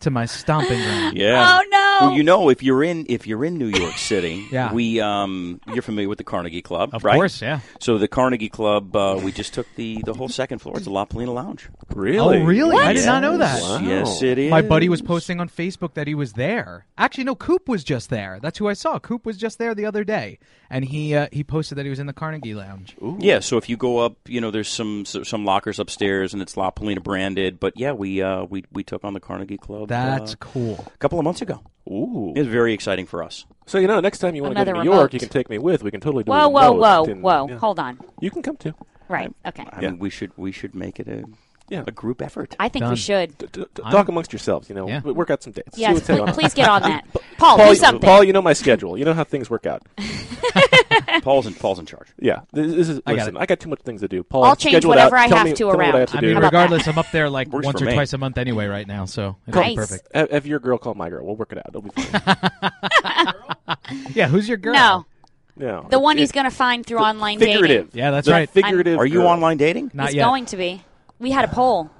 Speaker 5: to my stomping ground?
Speaker 13: Yeah.
Speaker 4: Oh, no.
Speaker 13: Well, you know, if you're in if you're in New York City,
Speaker 5: Yeah.
Speaker 13: we um, you're familiar with the Carnegie Club,
Speaker 5: Of
Speaker 13: right?
Speaker 5: course, yeah.
Speaker 13: So the Carnegie Club, uh, we just took the the whole second floor. It's a La Palina Lounge.
Speaker 5: Oh, really? I did not know that.
Speaker 13: Yes. Yes, it is.
Speaker 5: My buddy was posting on Facebook that he was there. Actually, no, Coop was just there. That's who I saw. Coop was just there the other day, and he uh, he posted that he was in the Carnegie Lounge.
Speaker 13: Yeah, so if you go up, you know, there's some so- some lockers upstairs, and it's La Palina branded. But yeah, we uh, we we took on the Carnegie Club.
Speaker 5: That's
Speaker 13: uh,
Speaker 5: cool.
Speaker 13: A couple of months ago.
Speaker 3: Ooh,
Speaker 13: it was very exciting for us.
Speaker 3: So you know, next time you want to go to New
Speaker 4: Another
Speaker 3: York,
Speaker 4: remote.
Speaker 3: you can take me with. We can totally do
Speaker 4: whoa,
Speaker 3: a
Speaker 4: whoa,
Speaker 3: remote
Speaker 4: whoa,
Speaker 3: and-
Speaker 4: whoa.
Speaker 3: yeah.
Speaker 4: Hold on.
Speaker 3: You can come too.
Speaker 4: Right. Okay.
Speaker 13: I mean, we should we should make it a
Speaker 3: Yeah.
Speaker 13: a group effort.
Speaker 4: I think we should.
Speaker 3: D- d- d-
Speaker 13: I'm-
Speaker 3: talk amongst yourselves. You know,
Speaker 13: Yeah.
Speaker 3: w- work out some dates. See
Speaker 4: Yes,
Speaker 3: what's going
Speaker 4: pl-
Speaker 3: on.
Speaker 4: please get on that. Paul, do
Speaker 3: you-
Speaker 4: something.
Speaker 3: Paul, you know my schedule. You know how things work out.
Speaker 13: Paul's in Paul's in charge.
Speaker 3: Yeah, this, this is.
Speaker 5: I got
Speaker 3: listen, I got too much things to do. Paul,
Speaker 4: I'll change
Speaker 3: schedule it
Speaker 4: whatever
Speaker 3: out.
Speaker 4: I
Speaker 3: Tell
Speaker 4: have
Speaker 3: me-
Speaker 4: to
Speaker 3: tell me what
Speaker 4: around.
Speaker 3: I have to
Speaker 5: I
Speaker 3: do.
Speaker 5: mean, regardless, I'm up there like
Speaker 13: Works
Speaker 5: once
Speaker 13: for
Speaker 5: or
Speaker 13: me.
Speaker 5: twice a month anyway, right now. So it's
Speaker 4: Nice.
Speaker 5: perfect.
Speaker 3: Have, have your girl call my girl. We'll work it out. It'll be fine.
Speaker 5: Yeah, who's your girl?
Speaker 4: No.
Speaker 3: yeah,
Speaker 4: The one he's going to find through online
Speaker 3: figurative.
Speaker 4: dating.
Speaker 5: Yeah, that's
Speaker 3: The
Speaker 5: right.
Speaker 3: Figurative.
Speaker 13: Are you
Speaker 3: girl.
Speaker 13: online dating?
Speaker 5: Not
Speaker 4: he's
Speaker 5: yet.
Speaker 4: going to be. We had a poll.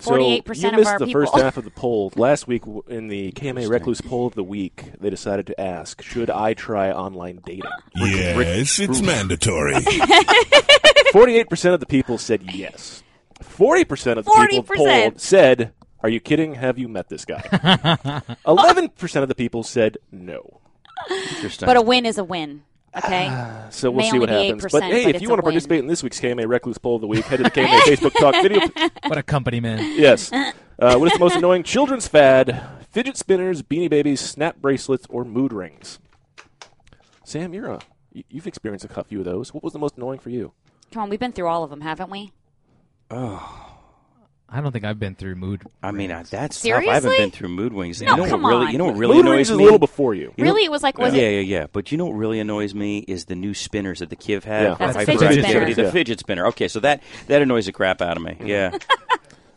Speaker 3: So
Speaker 4: Forty-eight
Speaker 3: you
Speaker 4: percent of
Speaker 3: missed
Speaker 4: our
Speaker 3: the
Speaker 4: people.
Speaker 3: first half of the poll last week w- in the KMA Recluse poll of the week. They decided to ask, "Should I try online dating?"
Speaker 1: Yes, it's mandatory.
Speaker 3: Forty-eight percent of the people said yes. Forty percent of the people
Speaker 4: 40%.
Speaker 3: polled said, "Are you kidding? Have you met this guy?" Eleven percent of the people said no.
Speaker 13: Interesting.
Speaker 4: but a win is a win. Okay.
Speaker 3: So we'll
Speaker 4: May
Speaker 3: see what
Speaker 4: only be
Speaker 3: happens.
Speaker 4: 8%,
Speaker 3: But hey,
Speaker 4: but
Speaker 3: if
Speaker 4: it's
Speaker 3: you
Speaker 4: a
Speaker 3: want to
Speaker 4: win.
Speaker 3: participate in this week's KMA Recluse poll of the week, head to the KMA Facebook Talk video.
Speaker 5: What a company man.
Speaker 3: Yes. Uh, what is the most annoying children's fad? Fidget spinners, beanie babies, snap bracelets, or mood rings? Sam, you're a you- you've experienced a few of those. What was the most annoying for you?
Speaker 4: Come on, we've been through all of them, haven't we?
Speaker 13: Oh,
Speaker 5: I don't think I've been through mood.
Speaker 13: I mean, I, that's
Speaker 4: Seriously?
Speaker 13: tough. I haven't been through mood wings.
Speaker 4: No,
Speaker 13: you know
Speaker 4: come
Speaker 13: what really,
Speaker 4: on.
Speaker 13: You know what really
Speaker 3: Mood
Speaker 13: annoys
Speaker 3: rings is a
Speaker 13: me?
Speaker 3: little before you.
Speaker 13: know-
Speaker 4: Really? It was like, was
Speaker 13: yeah,
Speaker 4: it-
Speaker 13: yeah, yeah. But you know what really annoys me is the new spinners that the Kiv had.
Speaker 3: Yeah.
Speaker 4: That's a
Speaker 13: Hyperactivity,
Speaker 4: fidget spinner.
Speaker 13: The
Speaker 4: Yeah.
Speaker 13: fidget spinner. Okay, so that that annoys the crap out of me. Yeah.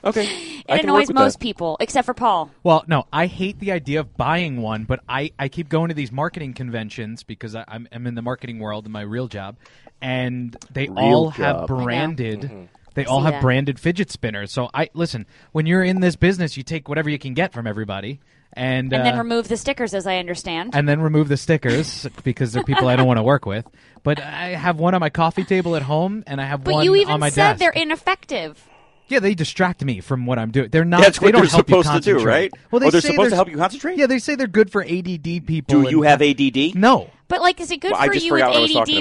Speaker 3: okay.
Speaker 4: It annoys most people, except for Paul.
Speaker 5: Well, no, I hate the idea of buying one, but I, I keep going to these marketing conventions because I, I'm, I'm in the marketing world in my real job, and they
Speaker 25: Real
Speaker 5: all
Speaker 25: job.
Speaker 5: have
Speaker 25: I know.
Speaker 5: branded.
Speaker 4: Mm-hmm.
Speaker 25: Mhm.
Speaker 5: They
Speaker 25: I
Speaker 5: all
Speaker 25: see
Speaker 5: have
Speaker 25: that.
Speaker 5: branded fidget spinners. So I listen. When you're in this business, you take whatever you can get from everybody, and
Speaker 4: And then
Speaker 5: uh,
Speaker 4: remove the stickers, as I understand.
Speaker 5: and then remove the stickers because they're people I don't want to work with. But I have one on my coffee table at home, and I have
Speaker 4: But
Speaker 5: one
Speaker 4: you even
Speaker 5: on my
Speaker 4: said
Speaker 5: desk.
Speaker 4: they're ineffective.
Speaker 5: Yeah, they distract me from what I'm doing. They're not.
Speaker 13: That's
Speaker 5: they
Speaker 13: what
Speaker 5: don't
Speaker 13: they're
Speaker 5: help you
Speaker 13: supposed to do,
Speaker 5: concentrate.
Speaker 13: right?
Speaker 5: Well, they
Speaker 13: Oh, they're
Speaker 5: say
Speaker 13: supposed to
Speaker 5: s-
Speaker 13: help you concentrate?
Speaker 5: Yeah, they say they're good for ADD people.
Speaker 13: Do you
Speaker 5: and-
Speaker 13: have ADD?
Speaker 5: No.
Speaker 4: But like, is it good
Speaker 13: Well, I
Speaker 4: for
Speaker 13: just
Speaker 4: you with
Speaker 13: forgot what I was
Speaker 4: ADD?
Speaker 13: talking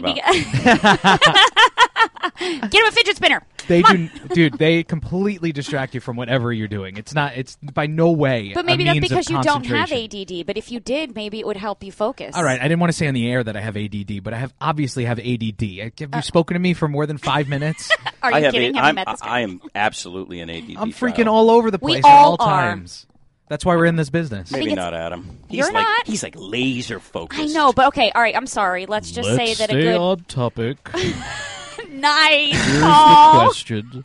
Speaker 13: about.
Speaker 4: beca- Get him a fidget spinner.
Speaker 5: They do, dude. They completely distract you from whatever you're doing. It's not. It's by no way.
Speaker 4: But
Speaker 5: a
Speaker 4: maybe that's
Speaker 5: means of
Speaker 4: because you don't have
Speaker 5: concentration.
Speaker 4: ADD. But if you did, maybe it would help you focus.
Speaker 5: All right, I didn't want to say on the air that I have ADD, but I have obviously have ADD. I- Have you spoken to me for more than five minutes?
Speaker 4: Uh, Are you
Speaker 13: I have
Speaker 4: kidding?
Speaker 13: A,
Speaker 4: Have you
Speaker 13: I'm, uh,
Speaker 4: met this
Speaker 13: I am absolutely an ADD.
Speaker 5: I'm
Speaker 13: child.
Speaker 5: freaking all over the
Speaker 4: We
Speaker 5: place at
Speaker 4: all
Speaker 5: all
Speaker 4: are.
Speaker 5: times. That's why we're in this business.
Speaker 4: I think
Speaker 13: Maybe
Speaker 4: it's-
Speaker 13: not Adam. He's
Speaker 4: You're
Speaker 13: like,
Speaker 4: not?
Speaker 13: He's like laser focused.
Speaker 4: I know, but okay. All right. I'm sorry. Let's just say that a good
Speaker 5: topic.
Speaker 4: nice Paul.
Speaker 5: question.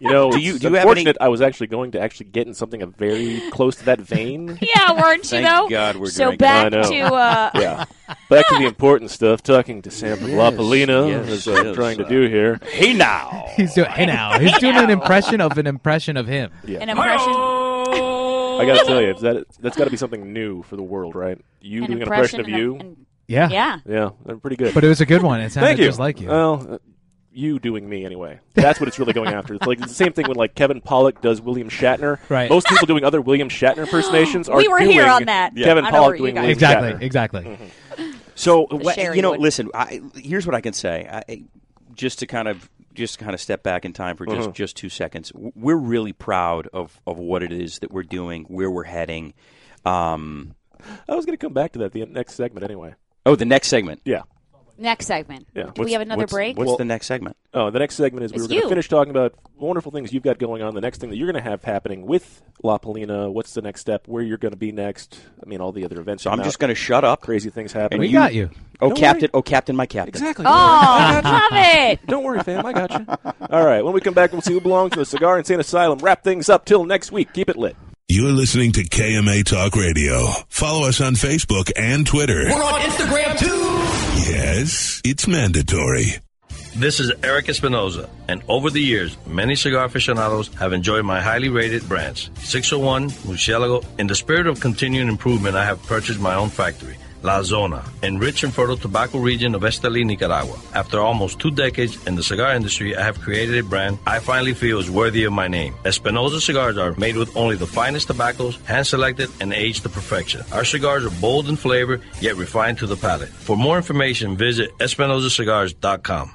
Speaker 3: You know,
Speaker 13: Do you-
Speaker 3: it's
Speaker 13: do you have
Speaker 3: unfortunate I was actually going to actually get in something of very close to that vein.
Speaker 4: Yeah, weren't you
Speaker 13: Thank
Speaker 4: though?
Speaker 13: God we're
Speaker 4: so
Speaker 13: drinking.
Speaker 4: back
Speaker 3: I know.
Speaker 4: to uh,
Speaker 3: yeah. Back to the important stuff, talking to Sam LaPolina,
Speaker 13: yes,
Speaker 3: as I'm
Speaker 13: yes.
Speaker 3: trying to do here.
Speaker 13: Hey now.
Speaker 5: He's doing hey now. He's doing an impression of an impression of him.
Speaker 3: Yeah.
Speaker 4: an impression.
Speaker 3: I gotta tell you, that that's gotta be something new for the world, right? You
Speaker 4: An
Speaker 3: doing an
Speaker 4: impression
Speaker 3: impression of
Speaker 4: and a-
Speaker 3: you.
Speaker 4: and-
Speaker 5: Yeah.
Speaker 4: Yeah.
Speaker 3: Yeah, they're pretty good.
Speaker 5: But it was a good one. It sounded
Speaker 3: Thank you.
Speaker 5: just like you.
Speaker 3: Well, uh, you doing me anyway. That's what it's really going after. It's like it's the same thing when like Kevin Pollock does William Shatner.
Speaker 5: Right.
Speaker 3: Most people doing other William Shatner impersonations are
Speaker 4: We were
Speaker 3: doing
Speaker 4: here on that. Yeah.
Speaker 3: Kevin
Speaker 4: I know where
Speaker 3: Pollock
Speaker 4: you
Speaker 3: doing
Speaker 4: guys
Speaker 3: William
Speaker 5: Exactly,
Speaker 3: Shatner.
Speaker 5: exactly.
Speaker 13: So
Speaker 4: The
Speaker 13: wha-
Speaker 4: sharing
Speaker 13: you know,
Speaker 4: would-
Speaker 13: listen. I, here's what I can say. I, just to kind of just to kind of step back in time for just
Speaker 3: Mhm.
Speaker 13: just two seconds. W- We're really proud of of what it is that we're doing, where we're heading. Um,
Speaker 3: I was going to come back to that at the next segment anyway.
Speaker 13: oh, the next segment.
Speaker 3: Yeah.
Speaker 4: Next segment.
Speaker 3: Yeah.
Speaker 4: Do we have another
Speaker 13: what's-
Speaker 4: break?
Speaker 13: What's the next segment?
Speaker 3: Oh, the next segment is we
Speaker 4: It's
Speaker 3: were going to
Speaker 4: you.
Speaker 3: finish talking about wonderful things you've got going on. The next thing that you're going to have happening with La Polina. What's the next step? Where you're going to be next? I mean, all the other events.
Speaker 13: So I'm just going to shut up.
Speaker 3: Crazy things happening.
Speaker 13: And
Speaker 5: We got you.
Speaker 13: Oh,
Speaker 3: Don't
Speaker 13: captain! Oh, captain! My captain!
Speaker 3: Exactly.
Speaker 4: Oh, love it.
Speaker 3: Don't worry, fam. I got you. All right. When we come back, we'll see who belongs to the Cigar Insane Asylum. Wrap things up. Till next week. Keep it lit.
Speaker 1: You're listening to KMA Talk Radio. Follow us on Facebook and Twitter.
Speaker 14: We're on Instagram too.
Speaker 1: Yes, it's mandatory.
Speaker 26: This is Eric Espinoza, and over the years, many cigar aficionados have enjoyed my highly rated brands 601, Mucielago. In the spirit of continuing improvement, I have purchased my own factory, La Zona, in rich and fertile tobacco region of Esteli, Nicaragua. After almost two decades in the cigar industry, I have created a brand I finally feel is worthy of my name. Espinoza cigars are made with only the finest tobaccos, hand selected and aged to perfection. Our cigars are bold in flavor, yet refined to the palate. For more information, visit espinozacigars.com.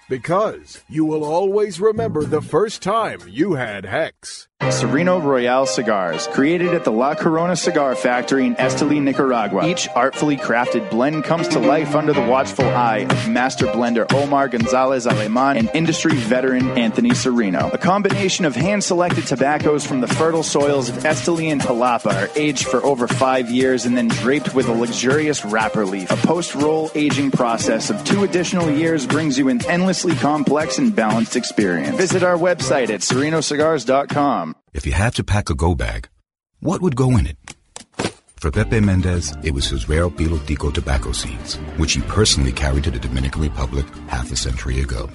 Speaker 7: because you will always remember the first time you had Hex.
Speaker 12: Sereno Royale cigars, created at the La Corona Cigar Factory in Esteli, Nicaragua. Each artfully crafted blend comes to life under the watchful eye of master blender Omar Gonzalez Aleman and industry veteran Anthony Sereno. A combination of hand selected tobaccos from the fertile soils of Esteli and Jalapa are aged for over five years and then draped with a luxurious wrapper leaf. A post roll aging process of two additional years brings you an endlessly complex and balanced experience. Visit our website at serenocigars.com.
Speaker 15: If you had to pack a go bag, what would go in it? For Pepe Mendez, it was his rare Pilo Tico tobacco seeds, which he personally carried to the Dominican Republic half a century ago.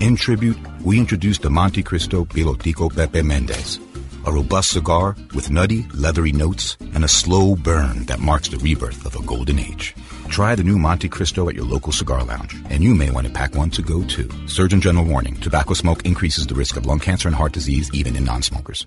Speaker 15: In tribute, we introduced the Monte Cristo Pilo Tico Pepe Mendez, a robust cigar with nutty, leathery notes and a slow burn that marks the rebirth of a golden age.
Speaker 18: Try the new Monte Cristo at your local cigar lounge, and you may want to pack one to go too. Surgeon General warning tobacco smoke increases the risk of lung cancer and heart disease even in non smokers.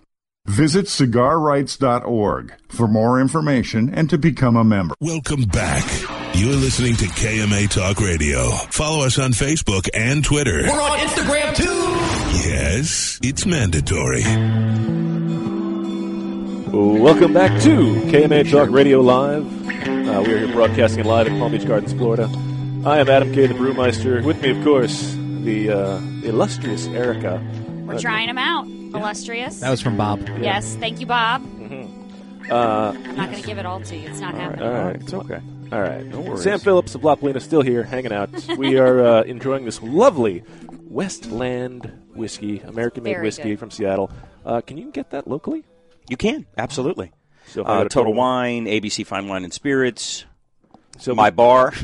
Speaker 9: Visit cigarrights.org for more information and to become a member.
Speaker 1: Welcome back. You're listening to KMA Talk Radio. Follow us on Facebook and Twitter.
Speaker 2: We're on Instagram too.
Speaker 1: Yes, it's mandatory.
Speaker 3: Welcome back to KMA Talk Radio Live. Uh, we are here broadcasting live in Palm Beach Gardens, Florida. I am Adam K, the brewmeister. With me, of course, the uh, illustrious Erica.
Speaker 4: We're trying them out. Illustrious.
Speaker 5: That was from Bob.
Speaker 4: Yes, thank you, Bob.
Speaker 3: Uh,
Speaker 4: I'm not going to give it all to you. It's not happening.
Speaker 3: All right, it's okay. All right,
Speaker 13: worries.
Speaker 3: Sam Phillips of La Polina still here, hanging out. we are uh, enjoying this lovely Westland whiskey, American-made
Speaker 13: Very
Speaker 3: whiskey
Speaker 13: good.
Speaker 3: from Seattle. Uh, can you get that locally?
Speaker 13: You can absolutely.
Speaker 3: So if I go
Speaker 13: uh,
Speaker 3: to
Speaker 13: Total
Speaker 3: Total-
Speaker 13: Wine, ABC Fine Wine and Spirits. So my bar.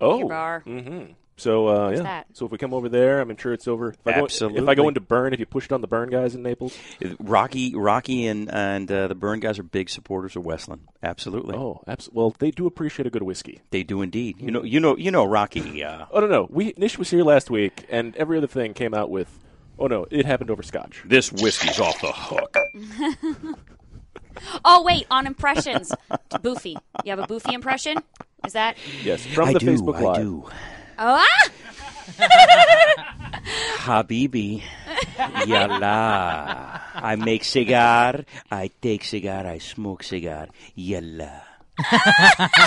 Speaker 3: Oh,
Speaker 4: bar.
Speaker 3: Mm-hmm. So uh,
Speaker 13: What's
Speaker 3: yeah.
Speaker 13: that?
Speaker 3: So if we come over there, I'm sure it's over. If I go, If I
Speaker 13: Absolutely.
Speaker 3: go into Burn, if you push it on the Burn guys in Naples,
Speaker 13: Rocky, Rocky, and and uh, the Burn guys are big supporters of Westland. Absolutely.
Speaker 3: Oh, abs- well, they do appreciate a good whiskey.
Speaker 13: They do indeed. You know, you know, you know, Rocky. Uh,
Speaker 3: Oh no, no. We Nish was here last week, and every other thing came out with. Oh no, it happened over Scotch.
Speaker 13: This whiskey's off the hook.
Speaker 4: Oh, wait, on impressions. Boofy. You have a Boofy impression? Is that?
Speaker 3: Yes, from
Speaker 13: I
Speaker 3: the
Speaker 13: do,
Speaker 3: Facebook
Speaker 13: I
Speaker 3: Live.
Speaker 13: do.
Speaker 4: Oh, ah!
Speaker 13: Habibi, yalla. I make cigar. I take cigar. I smoke cigar. Yalla.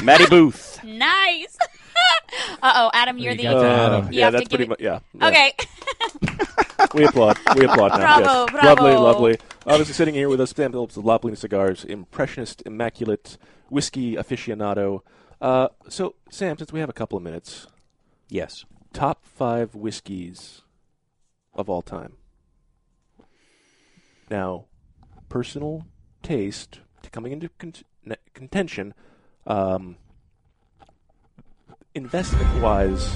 Speaker 13: Matty Booth.
Speaker 4: nice. uh oh, Adam, you're the.
Speaker 3: Uh,
Speaker 4: You
Speaker 3: yeah,
Speaker 4: have
Speaker 3: that's
Speaker 4: to
Speaker 3: pretty
Speaker 4: give
Speaker 3: much. Yeah.
Speaker 4: it- Okay.
Speaker 3: we applaud. We applaud now.
Speaker 4: Bravo,
Speaker 3: yes.
Speaker 4: bravo.
Speaker 3: Lovely, lovely. Obviously, sitting here with us, Sam Phillips of La Polina Cigars, impressionist, immaculate, whiskey aficionado. Uh, so, Sam, since we have a couple of minutes,
Speaker 13: yes,
Speaker 3: top five whiskeys of all time. Now, personal taste to coming into cont- ne- contention, um, investment wise,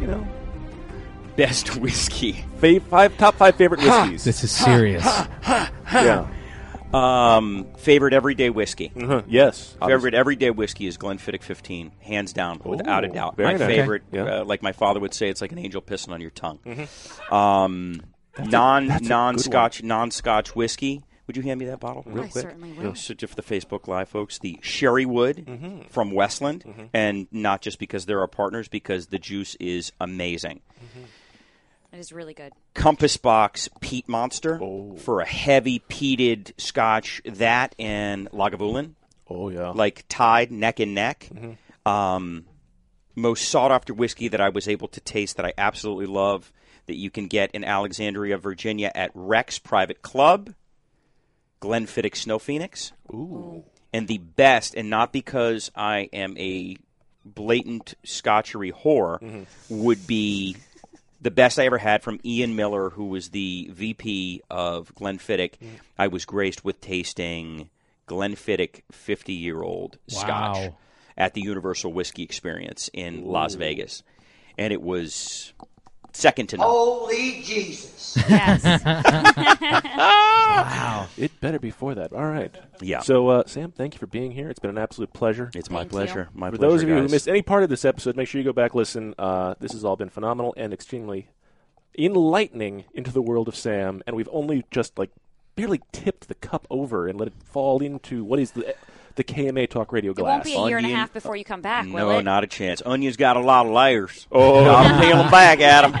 Speaker 3: you know,
Speaker 13: best whiskey.
Speaker 3: Fa- five top five favorite whiskeys.
Speaker 5: This is serious.
Speaker 3: yeah.
Speaker 13: Um, favorite everyday whiskey.
Speaker 3: Mhm, yes,
Speaker 13: Favorite everyday whiskey is Glenfiddich 15, hands down, without a
Speaker 3: Ooh,
Speaker 13: doubt.
Speaker 3: very
Speaker 13: My
Speaker 3: nice. Okay.
Speaker 13: favorite,
Speaker 3: Yeah. Mm-hmm.
Speaker 13: uh, like my father would say, it's like an angel pissing on your tongue. Um, non
Speaker 3: that's a good
Speaker 13: non Scotch non Scotch whiskey. Would you hand me that bottle real
Speaker 3: I
Speaker 13: quick?
Speaker 3: certainly will.
Speaker 13: So just for the Facebook Live folks, the Sherry Wood
Speaker 3: Mhm.
Speaker 13: from Westland,
Speaker 3: Mhm.
Speaker 13: and not just because they're our partners, because the juice is amazing.
Speaker 4: It is really good.
Speaker 13: Compass Box Peat Monster
Speaker 3: Oh.
Speaker 13: for a heavy peated Scotch. That and Lagavulin.
Speaker 3: Oh yeah, Mm-hmm.
Speaker 13: like tied neck and neck. Um, most sought after whiskey that I was able to taste that I absolutely love that you can get in Alexandria, Virginia at Rex Private Club, Glenfiddich Snow Phoenix. Ooh. And the best, and not because I am a blatant scotchery whore,
Speaker 2: Mhm.
Speaker 13: would be the best I ever had from Ian Miller, who was the VP of Glenfiddich. I was graced with tasting Glenfiddich 50 year old Scotch
Speaker 5: Wow.
Speaker 13: at the Universal Whiskey Experience in Las Vegas, and it was second to none.
Speaker 2: Oh, Holy Jesus.
Speaker 3: wow. It better be for that. All right.
Speaker 13: Yeah.
Speaker 3: So, uh, Sam, thank you for being here. It's been an absolute pleasure. It's
Speaker 13: my Thank pleasure. you. My
Speaker 3: for
Speaker 13: pleasure,
Speaker 3: those of you who
Speaker 13: guys.
Speaker 3: missed any part of this episode, make sure you go back listen. Uh, this has all been phenomenal and extremely enlightening into the world of Sam, and we've only just like barely tipped the cup over and let it fall into what is the the KMA Talk Radio
Speaker 4: It won't
Speaker 3: glass.
Speaker 4: be a year and a half before you come back, will
Speaker 13: No,
Speaker 4: it?
Speaker 13: not a chance. Onion's got a lot of layers.
Speaker 3: Oh.
Speaker 13: I'll peel 'em back, Adam.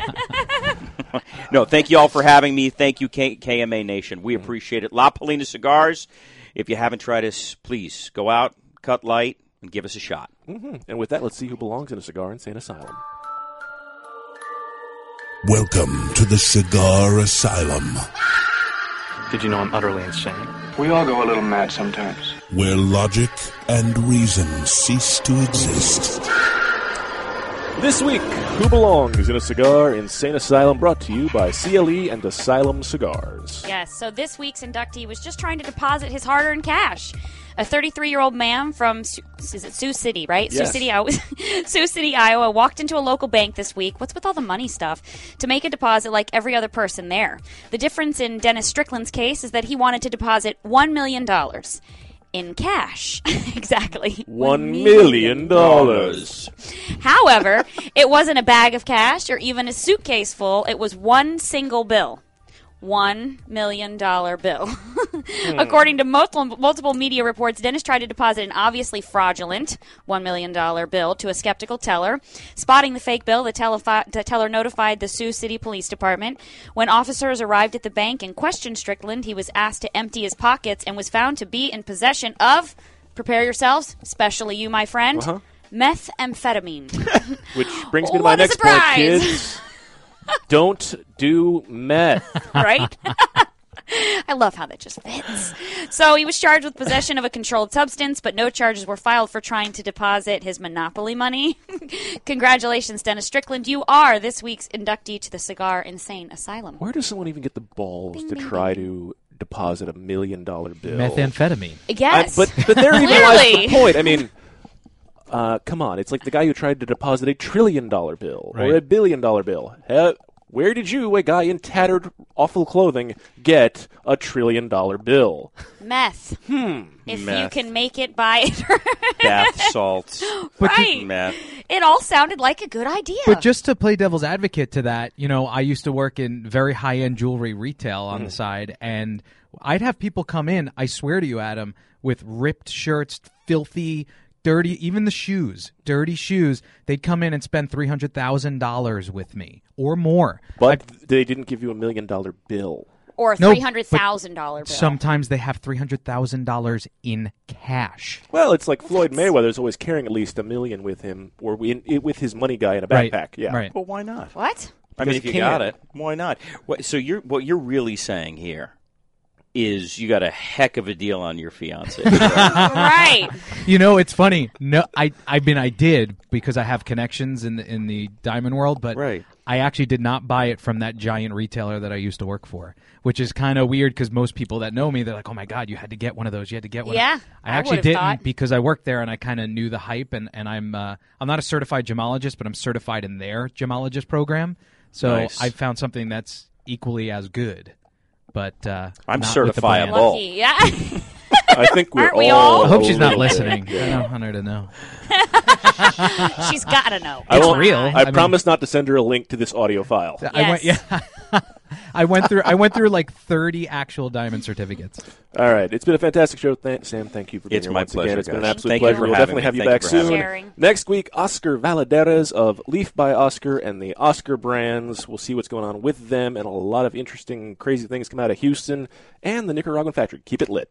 Speaker 13: no, thank you all for having me. Thank you, K- KMA Nation. We appreciate it. La Polina Cigars. If you haven't tried us, please go out, cut light, and give us a shot.
Speaker 3: hmm And with that, let's see who belongs in a cigar insane asylum.
Speaker 1: Welcome to the Cigar Asylum,
Speaker 16: Did you know I'm utterly insane? We all go a little mad sometimes.
Speaker 1: where logic and reason cease to exist.
Speaker 3: This week, Who Belongs in a Cigar Insane Asylum brought to you by CLE and Asylum Cigars.
Speaker 4: Yes, so this week's inductee was just trying to deposit his hard earned cash. A 33 year old man from Sioux, is it Sioux City, right?
Speaker 20: Yes.
Speaker 4: Sioux City, Iowa, Sioux City, Iowa, walked into a local bank this week. What's with all the money stuff? To make a deposit like every other person there. The difference in Dennis Strickland's case is that he wanted to deposit $1 million in cash. exactly.
Speaker 3: One million dollars.
Speaker 4: However, it wasn't a bag of cash or even a suitcase full. It was one single bill. One million dollar bill. Hmm.
Speaker 3: Hmm.
Speaker 4: According to multiple, multiple media reports, Dennis tried to deposit an obviously fraudulent one million dollar bill to a skeptical teller. Spotting the fake bill, the, telefi- the teller notified the Sioux City Police Department. When officers arrived at the bank and questioned Strickland, he was asked to empty his pockets and was found to be in possession of. Prepare yourselves, especially you, my friend.
Speaker 3: Uh-huh.
Speaker 4: Methamphetamine.
Speaker 3: Which brings me to my
Speaker 4: What a
Speaker 3: next point,
Speaker 4: surprise!
Speaker 3: kids. Don't do meth.
Speaker 4: right? I love how that just fits. So he was charged with possession of a controlled substance, but no charges were filed for trying to deposit his Monopoly money. Congratulations, Dennis Strickland. You are this week's inductee to the Cigar Insane Asylum.
Speaker 3: Where does someone even get the balls to try to deposit a million dollar bill?
Speaker 5: Methamphetamine.
Speaker 4: Yes.
Speaker 3: I- but, but there even lies the
Speaker 4: Clearly.
Speaker 3: point. I mean, uh, come on. It's like the guy who tried to deposit a trillion dollar bill
Speaker 5: Right.
Speaker 3: or a billion dollar bill. Hell, where did you, a guy in tattered, awful clothing, get a trillion dollar bill?
Speaker 4: Meth.
Speaker 3: Hmm.
Speaker 4: If you
Speaker 3: Meth.
Speaker 4: can make it by
Speaker 13: Bath salts.
Speaker 4: right. It all sounded like a good idea.
Speaker 5: But just to play devil's advocate to that, you know, I used to work in very high end jewelry retail on the side, and I'd have people come in, I swear to you, Adam, with ripped shirts, filthy, dirty, even the shoes, dirty shoes. They'd come in and spend $300,000 with me or more.
Speaker 3: But they didn't give you a million dollar bill.
Speaker 4: or a
Speaker 5: No,
Speaker 4: three hundred thousand dollar bill.
Speaker 5: Sometimes they have $300,000 in cash.
Speaker 3: Well, it's like Floyd Mayweather's always carrying at least a million with him, or in, i with his money guy in a
Speaker 5: Right.
Speaker 3: backpack. Yeah.
Speaker 5: Right.
Speaker 13: Well, why not?
Speaker 4: What?
Speaker 13: I mean,
Speaker 3: Because
Speaker 13: if
Speaker 3: you
Speaker 13: you got
Speaker 3: can.
Speaker 13: it, why not? What, so you're what you're really saying here is you got a heck of a deal on your fiance,
Speaker 4: right?
Speaker 5: You know, it's funny. No, I I mean I did because I have connections in the in the diamond world, but I actually did not buy it from that giant retailer that I used to work for, which is kind of weird because most people that know me, they're like, "Oh my god, you had to get one of those. You had to get one." of-"
Speaker 4: Yeah,
Speaker 5: I
Speaker 4: I
Speaker 5: actually
Speaker 4: would've
Speaker 5: didn't
Speaker 4: thought.
Speaker 5: because I worked there and I kind of knew the hype and and I'm uh, I'm not a certified gemologist, but I'm certified in their gemologist program. So
Speaker 13: Nice.
Speaker 5: I found something that's equally as good. But uh,
Speaker 13: I'm
Speaker 5: not with the brand.
Speaker 13: certifiable.
Speaker 4: Lucky, yeah.
Speaker 3: I think we're
Speaker 4: Aren't we
Speaker 3: all.
Speaker 5: I hope she's not
Speaker 3: a little bit-
Speaker 5: listening. I
Speaker 3: Yeah.
Speaker 5: don't want her to know.
Speaker 4: She's gotta know.
Speaker 3: I won't-
Speaker 5: real.
Speaker 3: I,
Speaker 5: I mean-
Speaker 3: promise not to send her a link to this audio file.
Speaker 5: I went yeah. I went through I went through like 30 actual diamond certificates.
Speaker 3: All right. It's been a fantastic show, Th- Sam. Thank you for being
Speaker 13: It's
Speaker 3: here
Speaker 13: my
Speaker 3: once again.
Speaker 13: pleasure,
Speaker 3: It's been an
Speaker 13: guys.
Speaker 3: absolute
Speaker 13: Thank you
Speaker 3: pleasure.
Speaker 13: for
Speaker 3: we'll
Speaker 13: having
Speaker 3: definitely
Speaker 13: me.
Speaker 3: have you
Speaker 13: Thank
Speaker 3: back
Speaker 13: you for
Speaker 3: soon.
Speaker 13: having me. Sharing.
Speaker 3: Next week, Oscar Valaderas of Leaf by Oscar and the Oscar brands. We'll see what's going on with them and a lot of interesting, crazy things come out of Houston and the Nicaraguan factory. Keep it lit.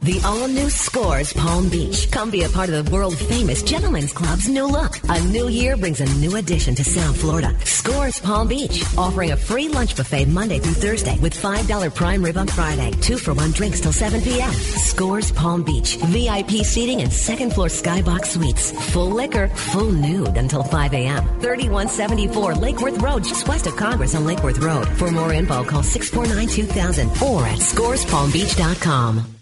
Speaker 23: The all new Scores Palm Beach. Come be a part of the world famous Gentlemen's Club's new look. A new year brings a new addition to South Florida. Scores Palm Beach, offering a free lunch buffet Monday through Thursday with $5 prime rib on Friday. Two for one drinks till 7 p.m. Scores Palm Beach. VIP seating and second floor skybox suites. Full liquor, full nude until 5 a.m. 3174 Lake Worth Road, just west of Congress on Lake Worth Road. For more info, call 649 2000 or at scorespalmbeach.com.